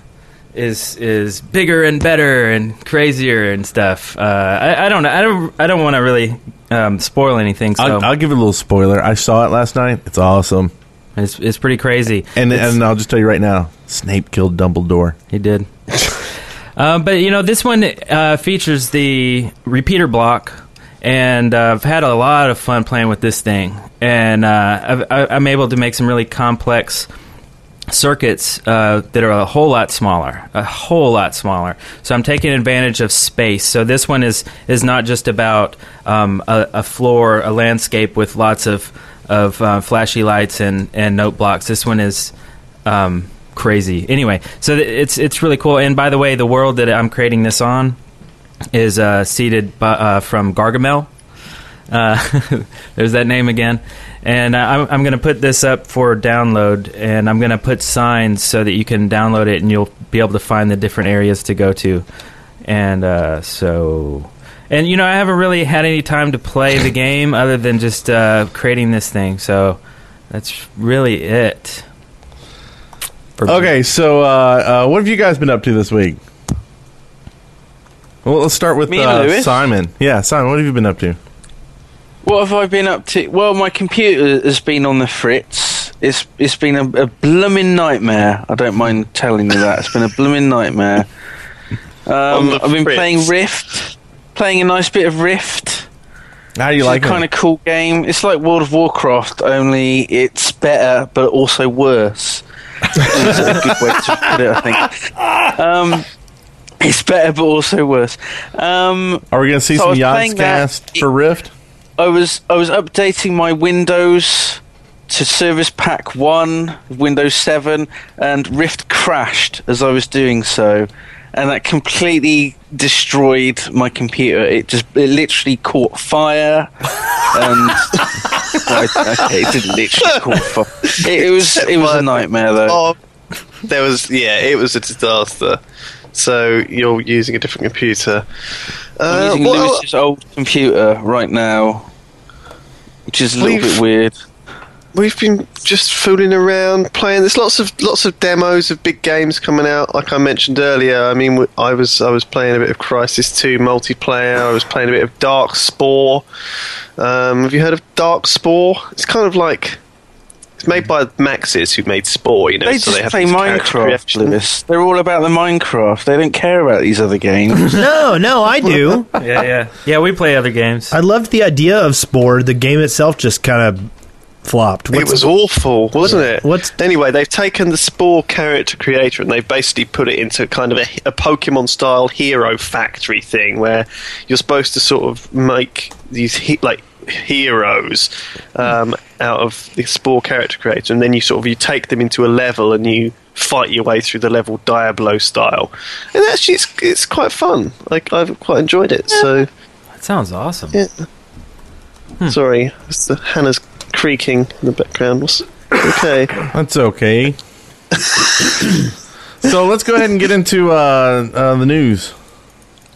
[SPEAKER 2] is is bigger and better and crazier and stuff. Uh, I, I don't know. I don't. I don't want to really um, spoil anything. So
[SPEAKER 6] I'll, I'll give a little spoiler. I saw it last night. It's awesome.
[SPEAKER 2] It's it's pretty crazy.
[SPEAKER 6] And
[SPEAKER 2] It's-
[SPEAKER 6] and I'll just tell you right now, Snape killed Dumbledore.
[SPEAKER 2] He <laughs> did. Um, but you know, this one uh, features the repeater block, and uh, I've had a lot of fun playing with this thing, and uh, I've, I- I'm able to make some really complex circuits uh, that are a whole lot smaller, a whole lot smaller. So I'm taking advantage of space. So this one is is not just about um, a, a floor, a landscape with lots of of uh, flashy lights and and note blocks. This one is um, crazy. Anyway, so th- it's it's really cool. And by the way, the world that I'm creating this on is uh, seeded by, uh, from Gargamel. Uh, <laughs> there's that name again. And uh, I'm, I'm going to put this up for download, and I'm going to put signs so that you can download it, and you'll be able to find the different areas to go to. And uh, so, and you know, I haven't really had any time to play the game other than just uh, creating this thing. So that's really it. For me.
[SPEAKER 6] Okay, so uh, uh, what have you guys been up to this week? Well, let's start with
[SPEAKER 1] Me and
[SPEAKER 6] uh,
[SPEAKER 1] Lewis?
[SPEAKER 6] Simon. Yeah, Simon, what have you been up to?
[SPEAKER 1] What have I been up to? Well, my computer has been on the fritz. It's it's been a, a blooming nightmare. I don't mind telling you that. It's been a blooming
[SPEAKER 12] <laughs>
[SPEAKER 1] nightmare. Um,
[SPEAKER 12] the
[SPEAKER 1] I've been
[SPEAKER 12] fritz.
[SPEAKER 1] playing Rift, playing a nice bit of Rift.
[SPEAKER 6] How do
[SPEAKER 1] it's a kind of cool game. It's like World of Warcraft, only it's better, but also worse. Is a good way to put it, I
[SPEAKER 12] <laughs>
[SPEAKER 1] think. Um, it's better, but also worse. Um,
[SPEAKER 6] Are we going to see
[SPEAKER 1] so I was
[SPEAKER 6] some
[SPEAKER 1] playing
[SPEAKER 6] Yods
[SPEAKER 1] that-
[SPEAKER 6] cast for Rift?
[SPEAKER 1] I was I was updating my Windows to Service Pack One, Windows Seven, and Rift crashed as I was doing so, and that completely destroyed my computer. It just it literally caught fire, and well, I- okay, it didn't literally caught fire. It, it was it was a nightmare though.
[SPEAKER 7] Oh, there was yeah, it was a disaster. So you're using a different computer.
[SPEAKER 1] I'm
[SPEAKER 7] Uh,
[SPEAKER 1] using
[SPEAKER 7] well-
[SPEAKER 1] Lewis's old computer right now, which is a little
[SPEAKER 7] We've-
[SPEAKER 1] bit weird.
[SPEAKER 7] We've been just fooling around playing. There's lots of lots of demos of big games coming out. Like I mentioned earlier, I mean, w- I was I was playing a bit of Crisis Two multiplayer. I was playing a bit of Dark Spore. Um, have you heard of Dark Spore? It's kind of like it's made by Maxis, who made Spore. You know,
[SPEAKER 1] They
[SPEAKER 7] so
[SPEAKER 1] just
[SPEAKER 7] they have
[SPEAKER 1] play
[SPEAKER 7] these character
[SPEAKER 1] Minecraft,
[SPEAKER 7] reactions.
[SPEAKER 1] Lewis. They're all about the Minecraft. They don't care about these other <laughs> games.
[SPEAKER 3] No, no, I do.
[SPEAKER 11] yeah, yeah, yeah. We play other games.
[SPEAKER 3] I loved the idea of Spore. The game itself just kind of flopped.
[SPEAKER 7] It was awful, wasn't it?
[SPEAKER 3] What's
[SPEAKER 7] Anyway, they've taken the Spore character creator and they've basically put it into kind of a, a Pokemon style hero factory thing where you're supposed to sort of make these he- like heroes um, out of the Spore character creator, and then you sort of you take them into a level and you fight your way through the level Diablo style, and actually it's it's quite fun. Like I've quite enjoyed it. So
[SPEAKER 11] that sounds awesome.
[SPEAKER 7] Yeah. Sorry, it's the Hannah's creaking in the background. What's- Okay.
[SPEAKER 6] That's okay. <coughs> so let's go ahead and get into uh, uh, the news.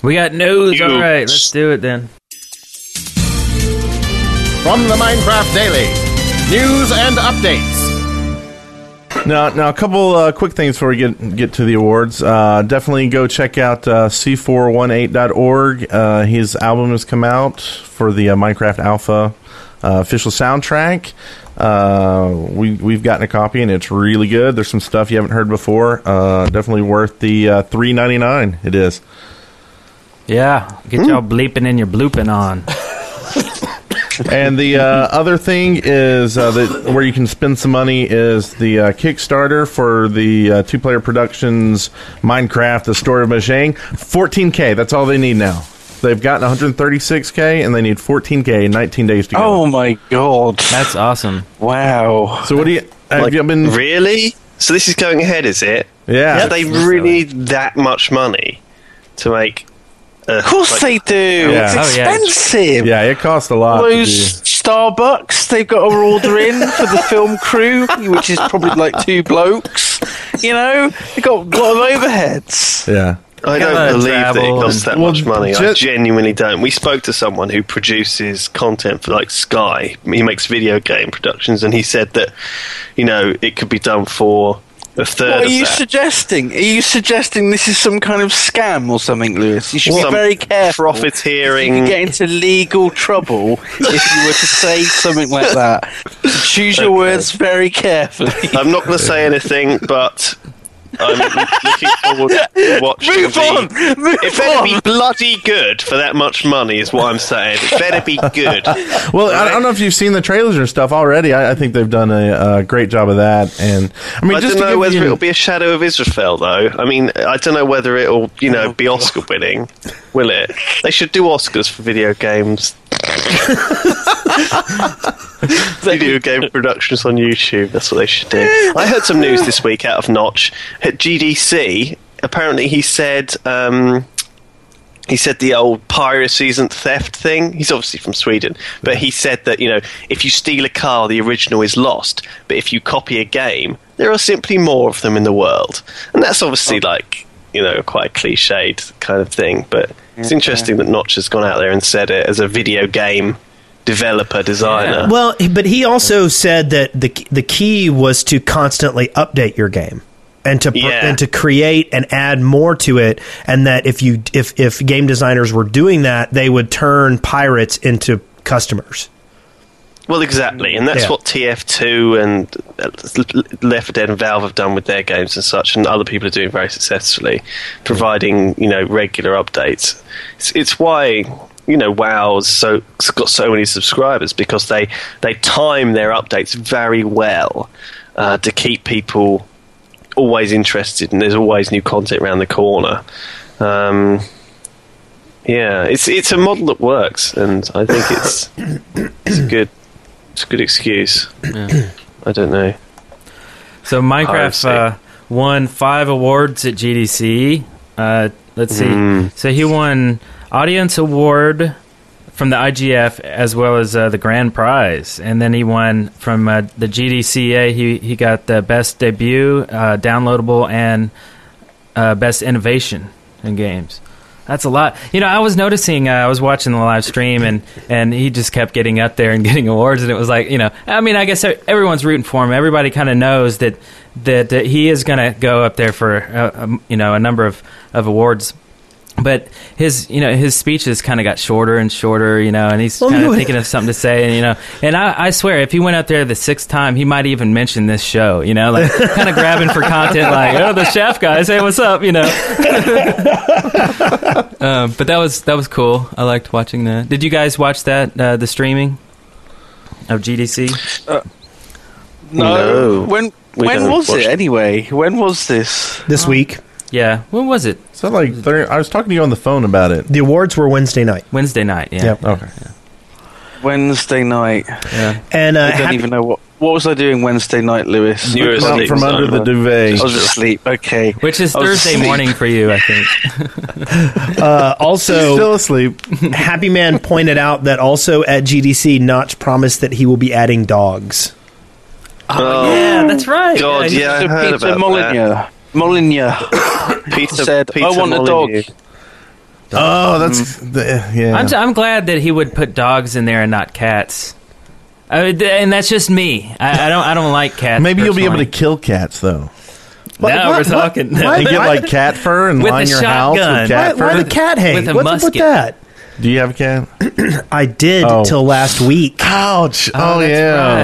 [SPEAKER 11] We got news. All right, let's do it then.
[SPEAKER 5] From the Minecraft Daily, news and updates.
[SPEAKER 6] Now, now a couple uh, quick things before we get get to the awards. Uh, definitely go check out uh, c418.org. Uh, his album has come out for the uh, Minecraft Alpha uh, official soundtrack. Uh, we we've gotten a copy and it's really good. There's some stuff you haven't heard before. Uh, definitely worth the uh, three ninety nine. It is.
[SPEAKER 11] Yeah, get y'all bleeping and your blooping on.
[SPEAKER 6] and the uh, other thing is uh, that where you can spend some money is the uh, Kickstarter for the uh, Two Player Productions Minecraft: The Story of Mojang. 14k. That's all they need now. They've gotten 136k, and they need 14k in 19 days to go.
[SPEAKER 1] Oh my god,
[SPEAKER 11] that's awesome!
[SPEAKER 1] Wow.
[SPEAKER 6] So what do you? Have
[SPEAKER 7] Like,
[SPEAKER 6] you been
[SPEAKER 7] <laughs> really? So this is going ahead, is it?
[SPEAKER 6] Yeah.
[SPEAKER 7] Do they really need that much money to make? Of
[SPEAKER 1] course they do. It's Oh, yeah. expensive.
[SPEAKER 6] Yeah, it costs a lot. to
[SPEAKER 1] Those Starbucks they've got to order in for the film crew, which is probably like two blokes. You know, they got a lot of overheads.
[SPEAKER 6] do. Yeah.
[SPEAKER 7] I don't
[SPEAKER 1] Gotta
[SPEAKER 7] believe that it
[SPEAKER 1] travel
[SPEAKER 7] costs that
[SPEAKER 1] and-
[SPEAKER 7] much money. I
[SPEAKER 1] ju-
[SPEAKER 7] genuinely don't. We spoke to someone who produces content for like Sky. He makes video game productions, and he said that you know it could be done for a third.
[SPEAKER 1] What are
[SPEAKER 7] of
[SPEAKER 1] you
[SPEAKER 7] that.
[SPEAKER 1] suggesting? Are you suggesting this is some kind of scam or something, Lewis? You should
[SPEAKER 7] Some
[SPEAKER 1] be very careful.
[SPEAKER 7] profiteering-
[SPEAKER 1] You could get into legal trouble if you were to say something like that. So choose your words very carefully.
[SPEAKER 7] <laughs> I'm not going to say anything, but I'm looking forward to watching.
[SPEAKER 1] Move
[SPEAKER 7] the-
[SPEAKER 1] on, move
[SPEAKER 7] it better be
[SPEAKER 1] on.
[SPEAKER 7] bloody good for that much money, is what I'm saying. It better be good.
[SPEAKER 6] well, I, I don't know if you've seen the trailers and stuff already. I, I think they've done a, a great job of that. And I mean,
[SPEAKER 7] I
[SPEAKER 6] just
[SPEAKER 7] don't
[SPEAKER 6] to
[SPEAKER 7] know
[SPEAKER 6] give
[SPEAKER 7] whether
[SPEAKER 6] you an-
[SPEAKER 7] it'll be a Shadow of Israfel, though. I mean, I don't know whether it'll, you know, be Oscar winning. Will it? They should do Oscars for video
[SPEAKER 6] <laughs>
[SPEAKER 7] games. video game productions on YouTube. That's what they should do. I heard some news this week out of Notch at GDC. Apparently, he said. Um, he said the old piracy isn't theft thing. He's obviously from Sweden, but he said that you know if you steal a car, the original is lost, but if you copy a game, there are simply more of them in the world, and that's obviously
[SPEAKER 6] Oh.
[SPEAKER 7] like you know quite a cliched kind of thing. But it's
[SPEAKER 6] Yeah.
[SPEAKER 7] interesting that Notch has gone out there and said it as a video game developer designer.
[SPEAKER 3] Well, but he also said that the the key was to constantly update your game and to pr-
[SPEAKER 7] Yeah.
[SPEAKER 3] and to create and add more to it and that if you if if game designers were doing that, they would turn pirates into customers.
[SPEAKER 7] Well, exactly, and that's
[SPEAKER 3] Yeah.
[SPEAKER 7] what TF2 and uh, Left 4 Dead and Valve have done with their games and such, and other people are doing very successfully, providing you know regular updates. It's, it's why you know WoW's so it's got so many subscribers because they they time their updates very well uh, to keep people always interested, and there's always new content around the corner. Um, yeah, it's it's a model that works, and I think it's it's a good it's a good excuse. I don't know.
[SPEAKER 11] So Minecraft uh, won five awards at GDC.
[SPEAKER 2] Uh, let's see.
[SPEAKER 7] Mm.
[SPEAKER 2] So he won audience award from the IGF as well as uh, the grand prize, and then he won from uh, the GDCA. He he got the best debut, uh, downloadable, and uh, best innovation in games. That's a lot. You know, I was noticing. Uh, I was watching the live stream, and and he just kept getting up there and <laughs> getting awards, and it was like, you know, I mean, I guess e-, everyone's rooting for him. Everybody kind of knows that that uh, he is going to go up there for uh, um, you know a number of of awards. But his, you know, his speeches kind of got shorter and shorter, you know, and he's kind of thinking of something to say, and you know, and I, I swear, if he went up there the sixth time, he might even mention this show, you know, like kind of grabbing for content, like, oh, the chef guys, hey, what's up, you know? um, but that was that was cool. I liked watching that. Did you guys watch that uh, the streaming of GDC?
[SPEAKER 1] No. When when was it anyway? When was this?
[SPEAKER 3] This week.
[SPEAKER 2] Yeah. When was it?
[SPEAKER 6] So like, thir- I was talking to you on the phone about it.
[SPEAKER 3] The awards were Wednesday night.
[SPEAKER 2] Wednesday night. Yeah.
[SPEAKER 3] Yep.
[SPEAKER 6] Okay.
[SPEAKER 1] Wednesday night.
[SPEAKER 2] Yeah.
[SPEAKER 3] And uh,
[SPEAKER 1] I don't
[SPEAKER 3] happy-
[SPEAKER 1] even know what what was I doing Wednesday night, Lewis.
[SPEAKER 7] You were Come asleep,
[SPEAKER 6] from son. under the duvet.
[SPEAKER 1] I was asleep. Okay.
[SPEAKER 2] Which is
[SPEAKER 7] Oh,
[SPEAKER 1] I was
[SPEAKER 2] Thursday
[SPEAKER 1] asleep. <laughs>
[SPEAKER 2] morning for you, I think. <laughs>
[SPEAKER 3] Uh, also,
[SPEAKER 6] Still asleep.
[SPEAKER 3] Happy Man pointed out that also at GDC, Notch promised that he will be adding dogs.
[SPEAKER 7] <laughs> Oh,
[SPEAKER 2] yeah, that's right.
[SPEAKER 7] God, yeah, I
[SPEAKER 1] So
[SPEAKER 7] heard
[SPEAKER 1] Peter
[SPEAKER 7] about
[SPEAKER 1] Molyneux.
[SPEAKER 7] <coughs>
[SPEAKER 1] Molyneux
[SPEAKER 7] that. Peter
[SPEAKER 1] said,
[SPEAKER 7] Peter
[SPEAKER 1] "I want
[SPEAKER 7] Molyneux.
[SPEAKER 1] a dog."
[SPEAKER 6] Oh, that's
[SPEAKER 2] Mm.
[SPEAKER 6] the, yeah.
[SPEAKER 2] I'm, I'm glad that he would put dogs in there and not cats. I mean, th- and that's just me. I, I don't. I don't like cats.
[SPEAKER 6] Maybe you'll be able to
[SPEAKER 2] personally.
[SPEAKER 6] kill cats though.
[SPEAKER 2] Now we're talking.
[SPEAKER 6] You get like cat fur and
[SPEAKER 2] With
[SPEAKER 6] line
[SPEAKER 2] a
[SPEAKER 6] your house
[SPEAKER 2] shotgun.
[SPEAKER 6] with cat
[SPEAKER 3] Why
[SPEAKER 6] fur.
[SPEAKER 3] the cat hang?
[SPEAKER 2] with a
[SPEAKER 3] What's up
[SPEAKER 2] musket.
[SPEAKER 3] with that?
[SPEAKER 6] Do you have a cat?
[SPEAKER 2] Oh,
[SPEAKER 3] I did
[SPEAKER 6] Oh.
[SPEAKER 3] till last week.
[SPEAKER 6] Ouch! Oh,
[SPEAKER 2] that's
[SPEAKER 6] yeah.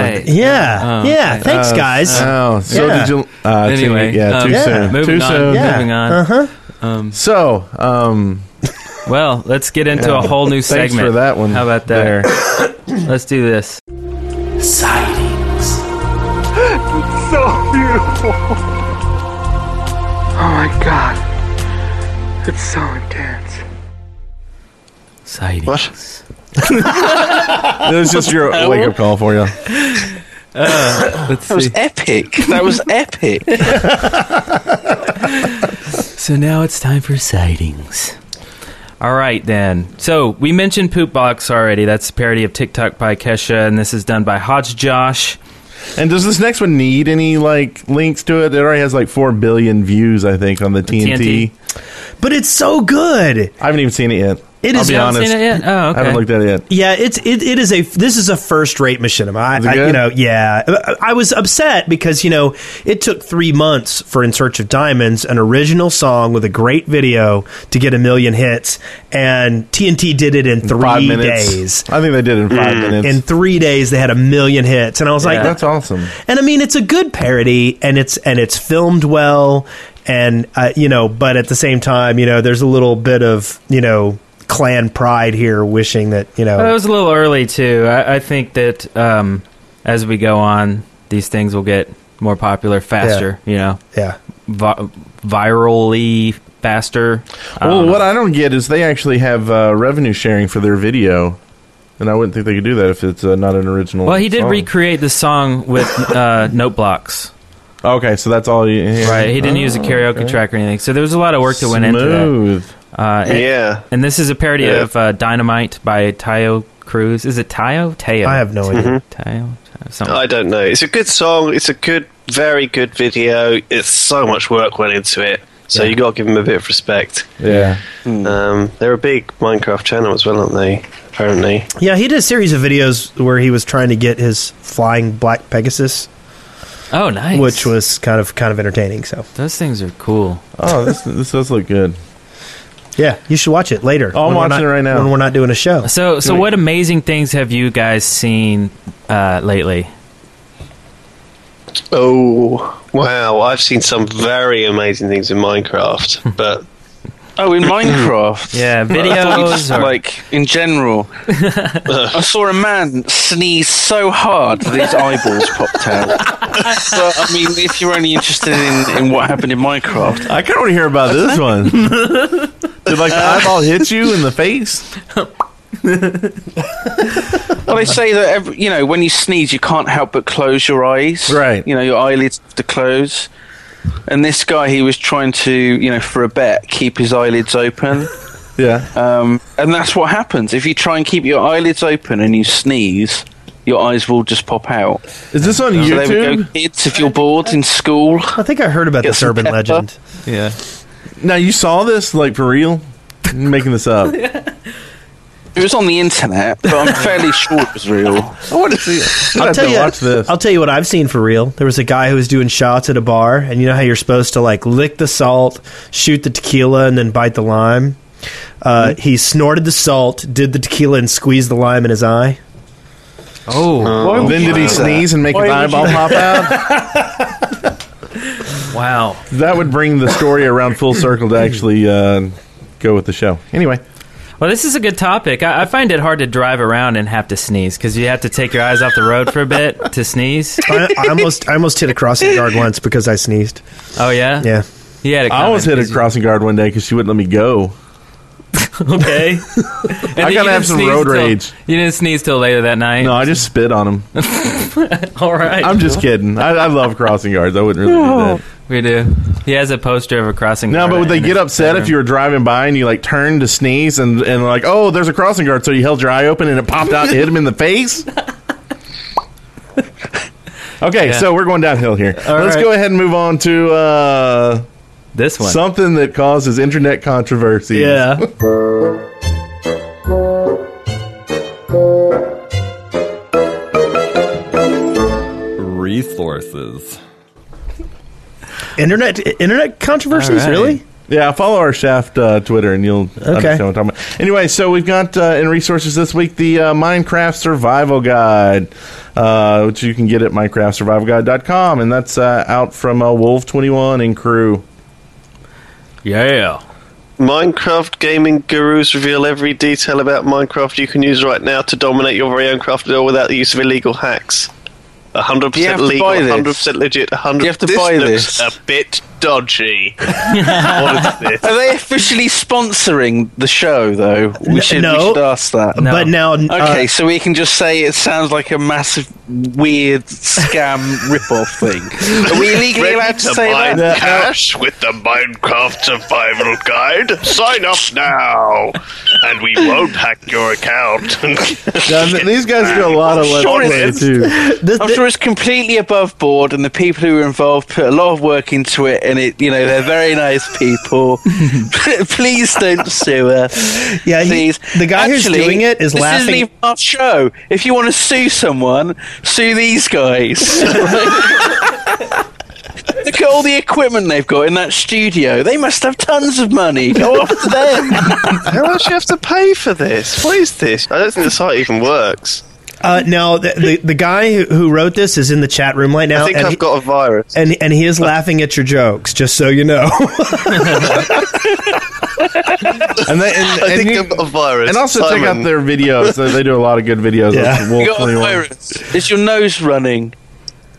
[SPEAKER 2] <laughs> right.
[SPEAKER 3] Yeah,
[SPEAKER 2] Oh,
[SPEAKER 3] yeah.
[SPEAKER 2] okay.
[SPEAKER 3] Thanks, guys.
[SPEAKER 6] Oh, so
[SPEAKER 3] Yeah.
[SPEAKER 6] did you? Uh, too-
[SPEAKER 2] Anyway,
[SPEAKER 6] yeah,
[SPEAKER 2] um,
[SPEAKER 6] too
[SPEAKER 2] yeah.
[SPEAKER 6] soon.
[SPEAKER 2] Moving
[SPEAKER 6] too
[SPEAKER 2] on.
[SPEAKER 6] soon.
[SPEAKER 3] yeah.
[SPEAKER 2] moving on.
[SPEAKER 3] Uh-huh.
[SPEAKER 6] So, um,
[SPEAKER 2] Well, let's get into a whole new
[SPEAKER 6] Thanks
[SPEAKER 2] segment
[SPEAKER 6] for that one
[SPEAKER 2] How about
[SPEAKER 6] there.
[SPEAKER 2] that? Let's do this. Sightings.
[SPEAKER 7] What?
[SPEAKER 6] it was just your wake up call for you.
[SPEAKER 2] It's
[SPEAKER 1] That
[SPEAKER 2] so
[SPEAKER 1] was
[SPEAKER 2] beautiful.
[SPEAKER 1] epic. That was
[SPEAKER 7] <laughs>
[SPEAKER 1] epic.
[SPEAKER 2] So now it's time for sightings. All right, then. So we mentioned Poop Box already. That's a parody of TikTok by Kesha, and this is done by Hodge Josh.
[SPEAKER 6] And does this next one need any like links to it? It already has like four billion views, I think, on the TNT.
[SPEAKER 2] TNT.
[SPEAKER 3] But it's so good.
[SPEAKER 6] I haven't even seen it yet.
[SPEAKER 3] It
[SPEAKER 6] I'll
[SPEAKER 3] is-
[SPEAKER 6] be
[SPEAKER 2] You haven't
[SPEAKER 6] honest.
[SPEAKER 2] seen it yet? Oh, okay.
[SPEAKER 6] I haven't looked at it yet.
[SPEAKER 3] Yeah, it's it, it is a this is a first rate machinima. I,
[SPEAKER 6] Is it
[SPEAKER 3] I you
[SPEAKER 6] good?
[SPEAKER 3] know yeah, Uh, I, I was upset because you know it took three months for In Search of Diamonds, an original song with a great video, to get a million hits, and TNT did it in three
[SPEAKER 6] Five
[SPEAKER 2] E
[SPEAKER 6] minutes.
[SPEAKER 3] days.
[SPEAKER 6] I think they did in five
[SPEAKER 2] Mm.
[SPEAKER 6] minutes.
[SPEAKER 3] In three days, they had a million hits, and I was like,
[SPEAKER 6] That's awesome.
[SPEAKER 3] and I mean, it's a good parody, and it's and it's filmed well, and uh, you know, but at the same time, you know, there's a little bit of you know clan pride here, wishing that you know.
[SPEAKER 2] Well, it was a little early too. I, I think that um, as we go on, these things will get more popular faster. You know,
[SPEAKER 3] yeah.
[SPEAKER 2] vi- virally faster. Um, I
[SPEAKER 6] well,
[SPEAKER 3] Oh,
[SPEAKER 2] don't know.
[SPEAKER 6] what I don't get is they actually have uh, revenue sharing for their video, and I wouldn't think they could do that if it's uh, not an original.
[SPEAKER 2] Well, he did
[SPEAKER 6] song.
[SPEAKER 2] recreate the song with
[SPEAKER 3] <laughs>
[SPEAKER 2] uh, note blocks.
[SPEAKER 6] Okay, so that's all. You, yeah.
[SPEAKER 2] Right, he didn't
[SPEAKER 6] Oh,
[SPEAKER 2] use a karaoke track or anything. So there was a lot of work that went into that.
[SPEAKER 6] Smooth.
[SPEAKER 2] Uh, and,
[SPEAKER 7] Yeah.
[SPEAKER 2] and this is a parody
[SPEAKER 7] Yeah.
[SPEAKER 2] of uh, "Dynamite" by Tayo Cruz. Is it Tayo? Tayo.
[SPEAKER 3] I have no idea.
[SPEAKER 2] Tayo. Tayo, something.
[SPEAKER 7] I don't know. It's a good song. It's a good, very good video. It's so much work went into it. So you got to give them a bit of respect.
[SPEAKER 6] Yeah.
[SPEAKER 1] Hmm.
[SPEAKER 7] Um, they're a big Minecraft channel as well, aren't they? Apparently.
[SPEAKER 3] Yeah, he did a series of videos where he was trying to get his flying black Pegasus,
[SPEAKER 2] oh, nice.
[SPEAKER 3] which was kind of kind of entertaining. So
[SPEAKER 2] those things are cool.
[SPEAKER 6] Oh, this this does look good.
[SPEAKER 3] yeah, you should watch it later.
[SPEAKER 6] Oh, I'm
[SPEAKER 3] when we're
[SPEAKER 6] watching
[SPEAKER 3] not-
[SPEAKER 6] it right now.
[SPEAKER 3] when we're not doing a show.
[SPEAKER 2] So, so what amazing things have you guys seen uh, lately?
[SPEAKER 7] Oh wow! I've seen some very amazing things
[SPEAKER 1] <laughs>
[SPEAKER 7] in Minecraft, but
[SPEAKER 1] Oh,
[SPEAKER 7] <coughs>
[SPEAKER 1] in Minecraft.
[SPEAKER 2] Yeah,
[SPEAKER 1] I thought you
[SPEAKER 2] videos
[SPEAKER 1] just,
[SPEAKER 2] or
[SPEAKER 1] like in general. I saw a man sneeze so hard that his eyeballs popped out. But I mean, if you're only interested in, in what happened in Minecraft,
[SPEAKER 6] I kind of want to hear about this one. <laughs> did like the eyeball hit you in the face?
[SPEAKER 1] well, they say that every, you know when you sneeze, you can't help but close your eyes.
[SPEAKER 6] Right.
[SPEAKER 1] You know your eyelids have to close. And this guy, he was trying to, you know, for a bet, keep his eyelids open.
[SPEAKER 6] Yeah.
[SPEAKER 1] Um, and that's what happens. If you try and keep your eyelids open and you sneeze, your eyes will just pop out.
[SPEAKER 6] Is this on
[SPEAKER 1] There we go,
[SPEAKER 6] YouTube?
[SPEAKER 1] kids. If you're bored in school, I
[SPEAKER 3] think I heard about
[SPEAKER 1] this urban
[SPEAKER 3] legend.
[SPEAKER 6] Yeah. Now you saw this like for real? I'm making this <laughs> up.
[SPEAKER 1] It was on the internet, but I'm fairly sure it was real. I
[SPEAKER 6] want to see it.
[SPEAKER 3] I'll tell you. I'll tell you what I've seen for real. There was a guy who was doing shots at a bar, and you know how you're supposed to like lick the salt, shoot the tequila, and then bite the lime. Uh,
[SPEAKER 11] Hmm?
[SPEAKER 3] He snorted the salt, did the tequila, and squeezed the lime in his eye.
[SPEAKER 11] Oh,
[SPEAKER 6] Why would Then you did he do that? sneeze and make Why his would you eyeball do pop
[SPEAKER 3] out?
[SPEAKER 11] Wow.
[SPEAKER 6] That would bring the story around full circle to actually uh, go with the show. Anyway.
[SPEAKER 11] Well, this is a good topic. I, I find it hard to drive around and have to sneeze because you have to take your eyes off the road for a bit to sneeze.
[SPEAKER 3] I, I almost, I almost hit a crossing guard once because I sneezed.
[SPEAKER 11] Oh yeah,
[SPEAKER 3] Yeah.
[SPEAKER 11] Yeah,
[SPEAKER 6] I almost hit a crossing guard one day because she wouldn't let me go.
[SPEAKER 11] <laughs> okay. And then
[SPEAKER 6] gotta
[SPEAKER 11] you didn't
[SPEAKER 6] have some
[SPEAKER 11] sneeze
[SPEAKER 6] road
[SPEAKER 11] till-
[SPEAKER 6] rage.
[SPEAKER 11] You didn't sneeze till later that night.
[SPEAKER 6] No, I just spit on him.
[SPEAKER 11] <laughs> All right.
[SPEAKER 6] I'm just kidding. I, I love crossing guards. I wouldn't
[SPEAKER 11] <laughs>
[SPEAKER 6] really do that.
[SPEAKER 11] We do. He has a poster of a crossing.
[SPEAKER 6] No,
[SPEAKER 11] guard
[SPEAKER 6] but would they
[SPEAKER 11] in
[SPEAKER 6] get
[SPEAKER 11] his
[SPEAKER 6] upset if
[SPEAKER 11] bedroom.
[SPEAKER 6] you were driving by and you like turned to sneeze and and like, oh, there's a crossing guard, so you held your eye open and it popped out and hit him in
[SPEAKER 11] <laughs>
[SPEAKER 6] the face? Okay,
[SPEAKER 11] Yeah.
[SPEAKER 6] so we're going downhill here.
[SPEAKER 11] All
[SPEAKER 6] Let's
[SPEAKER 11] right.
[SPEAKER 6] go ahead and move on to uh,
[SPEAKER 11] this one.
[SPEAKER 6] something that causes internet controversy. <laughs>
[SPEAKER 11] Yeah.
[SPEAKER 13] Resources.
[SPEAKER 3] Internet, internet controversies, really?
[SPEAKER 6] Yeah, follow our Shaft uh, Twitter and you'll understand what I'm talking about. Anyway, so we've got uh, in resources this week the uh, Minecraft Survival Guide, uh, which you can get at MinecraftSurvivalGuide.com, and that's uh, out from uh, Wolf21 and crew.
[SPEAKER 11] Yeah.
[SPEAKER 7] Minecraft gaming gurus reveal every detail about Minecraft you can use right now to dominate your very own craft world without the use of illegal hacks. 100%
[SPEAKER 1] You have to
[SPEAKER 7] legal,
[SPEAKER 1] buy this.
[SPEAKER 7] 100% legit, 100
[SPEAKER 1] You have to buy
[SPEAKER 7] looks
[SPEAKER 1] this.
[SPEAKER 7] a bit dodgy. <laughs> what is this?
[SPEAKER 1] Are they officially sponsoring the show, though? We should,
[SPEAKER 3] no.
[SPEAKER 1] we should ask that.
[SPEAKER 3] But now, uh,
[SPEAKER 1] okay, so we can just say it sounds like a massive, weird scam rip-off thing. <laughs> Are we legally
[SPEAKER 7] Ready
[SPEAKER 1] allowed to,
[SPEAKER 7] to
[SPEAKER 1] say
[SPEAKER 7] mine
[SPEAKER 1] that?
[SPEAKER 7] cash with the Minecraft Survival Guide? Sign up now, and we won't hack your account. <laughs>
[SPEAKER 6] Yeah, th- these
[SPEAKER 3] <laughs>
[SPEAKER 6] guys do a lot of
[SPEAKER 1] I'm
[SPEAKER 6] let's
[SPEAKER 1] sure it
[SPEAKER 6] play
[SPEAKER 1] is.
[SPEAKER 6] too.
[SPEAKER 1] I'm sure it's completely above board, and the people who were involved put a lot of work into it, and it, you know, they're very nice
[SPEAKER 3] <laughs>
[SPEAKER 1] people. <laughs> Please don't sue us.
[SPEAKER 3] Yeah, he-
[SPEAKER 1] Please.
[SPEAKER 3] the guy who's
[SPEAKER 1] Actually,
[SPEAKER 3] doing it is
[SPEAKER 1] this
[SPEAKER 3] laughing-
[SPEAKER 1] Isn't even our show. If you want to sue someone, sue these guys.
[SPEAKER 3] <laughs>
[SPEAKER 1] Look at all the equipment they've got in that studio. They must have tons of money. Go after them.
[SPEAKER 7] How much do you have to pay for this? What is this? I don't think the site even works.
[SPEAKER 3] Uh, no, the, the the guy who, who wrote this is in the chat room right now.
[SPEAKER 7] I think
[SPEAKER 3] and
[SPEAKER 7] I've
[SPEAKER 3] he-
[SPEAKER 7] got a virus.
[SPEAKER 3] and and he is laughing at your jokes, just so you know. <laughs>
[SPEAKER 6] And, they,
[SPEAKER 7] <laughs>
[SPEAKER 6] and,
[SPEAKER 7] I
[SPEAKER 6] and
[SPEAKER 7] think
[SPEAKER 6] you-
[SPEAKER 7] I've got a virus.
[SPEAKER 6] and also check out
[SPEAKER 7] Simon.
[SPEAKER 6] their videos. They, they do a lot of good videos.
[SPEAKER 3] Yeah.
[SPEAKER 7] <laughs>
[SPEAKER 6] on
[SPEAKER 1] You got a
[SPEAKER 6] Wolf21.
[SPEAKER 1] virus. Is your nose running?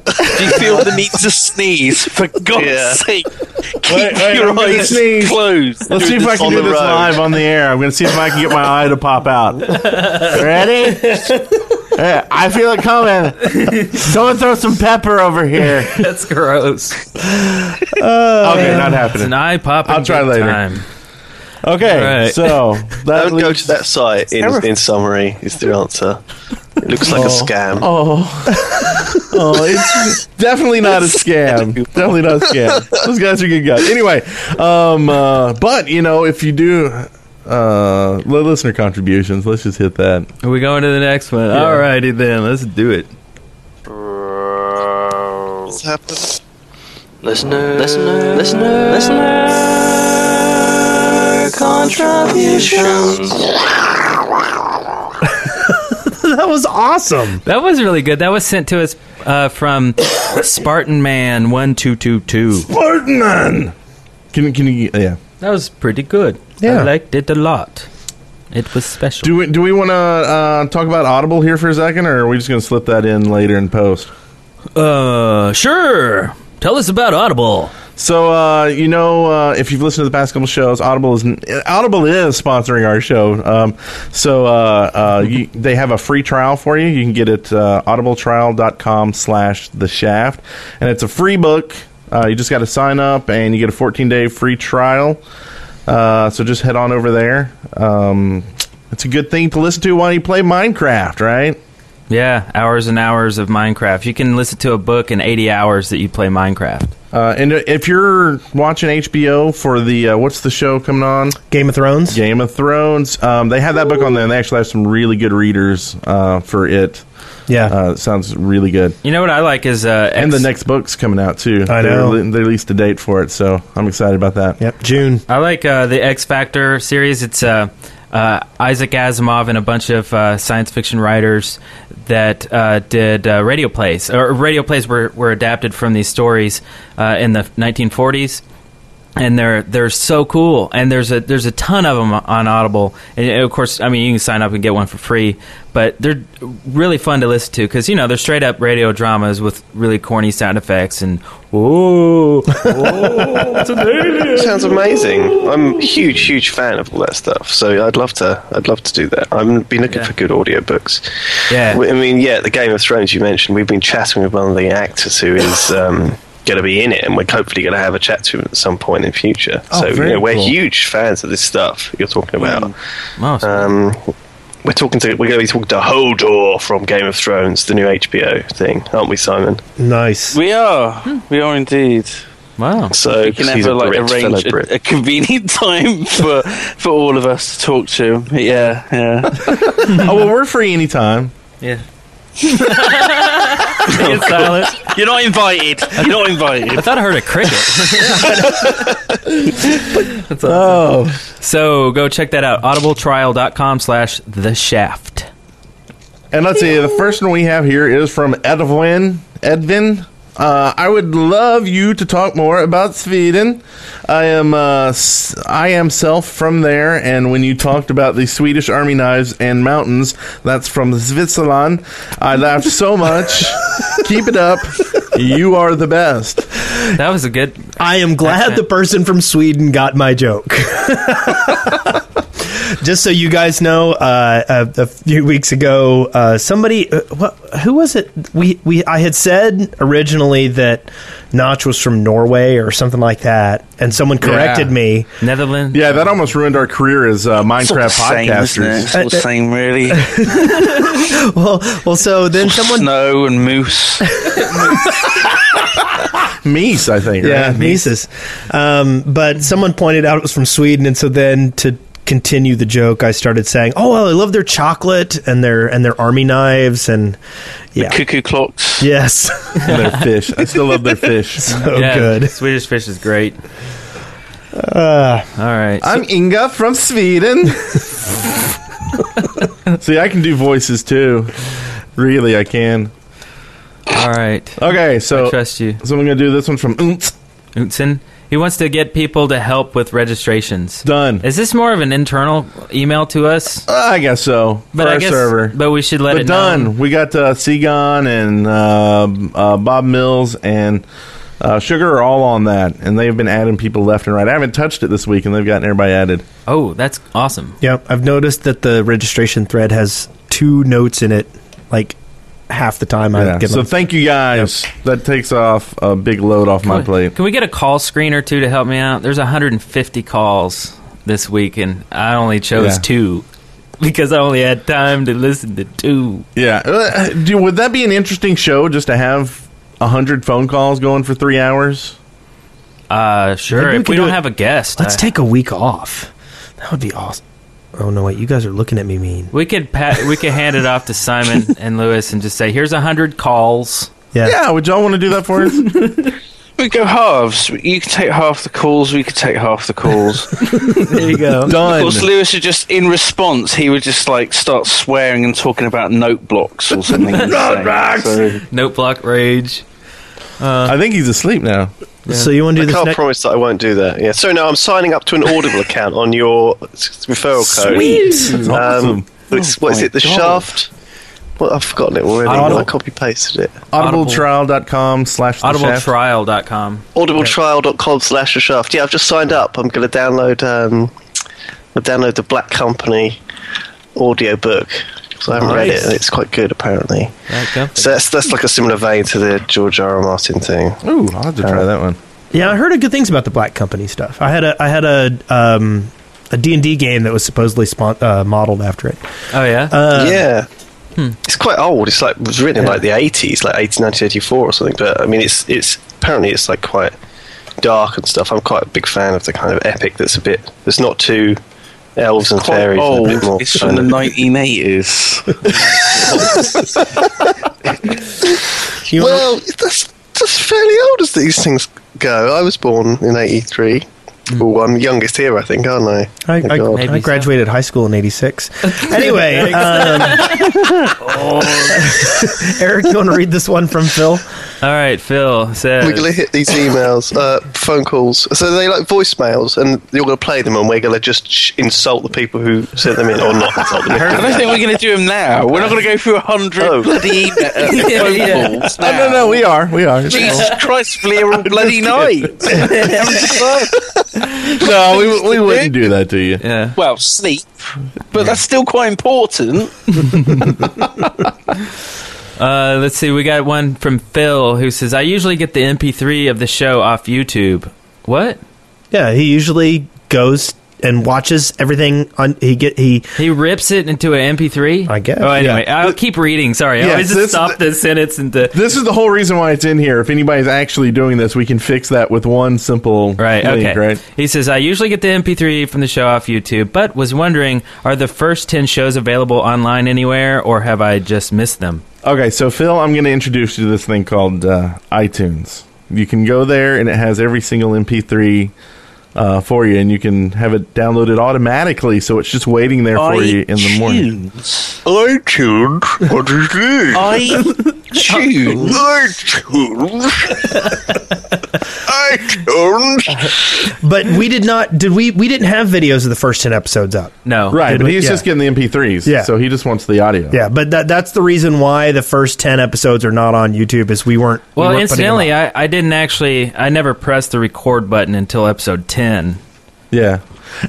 [SPEAKER 1] Do you feel the need to sneeze? For God's
[SPEAKER 7] Yeah.
[SPEAKER 1] sake, keep
[SPEAKER 6] Wait, wait,
[SPEAKER 1] your
[SPEAKER 6] I'm gonna
[SPEAKER 1] eyes
[SPEAKER 6] sneeze.
[SPEAKER 1] closed.
[SPEAKER 6] Let's see if I can
[SPEAKER 7] on
[SPEAKER 6] do
[SPEAKER 7] the
[SPEAKER 6] this
[SPEAKER 7] road.
[SPEAKER 6] live on the air. I'm going to see if I can get my eye to pop out. Ready? Yeah, I feel it coming. Someone throw some pepper over here.
[SPEAKER 11] <laughs> That's gross.
[SPEAKER 6] Okay, not
[SPEAKER 11] It's
[SPEAKER 6] happening.
[SPEAKER 11] an eye popping.
[SPEAKER 6] I'll try later.
[SPEAKER 11] Time.
[SPEAKER 6] Okay,
[SPEAKER 11] All right.
[SPEAKER 6] so <laughs>
[SPEAKER 7] I
[SPEAKER 6] that
[SPEAKER 7] would go to that site in,
[SPEAKER 1] terrifying.
[SPEAKER 7] in summary is the answer. It looks like a scam.
[SPEAKER 6] oh, oh, it's definitely not a scam. Definitely not a scam. Those guys are good guys. Anyway, um, uh, but you know, if you do uh, li- listener contributions, let's just hit that.
[SPEAKER 11] Are we going to the next one? All right.
[SPEAKER 13] Alrighty then, let's do it.
[SPEAKER 7] What's happened?
[SPEAKER 4] Listener, listener, listener, listener. Contributions.
[SPEAKER 3] that was awesome.
[SPEAKER 11] That was really good. That was sent to us uh, from Spartan Man one two two two.
[SPEAKER 6] Ferdinand. Can can you? Yeah.
[SPEAKER 11] That was pretty good.
[SPEAKER 3] Yeah.
[SPEAKER 11] I liked it a lot. It was special.
[SPEAKER 6] Do we do we want to uh, talk about Audible here for a second, or are we just going to slip that in later in post?
[SPEAKER 11] uh, sure. Tell us about Audible.
[SPEAKER 6] So uh, you know, uh, if you've listened to the past couple shows, Audible is Audible is sponsoring our show. Um, so uh, uh, you, they have a free trial for you. You can get it uh, audibletrial.com slash the shaft, and it's a free book. Uh, you just got to sign up and you get a 14 day free trial. Uh, so just head on over there. Um, it's a good thing to listen to while you play Minecraft, right?
[SPEAKER 2] Yeah, hours and hours of Minecraft. You can listen to a book in 80 hours that you play Minecraft.
[SPEAKER 6] Uh, and if you're watching HBO for the uh, what's the show coming on?
[SPEAKER 3] Game of Thrones.
[SPEAKER 6] Game of Thrones. Um, they have that book on there, and they actually have some really good readers uh, for it.
[SPEAKER 3] Yeah,
[SPEAKER 6] uh, it sounds really good.
[SPEAKER 2] You know what I like is uh,
[SPEAKER 6] and the next book's coming out too.
[SPEAKER 3] I know.
[SPEAKER 6] they, rele- they released a date for it, so I'm excited about that.
[SPEAKER 3] Yep, June.
[SPEAKER 2] I like uh, the X Factor series. It's uh, uh, Isaac Asimov and a bunch of uh, science fiction writers that uh, did uh, radio plays. Or radio plays were, were adapted from these stories uh, in the 1940s. And they're they're so cool, and there's a there's a ton of them on Audible, and of course, I mean you can sign up and get one for free, but they're really fun to listen to because you know they're straight up radio dramas with really corny sound effects and ooh,
[SPEAKER 7] Sounds amazing. I'm a huge, huge fan of all that stuff. So I'd love to. I'd love to do that. I've been looking for good audiobooks.
[SPEAKER 2] Yeah.
[SPEAKER 7] I mean, yeah, the Game of Thrones you mentioned. We've been chatting with one of the actors who <sighs> is. Um, Going to be in it, and we're hopefully going to have a chat to him at some point in future.
[SPEAKER 6] Oh,
[SPEAKER 7] so you
[SPEAKER 6] very
[SPEAKER 7] know, we're
[SPEAKER 6] cool.
[SPEAKER 7] huge fans of this stuff you're talking about. Um, we're talking to we're going to be talking to Hodor from Game of Thrones, the new HBO thing, aren't we, Simon?
[SPEAKER 3] Nice.
[SPEAKER 1] We are. We are indeed.
[SPEAKER 2] Wow.
[SPEAKER 7] So
[SPEAKER 1] we can
[SPEAKER 7] 'cause he's
[SPEAKER 1] have a,
[SPEAKER 7] a
[SPEAKER 1] like
[SPEAKER 7] Brit, fellow
[SPEAKER 1] arrange
[SPEAKER 7] Brit.
[SPEAKER 1] a, a convenient <laughs> time for for all of us to talk to him. Yeah, yeah.
[SPEAKER 6] oh well, we're free anytime.
[SPEAKER 2] Yeah.
[SPEAKER 1] <laughs> You're not invited. You're not invited.
[SPEAKER 2] I thought I heard a cricket.
[SPEAKER 3] Oh,
[SPEAKER 2] So go check that out. Audibletrial.com slash the shaft.
[SPEAKER 6] And let's see, the first one we have here is from Edvin. Edvin. Uh, I would love you to talk more about Sweden. I am uh, s- I am self from there, and when you talked about the Swedish Army knives and mountains, that's from Switzerland. I laughed so much.
[SPEAKER 2] <laughs>
[SPEAKER 6] Keep it up. You are the best.
[SPEAKER 2] That was a good.
[SPEAKER 3] I am glad the person from Sweden got my joke. <laughs> Just so you guys know, uh, a, a few weeks ago, uh, somebody, uh, what, who was it? We, we, I had said originally that Notch was from Norway or something like that, and someone corrected
[SPEAKER 6] Yeah.
[SPEAKER 3] me.
[SPEAKER 2] Netherlands.
[SPEAKER 6] Yeah, that almost ruined our career as uh,
[SPEAKER 1] It's all the
[SPEAKER 6] Minecraft
[SPEAKER 1] same, isn't it?
[SPEAKER 6] podcasters. Uh,
[SPEAKER 1] It's all the same, really.
[SPEAKER 3] Well, well, so
[SPEAKER 6] <laughs>
[SPEAKER 3] then someone
[SPEAKER 1] Snow and moose.
[SPEAKER 6] Meese, I think.
[SPEAKER 3] Yeah,
[SPEAKER 6] right?
[SPEAKER 3] Mises. Um, but someone pointed out it was from Sweden, and so then to continue the joke, I started saying, "Oh, well, I love their chocolate and their and their army knives and yeah,
[SPEAKER 1] Cuckoo clocks.
[SPEAKER 3] yes, <laughs>
[SPEAKER 6] And their fish. I still love their fish.
[SPEAKER 3] so
[SPEAKER 2] Yeah,
[SPEAKER 3] good."
[SPEAKER 2] Swedish fish is great. All right.
[SPEAKER 6] I'm Inga from Sweden. See, I can do voices too. Really, I can.
[SPEAKER 2] All right.
[SPEAKER 6] Okay, so
[SPEAKER 2] I
[SPEAKER 6] so
[SPEAKER 2] trust you.
[SPEAKER 6] I'm gonna do this one from Oomph.
[SPEAKER 2] Untsen. He wants to get people to help with registrations.
[SPEAKER 6] done.
[SPEAKER 2] Is this more of an internal email to us?
[SPEAKER 6] I guess so.
[SPEAKER 2] But
[SPEAKER 6] for
[SPEAKER 2] I
[SPEAKER 6] Uh, our
[SPEAKER 2] guess,
[SPEAKER 6] server.
[SPEAKER 2] But we should let
[SPEAKER 6] But
[SPEAKER 2] it
[SPEAKER 6] done.
[SPEAKER 2] known.
[SPEAKER 6] We got uh, Seagon and uh, uh, Bob Mills and uh, Sugar are all on that, and they've been adding people left and right. I haven't touched it this week, and they've gotten everybody added.
[SPEAKER 2] Oh, that's awesome.
[SPEAKER 3] Yep, I've noticed that the registration thread has two notes in it, like half the time I
[SPEAKER 6] Yeah.
[SPEAKER 3] get.
[SPEAKER 6] So
[SPEAKER 3] So
[SPEAKER 6] thank you guys. That takes off a big load off my plate.
[SPEAKER 2] Can we get a call screen or two to help me out? There's 150 calls this week, and I only chose
[SPEAKER 6] Yeah.
[SPEAKER 2] two <laughs> because I only had time to listen to two.
[SPEAKER 6] Yeah. Uh, Do, would that be an interesting show just to have a 100 phone calls going for three hours?
[SPEAKER 2] Uh, sure.
[SPEAKER 3] Maybe we
[SPEAKER 2] if
[SPEAKER 3] could
[SPEAKER 2] we
[SPEAKER 3] do
[SPEAKER 2] don't
[SPEAKER 3] it-
[SPEAKER 2] have a guest, uh,
[SPEAKER 3] let's
[SPEAKER 2] I-
[SPEAKER 3] take a week off. That would be awesome. Oh no, wait, you guys are looking at me mean.
[SPEAKER 2] we could pat, we could hand it off to
[SPEAKER 3] <laughs>
[SPEAKER 2] Simon and Lewis and just say, "Here's 100 calls."
[SPEAKER 3] Yeah.
[SPEAKER 6] Yeah. Would y'all want to do that for us?
[SPEAKER 1] We go halves. You can take half the calls. We could take half the calls.
[SPEAKER 3] <laughs>
[SPEAKER 1] of
[SPEAKER 3] there you go.
[SPEAKER 6] Done.
[SPEAKER 1] course, Lewis would just, in response, he would just like start swearing and talking about note blocks
[SPEAKER 3] <laughs>
[SPEAKER 1] or something. insane. So-
[SPEAKER 2] Note block rage.
[SPEAKER 6] I think he's asleep now.
[SPEAKER 3] So you want to do
[SPEAKER 7] I
[SPEAKER 3] this
[SPEAKER 7] can't
[SPEAKER 3] next?
[SPEAKER 7] promise that I won't do that. Yeah. So no, I'm signing up to an <laughs> Audible account on your s- referral code.
[SPEAKER 6] That's
[SPEAKER 7] Um,
[SPEAKER 6] awesome.
[SPEAKER 7] it's, what is
[SPEAKER 1] my
[SPEAKER 7] it? The
[SPEAKER 1] God.
[SPEAKER 7] shaft. Well, I've forgotten it already.
[SPEAKER 3] Audible-
[SPEAKER 7] Oh I copy pasted it.
[SPEAKER 6] Audibletrial.com slash the shaft.
[SPEAKER 2] Audibletrial.com.
[SPEAKER 7] audibletrial.com slash the shaft yeah i've just signed up i'm going to download um I'll download the black company audiobook So I haven't read it, and it's quite good apparently. So that's that's like a similar vein to the George R. R. Martin thing.
[SPEAKER 6] Ooh, I'll have to try that one.
[SPEAKER 3] Yeah, I heard good things about the Black Company stuff. I had a I had a um, a D and D game that was supposedly spon- uh, modeled after it.
[SPEAKER 2] Oh yeah,
[SPEAKER 1] Um,
[SPEAKER 3] Uh,
[SPEAKER 7] yeah.
[SPEAKER 1] hmm.
[SPEAKER 7] It's quite old. It's like it was written in like the eighties, like 80, 1984 or something. But I mean, it's it's apparently it's like quite dark and stuff. I'm quite a big fan of the kind of epic that's a bit that's not too elves and
[SPEAKER 1] Quite
[SPEAKER 7] fairies. and a bit
[SPEAKER 1] old.
[SPEAKER 7] more
[SPEAKER 1] Oh, It's from the
[SPEAKER 7] kind of-
[SPEAKER 6] <laughs>
[SPEAKER 1] 1980s.
[SPEAKER 7] well, that's that's fairly old as these things go. I was born in '83.
[SPEAKER 1] Hmm.
[SPEAKER 7] Well, I'm youngest here, I think, aren't I?
[SPEAKER 3] I,
[SPEAKER 7] Oh,
[SPEAKER 3] I,
[SPEAKER 7] God.
[SPEAKER 3] I graduated high school in '86. <laughs> anyway, um, <laughs> Eric, you want to read this one from Phil?
[SPEAKER 2] All right, Phil says.
[SPEAKER 7] We're going to hit these emails, uh, phone calls. So they like voicemails, and you're going to play them, and we're going to just sh- insult the people who sent them in, or not
[SPEAKER 2] <laughs>
[SPEAKER 7] insult them.
[SPEAKER 1] I don't think we're going to do them now. We're not going to go through a hundred
[SPEAKER 6] <laughs>
[SPEAKER 1] bloody uh, phone calls
[SPEAKER 6] Oh,
[SPEAKER 1] now.
[SPEAKER 6] no, no, we are. We are.
[SPEAKER 1] Jesus Christ, Blair, all
[SPEAKER 6] <laughs>
[SPEAKER 1] bloody night.
[SPEAKER 6] no, we, we wouldn't do that to you.
[SPEAKER 2] Yeah.
[SPEAKER 1] Well, sleep, but that's still quite important.
[SPEAKER 2] Uh, let's see. We got one from Phil who says, "I usually get the MP3 of the show off YouTube." What?
[SPEAKER 3] Yeah, he usually goes and watches everything on. He get he
[SPEAKER 2] he rips it into an MP3. I
[SPEAKER 3] guess.
[SPEAKER 2] Oh, anyway, I'll keep reading. Sorry, I
[SPEAKER 6] Yeah,
[SPEAKER 2] always
[SPEAKER 6] this-
[SPEAKER 2] just stop the sentence and the.
[SPEAKER 6] This is the whole reason why it's in here. If anybody's actually doing this, we can fix that with one simple
[SPEAKER 2] Right.
[SPEAKER 6] link,
[SPEAKER 2] Okay.
[SPEAKER 6] right?
[SPEAKER 2] He says, "I usually get the MP3 from the show off YouTube, but was wondering, are the first ten shows available online anywhere, or have I just missed them?"
[SPEAKER 6] Okay, so Phil, I'm going to introduce you to this thing called uh, iTunes. You can go there, and it has every single MP3 uh, for you, and you can have it downloaded automatically, so it's just waiting there for you in the morning.
[SPEAKER 7] iTunes? What is this?
[SPEAKER 6] <laughs>
[SPEAKER 1] iTunes.
[SPEAKER 7] Oh. <laughs>
[SPEAKER 3] But we did not. Did we? We didn't have videos of the first ten episodes up.
[SPEAKER 2] No,
[SPEAKER 6] right?
[SPEAKER 3] Did
[SPEAKER 6] But
[SPEAKER 3] we-
[SPEAKER 6] he's
[SPEAKER 3] yeah.
[SPEAKER 6] just getting the MP3s,
[SPEAKER 3] Yeah.
[SPEAKER 6] So he just wants the audio.
[SPEAKER 3] Yeah, but that, that's the reason why the first ten episodes are not on YouTube is we weren't. we
[SPEAKER 2] Well,
[SPEAKER 3] weren't putting them
[SPEAKER 2] incidentally, I, I didn't actually. I never pressed the record button until episode ten.
[SPEAKER 6] Yeah.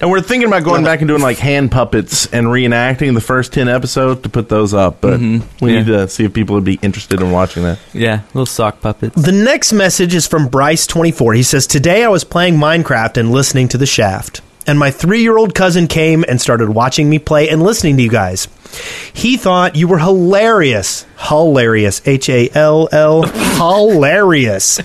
[SPEAKER 6] And we're thinking about going back and doing like hand puppets and reenacting the first 10 episodes to put those up, but
[SPEAKER 2] Mhm.
[SPEAKER 6] we
[SPEAKER 2] Yeah.
[SPEAKER 6] need to see if people would be interested in watching that.
[SPEAKER 2] Yeah, little sock puppets.
[SPEAKER 3] The next message is from Bryce24. He says, Today I was playing Minecraft and listening to The Shaft, and my three year old cousin came and started watching me play and listening to you guys. He thought you were hilarious. Hilarious. H A L L. Hilarious.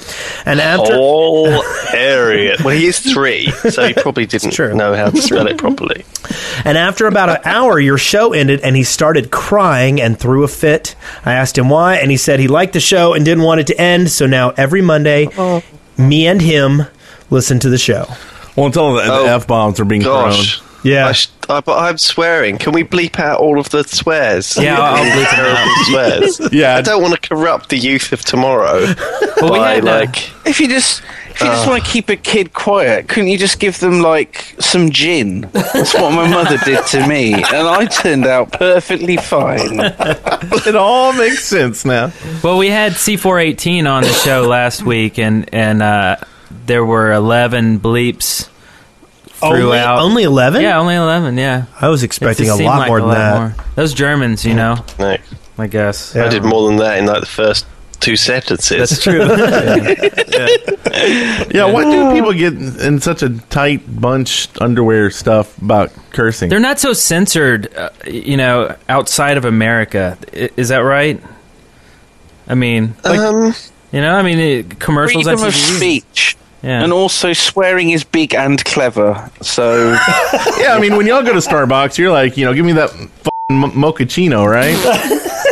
[SPEAKER 3] And after.
[SPEAKER 7] Oh. All area. Well, he is three, so he probably didn't know how to spell it properly.
[SPEAKER 3] And after about an hour, your show ended, and he started crying and threw a fit. I asked him why, and he said he liked the show and didn't want it to end. So now every Monday, me and him listen to the show.
[SPEAKER 6] Well, until the, the F bombs are being
[SPEAKER 7] Gosh.
[SPEAKER 6] thrown.
[SPEAKER 3] Yeah.
[SPEAKER 7] I sh- I, but I'm swearing. Can we bleep out all of the swears?
[SPEAKER 2] Yeah, I'll-
[SPEAKER 7] <laughs>
[SPEAKER 2] I'll bleep them
[SPEAKER 7] Terrible
[SPEAKER 2] out.
[SPEAKER 7] swears.
[SPEAKER 6] Yeah.
[SPEAKER 7] I don't want to corrupt the youth of tomorrow
[SPEAKER 2] <laughs> we
[SPEAKER 7] by
[SPEAKER 2] had, uh,
[SPEAKER 7] like.
[SPEAKER 1] If you just if you just
[SPEAKER 7] Oh.
[SPEAKER 1] want to keep a kid quiet, couldn't you just give them like some gin? That's what my mother did to me, and I turned out perfectly fine.
[SPEAKER 6] it all makes sense now.
[SPEAKER 2] Well, we had C418 on the show last week, and and uh, there were eleven bleeps throughout.
[SPEAKER 3] Only eleven?
[SPEAKER 2] Yeah, only eleven. Yeah,
[SPEAKER 3] I was expecting a lot more than that.
[SPEAKER 2] Those Germans, you know.
[SPEAKER 7] No.
[SPEAKER 2] I guess
[SPEAKER 7] I did more than that in like the first two sentences.
[SPEAKER 2] That's true.
[SPEAKER 6] Yeah, why do people get in such a tight bunch underwear stuff about cursing?
[SPEAKER 2] They're not so censored, uh, you know, outside of America. I- Is that right? I mean,
[SPEAKER 7] um,
[SPEAKER 2] you know, I mean, it, <laughs> commercials on
[SPEAKER 1] Freedom of
[SPEAKER 2] TV.
[SPEAKER 1] speech.
[SPEAKER 2] Yeah.
[SPEAKER 1] And also, swearing is big and clever. So,
[SPEAKER 6] yeah, I mean, when y'all go to Starbucks, you're like, you know, give me that f- mo- mochaccino, right?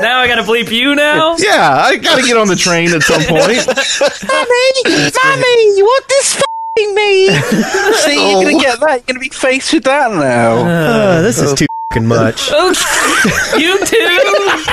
[SPEAKER 2] now I gotta bleep you now.
[SPEAKER 6] yeah, I got to get on the train at some point.
[SPEAKER 1] mommy, mommy, what does f***ing mean? See, you're gonna get that. You're gonna be faced with that now.
[SPEAKER 6] Oh,
[SPEAKER 3] Uh, this is too fing much.
[SPEAKER 2] you too.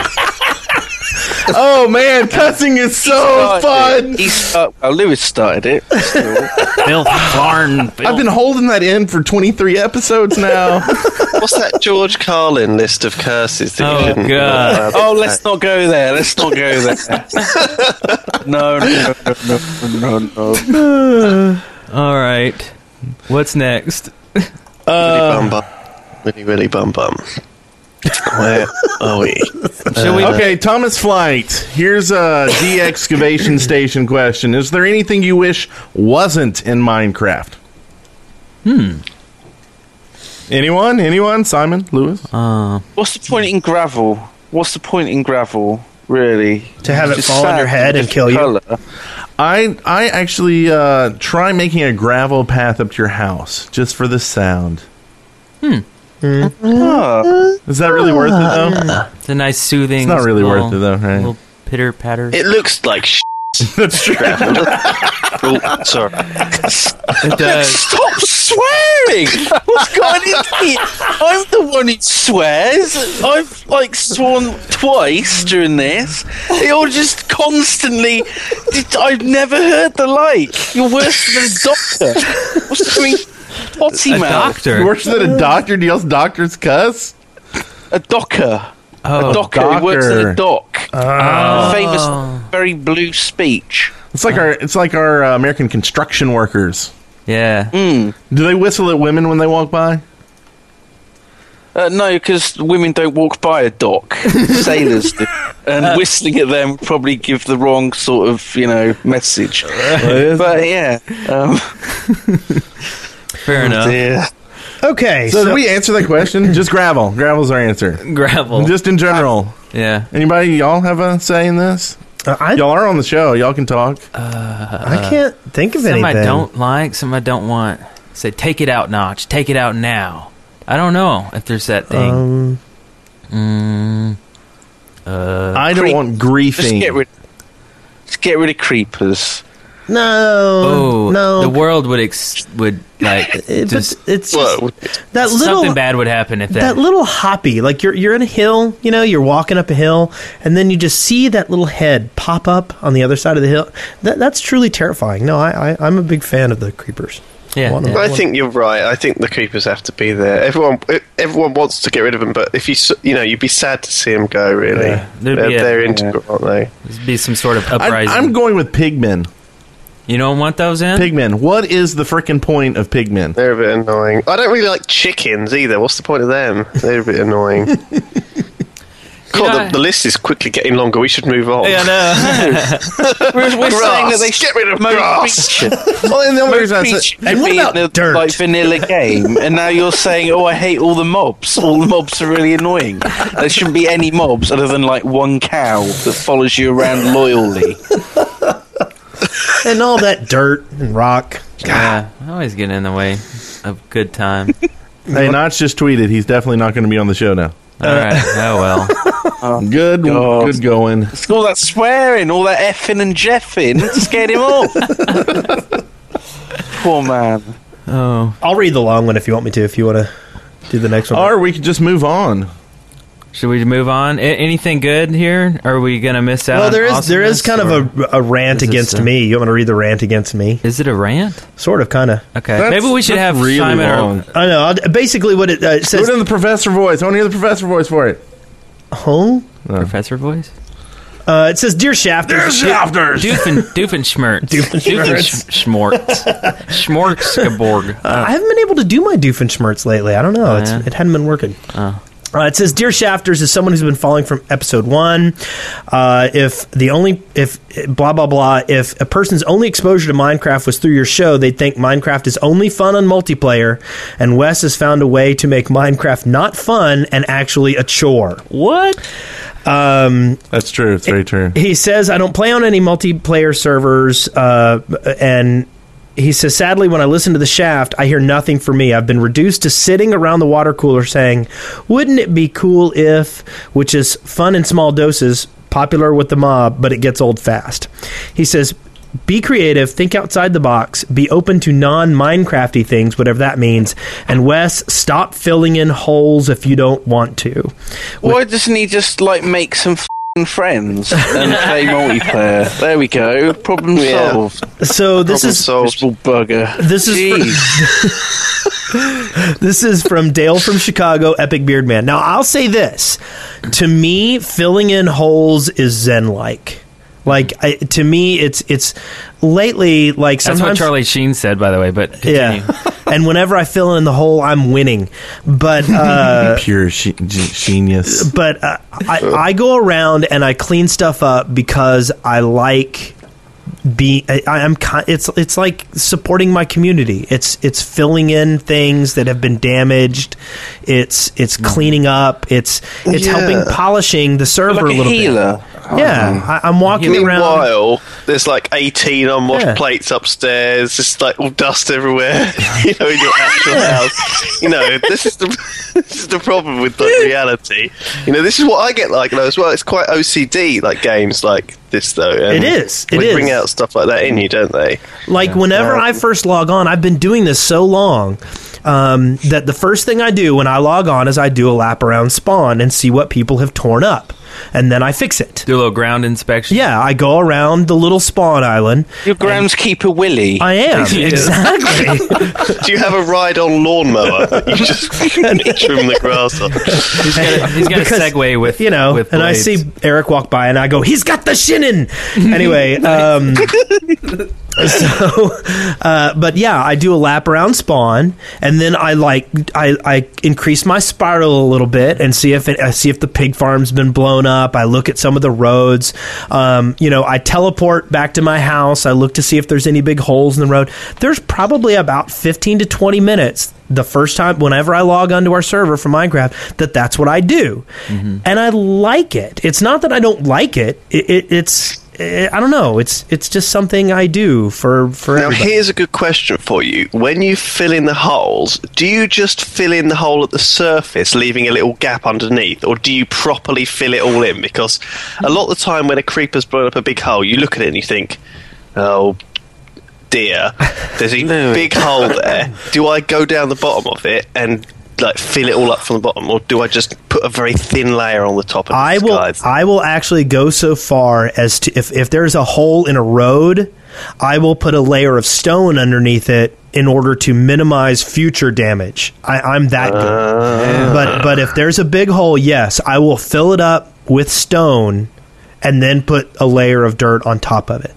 [SPEAKER 6] oh man, cussing is so fun.
[SPEAKER 1] He start, uh, well, Lewis started it. Still.
[SPEAKER 2] <laughs> Bill Barn.
[SPEAKER 6] I've been holding that in for 23 episodes now.
[SPEAKER 7] What's that George Carlin list of curses that
[SPEAKER 2] Oh,
[SPEAKER 7] you couldn't?
[SPEAKER 2] God.
[SPEAKER 7] Uh,
[SPEAKER 1] Oh, let's not go there. Let's not go there.
[SPEAKER 2] <laughs>
[SPEAKER 1] no, no, no, no, no, no.
[SPEAKER 2] All right. What's next?
[SPEAKER 7] Willy bum bum. Willy, willy bum bum. Where are we?
[SPEAKER 6] Shall we- okay, Thomas Flight. Here's a de-excavation station question. Is there anything you wish wasn't in Minecraft?
[SPEAKER 11] Hmm.
[SPEAKER 6] Anyone? Anyone? Simon? Lewis?
[SPEAKER 3] Um,
[SPEAKER 11] Uh,
[SPEAKER 1] What's the point in gravel? What's the point in gravel, really?
[SPEAKER 3] To have it
[SPEAKER 1] Just
[SPEAKER 3] fall on
[SPEAKER 1] sand
[SPEAKER 3] your head and kill you.
[SPEAKER 6] I I actually uh, try making a gravel path up to your house just for the sound.
[SPEAKER 1] Oh.
[SPEAKER 6] Is that really worth it though?
[SPEAKER 11] It's a nice soothing.
[SPEAKER 6] It's not really worth it, though, right?
[SPEAKER 11] Little pitter patter.
[SPEAKER 7] It looks like sh-
[SPEAKER 6] That's true.
[SPEAKER 7] oh, sorry.
[SPEAKER 11] <laughs> It does.
[SPEAKER 1] Stop swearing! What's
[SPEAKER 6] <laughs>
[SPEAKER 1] going on here? I'm the one who swears. I've like sworn twice during this. You're just constantly. I've never heard the like. You're worse than a doctor. What's doing? Potty
[SPEAKER 11] A
[SPEAKER 1] mouth.
[SPEAKER 11] doctor.
[SPEAKER 6] Worse than a doctor deals doctors cuss.
[SPEAKER 1] A docker.
[SPEAKER 11] Oh,
[SPEAKER 1] a docker. He works at
[SPEAKER 6] docker.
[SPEAKER 1] a dock.
[SPEAKER 6] Ah.
[SPEAKER 11] Oh.
[SPEAKER 1] Famous, very blue speech.
[SPEAKER 6] It's like our it's like our uh, American construction workers.
[SPEAKER 11] Yeah.
[SPEAKER 1] Mm.
[SPEAKER 6] Do they whistle at women when they walk by?
[SPEAKER 1] Uh, no, because women don't walk by a
[SPEAKER 3] <laughs>
[SPEAKER 1] dock. Sailors do. And whistling at them would probably give the wrong sort of, you know, message. <laughs> but yeah. Um,
[SPEAKER 11] Fair enough.
[SPEAKER 1] yeah.
[SPEAKER 3] Okay,
[SPEAKER 6] So
[SPEAKER 3] so,
[SPEAKER 6] did we answer that question? Just gravel. Gravel's our answer.
[SPEAKER 2] Oh.
[SPEAKER 11] Gravel.
[SPEAKER 6] Just in general.
[SPEAKER 11] yeah.
[SPEAKER 6] Anybody y'all have a say in this?
[SPEAKER 3] uh, I,
[SPEAKER 6] Y'all uh, are on the show. Y'all can talk.
[SPEAKER 3] I can't think of
[SPEAKER 11] Some
[SPEAKER 3] anything.
[SPEAKER 11] I don't like. Some I don't want. Say, take it out, notch. Take it out now. I don't know if there's that thing.
[SPEAKER 3] Um,
[SPEAKER 11] Mm,
[SPEAKER 6] I don't
[SPEAKER 1] creep.
[SPEAKER 6] want
[SPEAKER 1] Just
[SPEAKER 6] griefing.
[SPEAKER 1] get rid. Just get rid of creepers.
[SPEAKER 3] no,
[SPEAKER 11] oh,
[SPEAKER 3] no.
[SPEAKER 11] The world would ex- would like
[SPEAKER 3] it,
[SPEAKER 11] just
[SPEAKER 3] but it's just,
[SPEAKER 7] Whoa.
[SPEAKER 3] that little
[SPEAKER 11] something bad would happen if that.
[SPEAKER 3] that little hoppy like you're you're in a hill you know you're walking up a hill and then you just see that little head pop up on the other side of the hill that, that's truly terrifying no I, I i'm a big fan of the creepers
[SPEAKER 11] Yeah,
[SPEAKER 3] One of
[SPEAKER 11] yeah.
[SPEAKER 3] them.
[SPEAKER 7] I think you're right. I think the creepers have to be there. Everyone, everyone wants to get rid of them, but if you, s- you know, you'd be sad to see them go. Really,
[SPEAKER 11] Yeah. There'd
[SPEAKER 7] they're,
[SPEAKER 11] be a-
[SPEAKER 7] they're integral, aren't they?
[SPEAKER 11] There'd be some sort of
[SPEAKER 6] I,
[SPEAKER 11] uprising.
[SPEAKER 6] I'm going with pigmen.
[SPEAKER 11] you don't want those in.
[SPEAKER 6] Pigmen. What is the frickin' point of pigmen?
[SPEAKER 7] They're a bit annoying. I don't really like chickens either. What's the point of them? They're a bit
[SPEAKER 3] <laughs>
[SPEAKER 7] annoying. God,
[SPEAKER 11] know, I-
[SPEAKER 7] the, the list is quickly getting longer. We should move on.
[SPEAKER 11] Yeah,
[SPEAKER 7] <laughs>
[SPEAKER 11] no.
[SPEAKER 1] We're, we're saying that they
[SPEAKER 7] Grass. Get rid of
[SPEAKER 1] Mo
[SPEAKER 7] grass.
[SPEAKER 1] Beach-
[SPEAKER 3] <laughs>
[SPEAKER 6] Well, and the only
[SPEAKER 1] Mo
[SPEAKER 6] reason I said-
[SPEAKER 1] Beach should
[SPEAKER 3] And what
[SPEAKER 1] be in
[SPEAKER 3] about
[SPEAKER 1] a,
[SPEAKER 3] dirt?
[SPEAKER 1] Like vanilla game, and now you're saying, "Oh, I hate all the mobs. All the mobs are really annoying. There shouldn't be any mobs other than like one cow that follows you around loyally."
[SPEAKER 3] and all that dirt and rock
[SPEAKER 11] yeah, I always get in the way of good time.
[SPEAKER 6] Hey, Notch just tweeted. He's definitely not going to be on the show now.
[SPEAKER 11] All right. Oh well.
[SPEAKER 6] Good,
[SPEAKER 1] God.
[SPEAKER 6] good going.
[SPEAKER 1] It's all that swearing, all that effing and jeffing scared him <laughs> off. Poor man.
[SPEAKER 11] Oh,
[SPEAKER 3] i'll read the long one if you want me to if you want to do the next one
[SPEAKER 6] Or we could just move on.
[SPEAKER 11] should we move on? A- anything good here? Are we gonna miss out?
[SPEAKER 3] well
[SPEAKER 11] on
[SPEAKER 3] there is there is
[SPEAKER 11] awesomeness,
[SPEAKER 3] kind of a, a rant
[SPEAKER 11] is this
[SPEAKER 3] against
[SPEAKER 11] a-
[SPEAKER 3] me you want me to read the rant against me
[SPEAKER 11] or- Is it a rant?
[SPEAKER 3] sort of kind of
[SPEAKER 11] Okay.
[SPEAKER 6] That's-
[SPEAKER 11] Maybe we should
[SPEAKER 6] that's
[SPEAKER 11] have
[SPEAKER 6] really
[SPEAKER 11] Simon or-
[SPEAKER 6] long.
[SPEAKER 3] i know I'll, basically what it, uh, it
[SPEAKER 6] Do it
[SPEAKER 3] says
[SPEAKER 6] in the professor voice. I want to hear the professor voice for it.
[SPEAKER 3] huh?
[SPEAKER 11] Professor voice.
[SPEAKER 3] uh, it says dear shafters
[SPEAKER 6] Shafters.
[SPEAKER 11] Doofen
[SPEAKER 3] <laughs>
[SPEAKER 11] Doofenshmirtz. Doofenshmirtz. Schmortskaborg.
[SPEAKER 3] Uh, I haven't been able to do my Doofenshmirtz lately. I don't know. it's,
[SPEAKER 11] Oh, yeah? Oh.
[SPEAKER 3] It hadn't been working. Uh, it says, "Dear Shafters, is someone who's been following from episode one. Uh, if the only if blah blah blah, if a person's only exposure to Minecraft was through your show, they'd think Minecraft is only fun on multiplayer. And Wes has found a way to make Minecraft not fun and actually a chore.
[SPEAKER 11] What?
[SPEAKER 6] That's true. It's very true.
[SPEAKER 3] He says, I don't play on any multiplayer servers. Uh, and he says, sadly, when I listen to The Shaft, I hear nothing for me. I've been reduced to sitting around the water cooler saying, wouldn't it be cool if, which is fun in small doses, popular with the mob, but it gets old fast. He says, be creative, think outside the box, be open to non Minecrafty things, whatever that means. And Wes, stop filling in holes if you don't want to.
[SPEAKER 1] Why doesn't he just like make some fing friends and play multiplayer? There we go. Problem
[SPEAKER 7] Yeah.
[SPEAKER 1] solved.
[SPEAKER 3] So this
[SPEAKER 7] <laughs> Problem
[SPEAKER 3] is
[SPEAKER 7] solved.
[SPEAKER 1] Miserable bugger.
[SPEAKER 3] This is for-
[SPEAKER 1] Jeez.
[SPEAKER 3] This is from Dale from Chicago, Epic Beard Man. Now, I'll say this. To me, filling in holes is zen like. Like I, to me, it's it's lately like
[SPEAKER 11] That's
[SPEAKER 3] sometimes
[SPEAKER 11] what Charlie Sheen said, by the way. But continue.
[SPEAKER 3] yeah. and whenever I fill in the hole, I'm winning.
[SPEAKER 11] <laughs>
[SPEAKER 3] But uh,
[SPEAKER 6] Pure she- g- genius.
[SPEAKER 3] but uh, I, I go around and I clean stuff up because I like be I, I'm ki- it's it's like supporting my community. It's it's filling in things that have been damaged. It's it's cleaning up. It's it's
[SPEAKER 7] Yeah.
[SPEAKER 3] helping polishing the server
[SPEAKER 7] Like a
[SPEAKER 3] a little
[SPEAKER 7] healer.
[SPEAKER 3] bit. Yeah, I, I'm walking around.
[SPEAKER 7] Meanwhile, there's like 18 unwashed
[SPEAKER 3] Yeah.
[SPEAKER 7] plates upstairs. It's like all dust everywhere. <laughs> you know, in your actual house. You know, this is the <laughs> this is the problem with like reality. You know, this is what I get like though as well. It's quite OCD like games like this though.
[SPEAKER 3] It
[SPEAKER 7] and
[SPEAKER 3] is, it
[SPEAKER 7] they
[SPEAKER 3] is.
[SPEAKER 7] Bring out stuff like that in you, don't they?
[SPEAKER 3] Like whenever I first log on, I've been doing this so long um, that the first thing I do when I log on is I do a lap around spawn and see what people have torn up, and then I fix it.
[SPEAKER 11] Do a little ground inspection.
[SPEAKER 3] Yeah, I go around the little spawn island.
[SPEAKER 1] Your groundskeeper Willie.
[SPEAKER 3] I am exactly.
[SPEAKER 7] Do you have a ride on lawnmower?
[SPEAKER 3] <laughs>
[SPEAKER 7] that You just trim the grass off.
[SPEAKER 11] He's got a, he's got
[SPEAKER 3] Because,
[SPEAKER 11] a segue with
[SPEAKER 3] you know,
[SPEAKER 11] with
[SPEAKER 3] and I
[SPEAKER 11] blades.
[SPEAKER 3] see Eric walk by, and I go, "He's got the shinin."
[SPEAKER 11] <laughs>
[SPEAKER 3] Anyway, um, <laughs> so, uh, but yeah, I do a lap around spawn, and then I like I, I increase my spiral a little bit and see if it, I see if the pig farm's been blown up. I look at some of the roads. Um, you know, I teleport back to my house. I look to see if there's any big holes in the road. There's probably about fifteen to twenty minutes the first time whenever I log onto our server for Minecraft that that's what I do, and I like it. It's not that I don't like it. It, it it's Eh, I don't know. It's it's just something I do for for
[SPEAKER 7] Now,
[SPEAKER 3] everybody.
[SPEAKER 7] here's a good question for you. When you fill in the holes, do you just fill in the hole at the surface, leaving a little gap underneath, or do you properly fill it all in? Because a lot of the time when a creeper's blown up a big hole, you look at it and you think, oh dear,
[SPEAKER 3] <laughs>
[SPEAKER 7] there's a big hole there. Do I go down the bottom of it and like fill it all up from the bottom, or do I just put a very thin layer on the top? And
[SPEAKER 3] I will I will actually go so far as to if if there's a hole in a road, I will put a layer of stone underneath it in order to minimize future damage. I, I'm that good. But but if there's a big hole, yes, I will fill it up with stone and then put a layer of dirt on top of it.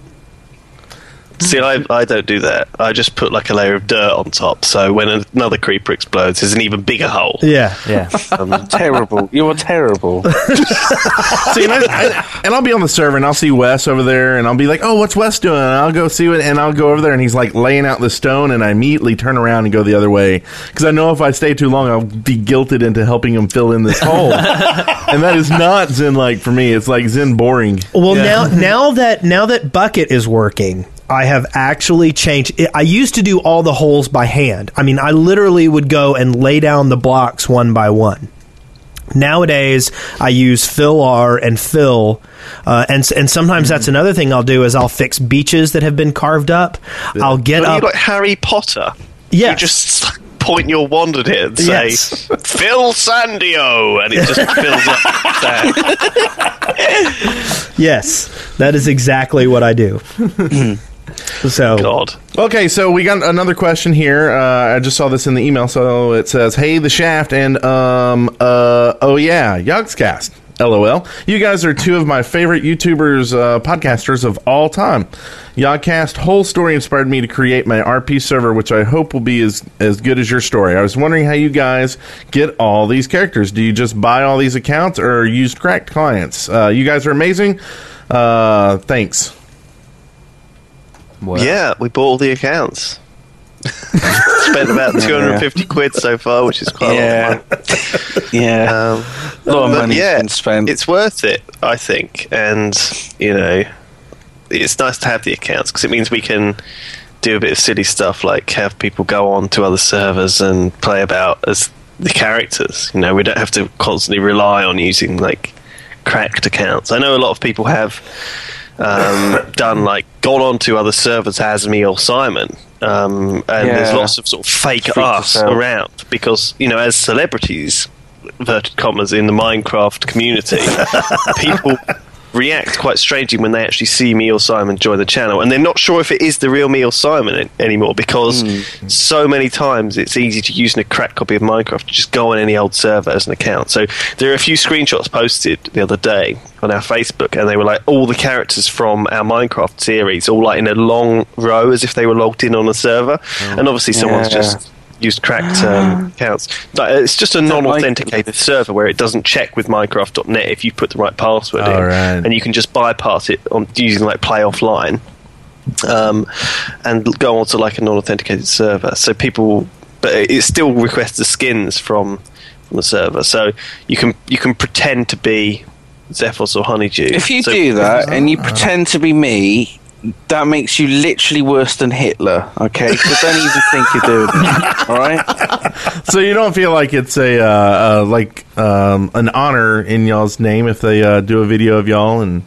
[SPEAKER 7] See, I, I don't do that. I just put like a layer of dirt on top, so when another creeper explodes, there's an even bigger hole.
[SPEAKER 3] Yeah.
[SPEAKER 11] Yeah.
[SPEAKER 1] <laughs>
[SPEAKER 7] Um,
[SPEAKER 1] terrible. You are terrible.
[SPEAKER 6] see, and, I,
[SPEAKER 7] <laughs>
[SPEAKER 6] I, and I'll be on the server and I'll see Wes over there and I'll be like, oh, what's Wes doing? And I'll go see it and I'll go over there and he's like laying out the stone and I immediately turn around and go the other way because I know if I stay too long, I'll be guilted into helping him fill in this
[SPEAKER 11] <laughs>
[SPEAKER 6] hole. and that is not Zen like for me. It's like Zen boring.
[SPEAKER 3] Well, <laughs> now now that now that bucket is working, I have actually changed. It. I used to do all the holes by hand. I mean, I literally would go and lay down the blocks one by one. Nowadays, I use fill R and fill, uh, and s- and sometimes that's another thing I'll do is I'll fix beaches that have been carved up. I'll get
[SPEAKER 7] Are
[SPEAKER 3] up.
[SPEAKER 7] you like Harry Potter?
[SPEAKER 3] Yes.
[SPEAKER 7] You just point your wand at it and say,
[SPEAKER 3] Yes.
[SPEAKER 7] Phil Sandio! And it just fills up sand.
[SPEAKER 3] yes, that is exactly what I <laughs> do. so
[SPEAKER 7] God.
[SPEAKER 6] Okay, so we got another question here. Uh, I just saw this in the email. So it says, "Hey, the Shaft, and um, uh, oh yeah, Yogscast." LOL. You guys are two of my favorite YouTubers, uh, podcasters of all time. Yogcast whole story inspired me to create my RP server, which I hope will be as as good as your story. I was wondering how you guys get all these characters. Do you just buy all these accounts or use cracked clients? Uh, you guys are amazing. Uh, thanks.
[SPEAKER 7] Yeah, we bought all the accounts. Spent about 250 quid so far, which is quite a lot
[SPEAKER 1] yeah.
[SPEAKER 7] of money.
[SPEAKER 1] yeah. a lot
[SPEAKER 7] Um,
[SPEAKER 1] of
[SPEAKER 7] but
[SPEAKER 1] money
[SPEAKER 7] yeah,
[SPEAKER 1] been spent.
[SPEAKER 7] It's worth it, I think. And, you know, it's nice to have the accounts because it means we can do a bit of silly stuff like have people go on to other servers and play about as the characters. You know, we don't have to constantly rely on using like cracked accounts. I know a lot of people have
[SPEAKER 1] <coughs>
[SPEAKER 7] um, done like gone on to other servers as me or Simon. Um, and there's
[SPEAKER 1] Yeah.
[SPEAKER 7] lots of sort of fake
[SPEAKER 1] Freak
[SPEAKER 7] us
[SPEAKER 1] yourself.
[SPEAKER 7] around because you know as celebrities inverted commas in the minecraft community people react quite strangely when they actually see me or Simon join the channel, and they're not sure if it is the real me or Simon an- anymore because so many times it's easy to use in a cracked copy of Minecraft to just go on any old server as an account. So there are a few screenshots posted the other day on our Facebook, and they were like all the characters from our Minecraft series, all like in a long row as if they were logged in on a server, and obviously someone's
[SPEAKER 1] Yeah.
[SPEAKER 7] just used cracked um, accounts. But it's just a non-authenticated server where it doesn't check with Minecraft.net if you put the right password in, and you can just bypass it on using like play offline, um, and go onto like a non-authenticated server. So people, but it it still requests the skins from, from the server. So you can you can pretend to be Zephos or Honeydew.
[SPEAKER 1] If you
[SPEAKER 7] So-
[SPEAKER 1] do that and you pretend to be me, that makes you literally worse than Hitler. Okay, so don't even think you're doing
[SPEAKER 3] <laughs>
[SPEAKER 1] it. All right.
[SPEAKER 6] so you don't feel like it's a uh, uh, like um, an honor in y'all's name if they uh, do a video of y'all and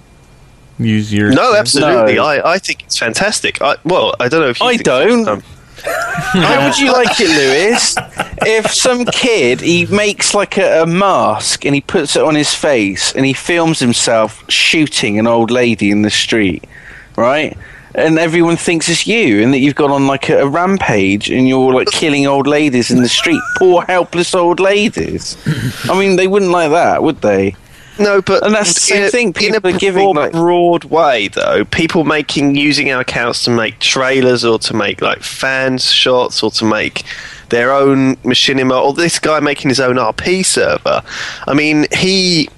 [SPEAKER 6] use your
[SPEAKER 7] No, absolutely. I, I think it's fantastic. I, well, I don't know if you I
[SPEAKER 1] don't. How would you like it, Lewis? If some kid he makes like a, a mask and he puts it on his face and he films himself shooting an old lady in the street, right? And everyone thinks it's you, and that you've gone on like a, a rampage, and you're like killing old ladies in the street, poor helpless old ladies. I mean, they wouldn't like that, would they?
[SPEAKER 7] No, but
[SPEAKER 1] and that's the
[SPEAKER 7] in
[SPEAKER 1] same
[SPEAKER 7] a-
[SPEAKER 1] thing.
[SPEAKER 7] in a
[SPEAKER 1] People are giving
[SPEAKER 7] broad-
[SPEAKER 1] like
[SPEAKER 7] broad way though. People making using our accounts to make trailers or to make like fans shots or to make their own machinima or this guy making his own RP server. I mean, he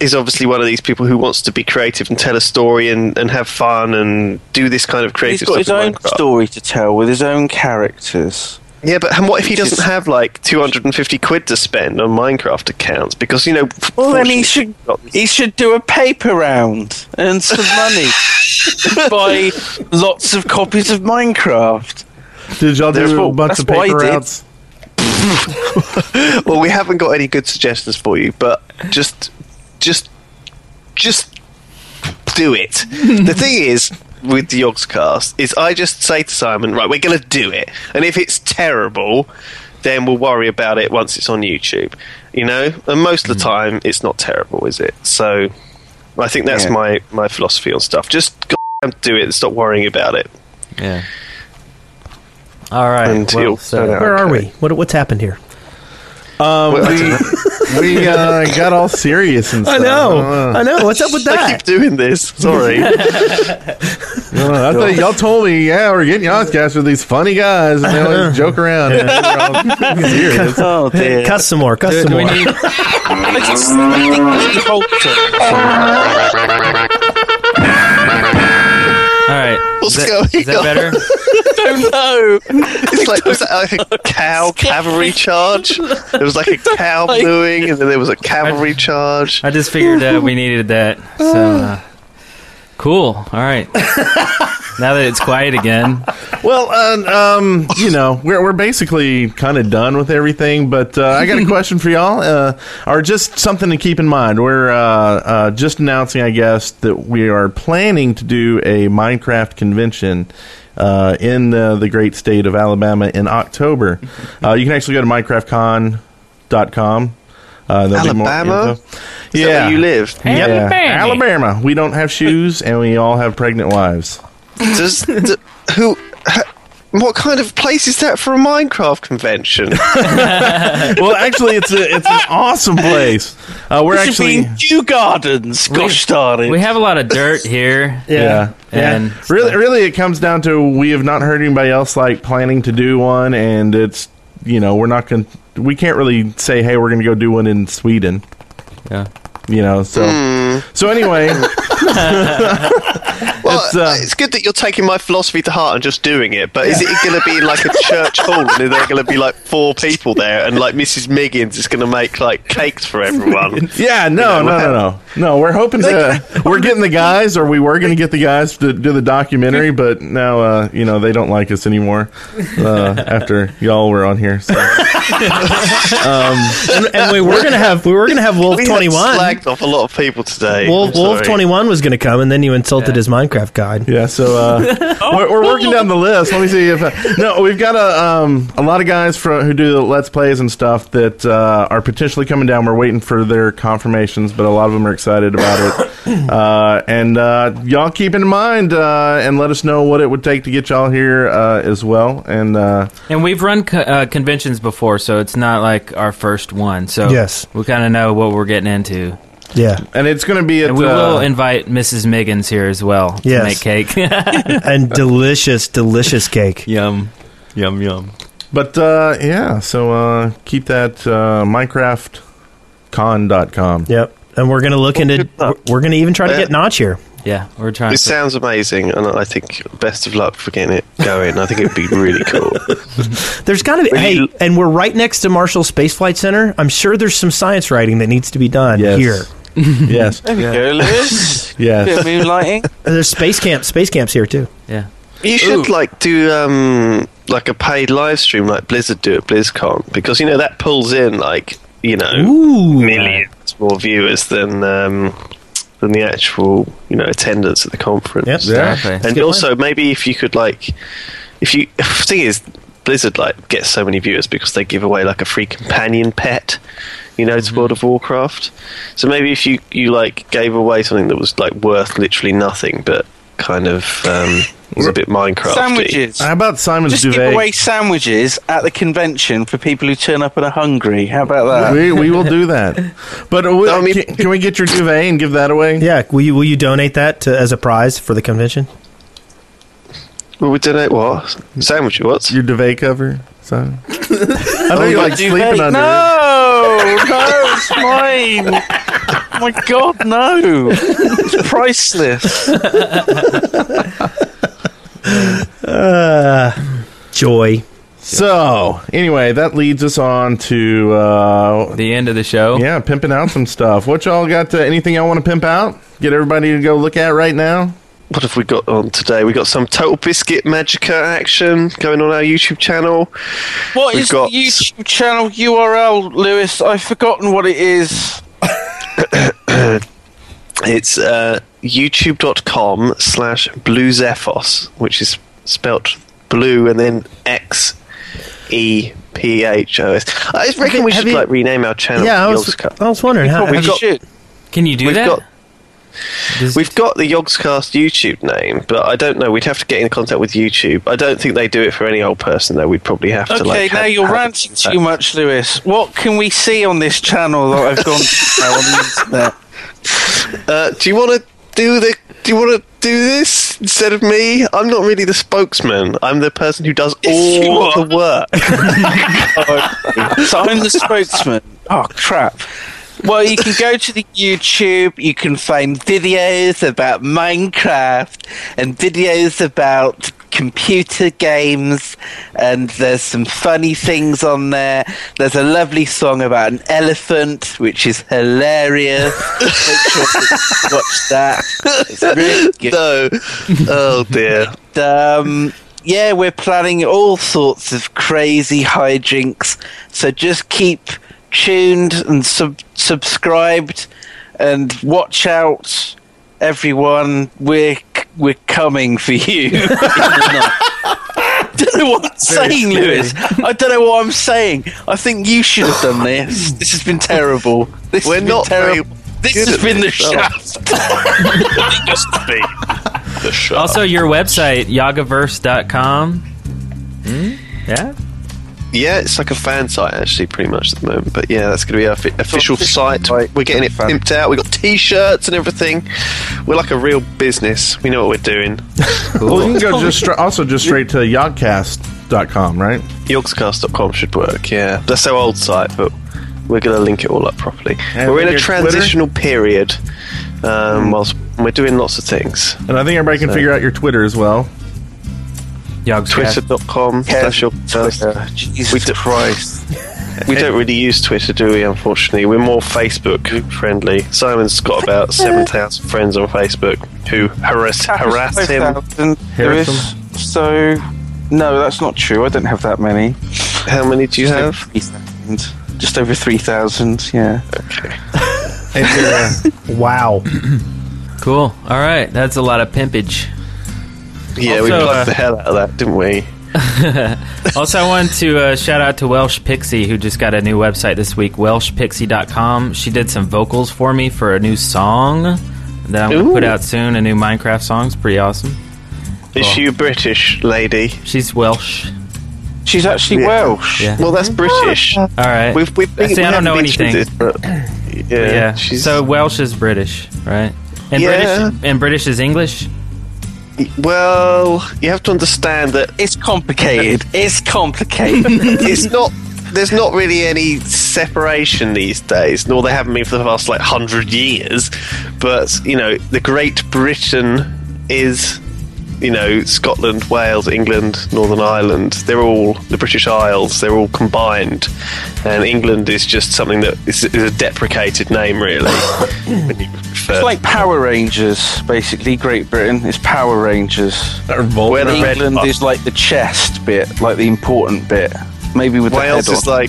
[SPEAKER 7] is obviously one of these people who wants to be creative and tell a story and, and have fun and do this kind of creative
[SPEAKER 1] he's got
[SPEAKER 7] stuff.
[SPEAKER 1] his
[SPEAKER 7] in
[SPEAKER 1] own
[SPEAKER 7] Minecraft.
[SPEAKER 1] story to tell with his own characters.
[SPEAKER 7] Yeah, but and what if he
[SPEAKER 1] Which is-
[SPEAKER 7] doesn't have like 250 quid to spend on Minecraft accounts? Because you know,
[SPEAKER 1] Well, then he should he should do a paper round and some money, <laughs> buy lots of copies of Minecraft.
[SPEAKER 6] Did y'all
[SPEAKER 1] That's
[SPEAKER 6] do a
[SPEAKER 1] what-
[SPEAKER 6] bunch
[SPEAKER 1] that's
[SPEAKER 6] of
[SPEAKER 1] what I
[SPEAKER 6] paper
[SPEAKER 1] did.
[SPEAKER 6] routes?
[SPEAKER 7] well, we haven't got any good suggestions for you, but just, just, just do it. the thing is with the Yogscast is I just say to Simon, right, we're going to do it, and if it's terrible, then we'll worry about it once it's on YouTube. You know, and most of the time it's not terrible, is it? So I think that's
[SPEAKER 1] Yeah.
[SPEAKER 7] my my philosophy on stuff. Just goddamn do it and stop worrying about it.
[SPEAKER 11] Yeah. All right.
[SPEAKER 7] Until-
[SPEAKER 11] well, so-
[SPEAKER 3] Where are we? What, what's happened here?
[SPEAKER 6] Um, we we uh, got all serious and
[SPEAKER 3] I
[SPEAKER 6] stuff.
[SPEAKER 3] know.
[SPEAKER 6] Uh,
[SPEAKER 3] I know. What's up with
[SPEAKER 7] I
[SPEAKER 3] that?
[SPEAKER 7] keep doing this. Sorry.
[SPEAKER 6] uh, I thought y'all told me, yeah, we're getting Yozcast with these funny guys, and they always joke around. And they're all serious.
[SPEAKER 1] Oh dear!
[SPEAKER 3] Cuss some more. Cuss some more.
[SPEAKER 1] I just <laughs> I think that's the whole thing.
[SPEAKER 11] All right.
[SPEAKER 7] What's
[SPEAKER 11] is that,
[SPEAKER 7] going
[SPEAKER 11] is that
[SPEAKER 7] on?
[SPEAKER 11] better?
[SPEAKER 1] Don't know.
[SPEAKER 7] It's like, was that like a <laughs> cow <laughs> cavalry charge? There was <laughs> like a cow bluing, and then there was a cavalry charge.
[SPEAKER 11] I just figured uh, we needed that. So uh, cool. All right. now that it's quiet again,
[SPEAKER 6] Well, uh, um, you know, we're we're basically kind of done with everything, but uh, I got a question for y'all, uh, or just something to keep in mind. We're uh, uh, just announcing, I guess, that we are planning to do a Minecraft convention. Uh, in uh, the great state of Alabama in October, uh, you can actually go to MinecraftCon.com. Uh, there'll
[SPEAKER 7] Alabama? Is
[SPEAKER 6] info.
[SPEAKER 7] that
[SPEAKER 6] yeah,
[SPEAKER 7] where you live?
[SPEAKER 6] Yeah.
[SPEAKER 11] Alabama.
[SPEAKER 6] Alabama. We don't have shoes, and we all have pregnant wives.
[SPEAKER 7] <laughs> Does d- who? h- What kind of place is that for a Minecraft <laughs> convention?
[SPEAKER 6] <laughs> well, actually, it's a it's an awesome place. Uh, we're
[SPEAKER 1] It should be
[SPEAKER 6] actually
[SPEAKER 1] in Kew Gardens. Gosh darn it!
[SPEAKER 11] we have a lot of dirt here.
[SPEAKER 6] yeah.
[SPEAKER 11] And
[SPEAKER 6] Really, really, it comes down to we have not heard anybody else like planning to do one, and it's you know we're not going to we can't really say hey we're going to go do one in Sweden.
[SPEAKER 11] Yeah.
[SPEAKER 6] You know, so so anyway,
[SPEAKER 7] Well,
[SPEAKER 6] It's,
[SPEAKER 7] it's,
[SPEAKER 6] uh,
[SPEAKER 7] good that you're taking my philosophy to heart and just doing it, but is it going to be like a church <laughs> hall and are there going to be like four people there and like Mrs. Miggins is going to make like cakes for <laughs> everyone?
[SPEAKER 6] yeah, no, no, no, no, no. We're hoping to we're getting the guys, or we were going to get the guys to do the documentary, but now uh, you know they don't like us anymore uh, after y'all were on here. So.
[SPEAKER 3] and, and we were gonna have we were gonna have Wolf
[SPEAKER 7] We have
[SPEAKER 3] Twenty One.
[SPEAKER 7] slagged off a lot of people today.
[SPEAKER 3] Wolf,
[SPEAKER 7] I'm
[SPEAKER 3] Wolf
[SPEAKER 7] sorry.
[SPEAKER 3] Twenty One was gonna come, and then you insulted his Minecraft Minecraft guide.
[SPEAKER 6] Yeah, so uh, we're, we're working down the list. Let me see if I, no, we've got a um, a lot of guys for, who do the let's plays and stuff that uh, are potentially coming down. We're waiting for their confirmations, but a lot of them are excited about it. Uh, and uh, y'all keep in mind uh, and let us know what it would take to get y'all here uh, as well. And uh,
[SPEAKER 11] And we've run co- uh, conventions before, so it's not like our first one. So
[SPEAKER 6] Yes.
[SPEAKER 11] we kind of know what we're getting into.
[SPEAKER 3] Yeah.
[SPEAKER 6] and it's going to be at
[SPEAKER 11] And we will
[SPEAKER 6] uh,
[SPEAKER 11] invite Mrs. Miggins here as well
[SPEAKER 3] Yes.
[SPEAKER 11] to make cake. <laughs>
[SPEAKER 3] and delicious, delicious cake.
[SPEAKER 6] Yum, yum, yum. But uh, yeah, so uh, keep that uh, MinecraftCon.com.
[SPEAKER 3] Yep. And we're gonna look into. We're gonna even try to
[SPEAKER 7] Yeah.
[SPEAKER 3] get Notch here.
[SPEAKER 11] Yeah, we're trying.
[SPEAKER 7] It sounds amazing, and I think best of luck for getting it going. I think it'd be really cool.
[SPEAKER 3] There's got to be. Hey, and we're right next to Marshall Space Flight Center. I'm sure there's some science writing that needs to be done here.
[SPEAKER 6] yes.
[SPEAKER 1] There we go,
[SPEAKER 6] <laughs>
[SPEAKER 1] Lewis.
[SPEAKER 6] Yes.
[SPEAKER 1] Bit of moonlighting.
[SPEAKER 3] There's space camp. Space camps here too.
[SPEAKER 11] Yeah.
[SPEAKER 7] You should like do um like a paid live stream like Blizzard do at BlizzCon because you know that pulls in like you know millions more viewers than um than the actual you know attendance at the conference.
[SPEAKER 3] Yep. Yeah. Exactly. That's a
[SPEAKER 7] And
[SPEAKER 3] good
[SPEAKER 7] also maybe if you could like if you <laughs> the thing is Blizzard like gets so many viewers because they give away like a free companion pet. You know,
[SPEAKER 3] Mm-hmm.
[SPEAKER 7] to World of Warcraft. So maybe if you, you like gave away something that was like worth literally nothing, but kind of um, was a bit Minecraft.
[SPEAKER 1] Sandwiches.
[SPEAKER 6] How about Simon's
[SPEAKER 1] Just
[SPEAKER 7] duvet?
[SPEAKER 1] give away sandwiches at the convention for people who turn up and are hungry. How about that?
[SPEAKER 6] We, we will do that. But uh, we, can, can we get your duvet and give that away?
[SPEAKER 3] Yeah. Will you Will you donate that to, as a prize for the convention?
[SPEAKER 7] Well, we donate what? Sandwich, what?
[SPEAKER 6] Your duvet cover? Simon? I know you like
[SPEAKER 1] Duvet.
[SPEAKER 6] sleeping under it.
[SPEAKER 1] No, no, it's mine. Oh my God,
[SPEAKER 6] <laughs>
[SPEAKER 1] no! It's priceless.
[SPEAKER 3] Uh, joy.
[SPEAKER 6] So, anyway, that leads us on to uh,
[SPEAKER 11] the end of the show.
[SPEAKER 6] Yeah, pimping out some stuff. What y'all got? To, anything y'all want to pimp out? Get everybody to go look at right now.
[SPEAKER 7] What have we got on today? We got some Total Biscuit Magica action going on our YouTube channel.
[SPEAKER 1] What
[SPEAKER 7] We've
[SPEAKER 1] is
[SPEAKER 7] got-
[SPEAKER 1] the YouTube channel URL, Lewis? I've forgotten what it is.
[SPEAKER 7] It's uh, youtube.com slash blue zephos, which is spelt blue and then X E P H O S. I reckon we
[SPEAKER 3] Have
[SPEAKER 7] should
[SPEAKER 3] you-
[SPEAKER 7] like rename our channel.
[SPEAKER 3] yeah. I
[SPEAKER 7] to
[SPEAKER 3] was,
[SPEAKER 7] Yogscast.
[SPEAKER 3] I was wondering how.
[SPEAKER 7] We've got-
[SPEAKER 11] Can you do
[SPEAKER 7] we've
[SPEAKER 11] that?
[SPEAKER 7] got we've got the Yogscast YouTube name, but I don't know. We'd have to get in contact with YouTube. I don't think they do it for any old person though. We'd probably have to
[SPEAKER 1] Okay,
[SPEAKER 7] like.
[SPEAKER 1] now
[SPEAKER 7] have-
[SPEAKER 1] you're
[SPEAKER 7] have it
[SPEAKER 1] ranting
[SPEAKER 7] set.
[SPEAKER 1] too much, Lewis. What can we see on this channel that I've gone
[SPEAKER 7] <laughs>
[SPEAKER 1] to now on the internet?
[SPEAKER 7] Uh, do you want to do the? Do you want to do this instead of me? I'm not really the spokesman. I'm the person who does
[SPEAKER 1] you
[SPEAKER 7] all
[SPEAKER 1] are.
[SPEAKER 7] the work.
[SPEAKER 1] so <laughs> I'm the spokesman. Oh crap. Well, you can go to the YouTube. You can find videos about Minecraft and videos about computer games, and there's some funny things on there. There's a lovely song about an elephant, which is hilarious. Make sure to watch that. It's really good.
[SPEAKER 7] <laughs> no. Oh dear.
[SPEAKER 1] um, yeah, we're planning all sorts of crazy hijinks. So just keep tuned and sub- subscribed, and watch out, everyone. We're c- we're coming for you. I don't know what I'm saying, Lewis. I don't know what I'm saying. I think you should have done this. This has been terrible. This
[SPEAKER 7] We're
[SPEAKER 1] has been
[SPEAKER 7] not very
[SPEAKER 1] terrible. This
[SPEAKER 7] good
[SPEAKER 1] has
[SPEAKER 7] at
[SPEAKER 1] been the
[SPEAKER 7] this, are we?
[SPEAKER 1] shaft.
[SPEAKER 7] Just be <laughs> the show.
[SPEAKER 11] Also, your website, yagaverse.com. Hmm? Yeah.
[SPEAKER 7] yeah, it's like a fan site actually, pretty much at the moment. But yeah, that's going to be our fi- official site. We're getting it pimped out. We got T-shirts and everything. We're like a real business. We know what we're doing.
[SPEAKER 6] Well, you <laughs> can go just stra- also just straight to yogcast.com, right?
[SPEAKER 7] Yorkscast.com should work. Yeah, that's our old site, but we're going to link it all up properly.
[SPEAKER 6] And
[SPEAKER 7] we're in a
[SPEAKER 6] your Twitter?
[SPEAKER 7] transitional period.
[SPEAKER 1] Mm.
[SPEAKER 7] Um, whilst we're doing lots of things.
[SPEAKER 6] And I think everybody can
[SPEAKER 7] So-
[SPEAKER 6] figure out your Twitter as well.
[SPEAKER 11] Yogcast.
[SPEAKER 7] Twitter.com slash Yorkscast.
[SPEAKER 1] Jesus
[SPEAKER 7] We do-
[SPEAKER 1] Christ.
[SPEAKER 7] We don't really use Twitter, do we? Unfortunately, we're more Facebook friendly. Simon's got about seven thousand friends on Facebook who harass harass him.
[SPEAKER 1] 5,000
[SPEAKER 6] Harass
[SPEAKER 1] Lewis. So, no, that's not true. I don't have that many.
[SPEAKER 7] How many do you have?
[SPEAKER 1] 3,000. Just over 3,000, yeah.
[SPEAKER 6] And your, uh,
[SPEAKER 3] Wow.
[SPEAKER 2] Cool. All right, that's a lot of pimpage.
[SPEAKER 7] Yeah, we
[SPEAKER 2] Also,
[SPEAKER 7] plugged
[SPEAKER 2] uh, Oh.
[SPEAKER 7] the hell out of that, didn't we?
[SPEAKER 2] also, I wanted to uh, shout out to Welsh Pixie, who just got a new website this week, welshpixie.com. She did some vocals for me for a new song that I'm going to
[SPEAKER 7] Ooh.
[SPEAKER 2] put out soon, a new Minecraft song. It's pretty awesome.
[SPEAKER 7] Is she a British lady?
[SPEAKER 2] She's Welsh.
[SPEAKER 7] She's actually Welsh.
[SPEAKER 2] Yeah.
[SPEAKER 7] Well, that's British. All
[SPEAKER 2] right.
[SPEAKER 7] We've, we've been,
[SPEAKER 2] See,
[SPEAKER 7] we
[SPEAKER 2] I don't
[SPEAKER 7] haven't
[SPEAKER 2] know
[SPEAKER 7] been
[SPEAKER 2] anything.
[SPEAKER 7] treated, but-
[SPEAKER 2] But
[SPEAKER 7] yeah.
[SPEAKER 2] yeah. So Welsh is British, right? And
[SPEAKER 7] Yeah.
[SPEAKER 2] British and British is English.
[SPEAKER 7] Well, you have to understand that it's <laughs> complicated. It's complicated. <laughs> it's not. There's not really any separation these days, nor there haven't been for the past like hundred years. But you know, the Great Britain is, you know, Scotland, Wales, England, Northern Ireland. They're all the British Isles. They're all combined, and England is just something that is, is a deprecated name, really. <coughs> when you refer
[SPEAKER 1] It's like Power Rangers, basically. Great Britain is Power Rangers.
[SPEAKER 7] Where the red
[SPEAKER 1] England
[SPEAKER 7] button-
[SPEAKER 1] is like the chest bit, like the important bit. Maybe with
[SPEAKER 7] Wales
[SPEAKER 1] the head
[SPEAKER 7] is
[SPEAKER 1] on.
[SPEAKER 7] like <laughs>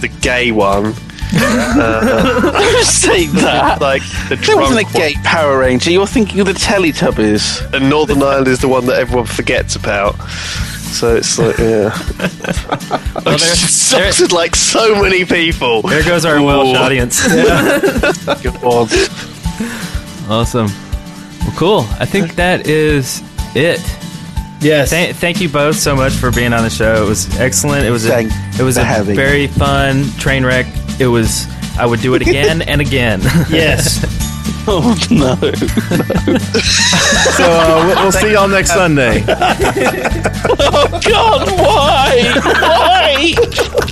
[SPEAKER 7] the gay one. uh,
[SPEAKER 1] Say that.
[SPEAKER 7] like the
[SPEAKER 1] there wasn't a
[SPEAKER 7] drunk one.
[SPEAKER 1] gay Power Ranger. You're thinking of the Teletubbies.
[SPEAKER 7] and Northern Ireland is the one that everyone forgets about. So it's like, yeah. <laughs> I'm just sorted like so many people.
[SPEAKER 2] There goes our Welsh audience. <laughs> Awesome. Well, cool. I think that is it.
[SPEAKER 3] Yes.
[SPEAKER 2] Thank, thank you both so much for being on the show. It was excellent. It was a,
[SPEAKER 1] Thank
[SPEAKER 2] it was
[SPEAKER 1] for
[SPEAKER 2] a
[SPEAKER 1] having
[SPEAKER 2] very fun train wreck. It was. I would do it again and again.
[SPEAKER 3] Yes.
[SPEAKER 1] <laughs> oh no.
[SPEAKER 6] So uh, we'll, we'll see y'all next Sunday.
[SPEAKER 1] oh God! Why? Why?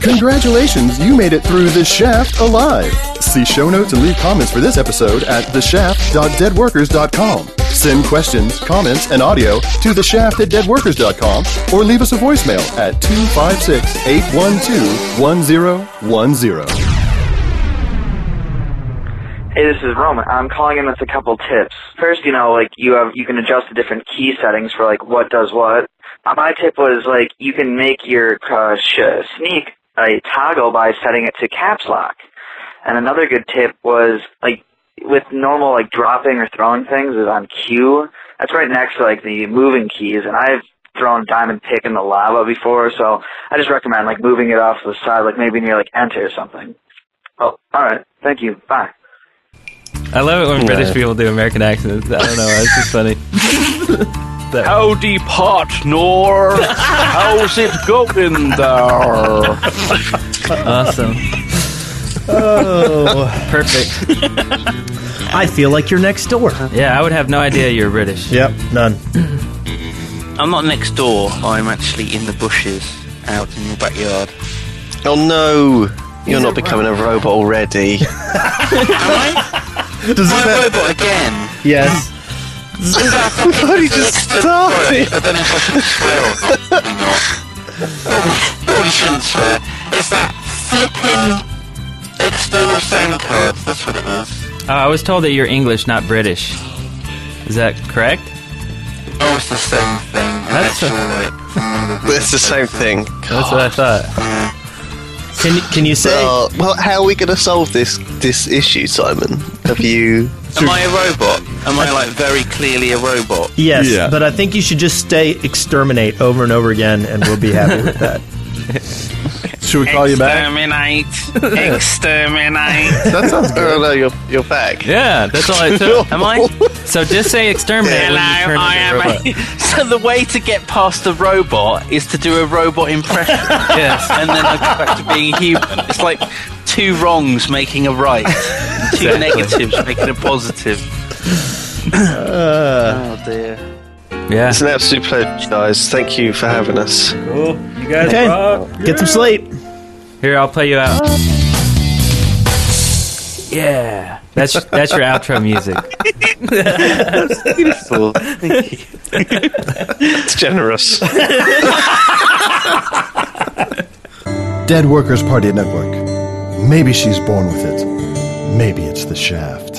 [SPEAKER 5] Congratulations, you made it through The Shaft alive. See show notes and leave comments for this episode at theshaft.deadworkers.com. Send questions, comments, and audio to theshaft at deadworkers.com or leave us a voicemail at 256 812 1010.
[SPEAKER 13] Hey, this is Roman. I'm calling in with a couple tips. First, you know, like you have you can adjust the different key settings for like what does what. Uh, My tip was like you can make your uh, sh- sneak a toggle by setting it to caps lock. And another good tip was like with normal like dropping or throwing things is on Q. That's right next to like the moving keys, and I've thrown diamond pick in the lava before, so I just recommend like moving it off to the side, like maybe near like enter or something. Oh, all right. Thank you. Bye.
[SPEAKER 2] <laughs> I love it when
[SPEAKER 13] Yeah.
[SPEAKER 2] British people do American accents. I don't know. It's just funny.
[SPEAKER 1] How depart, Nor? How's it going there?
[SPEAKER 2] Awesome.
[SPEAKER 3] Oh.
[SPEAKER 2] Perfect.
[SPEAKER 3] <laughs> I feel like you're next door.
[SPEAKER 7] Uh-huh.
[SPEAKER 2] Yeah, I would have no idea you're British.
[SPEAKER 3] Yep, none.
[SPEAKER 1] I'm not next door. I'm actually in the bushes, out in your backyard.
[SPEAKER 7] Oh no, you're not becoming a
[SPEAKER 1] <laughs>
[SPEAKER 7] robot already.
[SPEAKER 1] Does i a robot again.
[SPEAKER 3] Yes.
[SPEAKER 7] Bloody just stop it.
[SPEAKER 1] I don't know if I should swear or not. Hang on. Probably shouldn't swear. It's that flipping external sound card. That's what it is.
[SPEAKER 2] Uh, I was told that you're English, not British. Is that correct?
[SPEAKER 1] Oh, it's the same thing.
[SPEAKER 2] That's
[SPEAKER 1] Eventually.
[SPEAKER 7] But it's the same thing.
[SPEAKER 2] That's what I thought.
[SPEAKER 3] Can you, can you say?
[SPEAKER 7] Well, Uh, well, how are we going to solve this this issue, Simon? Have you?
[SPEAKER 1] Am I a robot? Am I like very clearly a robot?
[SPEAKER 3] Yes, but I think you should just stay exterminate over and over again, and we'll be happy with that.
[SPEAKER 6] should we call you back?
[SPEAKER 1] Exterminate! Exterminate!
[SPEAKER 7] That sounds good. Oh, no, you're, you're back.
[SPEAKER 2] Yeah, that's all I took.
[SPEAKER 1] Am I?
[SPEAKER 2] So just say exterminate. when you turn into a <laughs> robot.
[SPEAKER 1] <laughs> so the way to get past the robot is to do a robot impression.
[SPEAKER 2] <laughs> Yes.
[SPEAKER 1] and then I go back to being human. It's like two wrongs making a right, and two negatives making
[SPEAKER 2] <laughs>
[SPEAKER 1] a positive. oh dear.
[SPEAKER 2] Yeah.
[SPEAKER 7] It's an absolute pleasure, guys. Thank you for having us.
[SPEAKER 2] Cool. You guys
[SPEAKER 3] Okay. Get some sleep.
[SPEAKER 2] Here, I'll play you out. Yeah. That's that's your outro music.
[SPEAKER 7] Beautiful. it's generous.
[SPEAKER 5] Dead Workers Party Network. Maybe she's born with it. Maybe it's the shaft.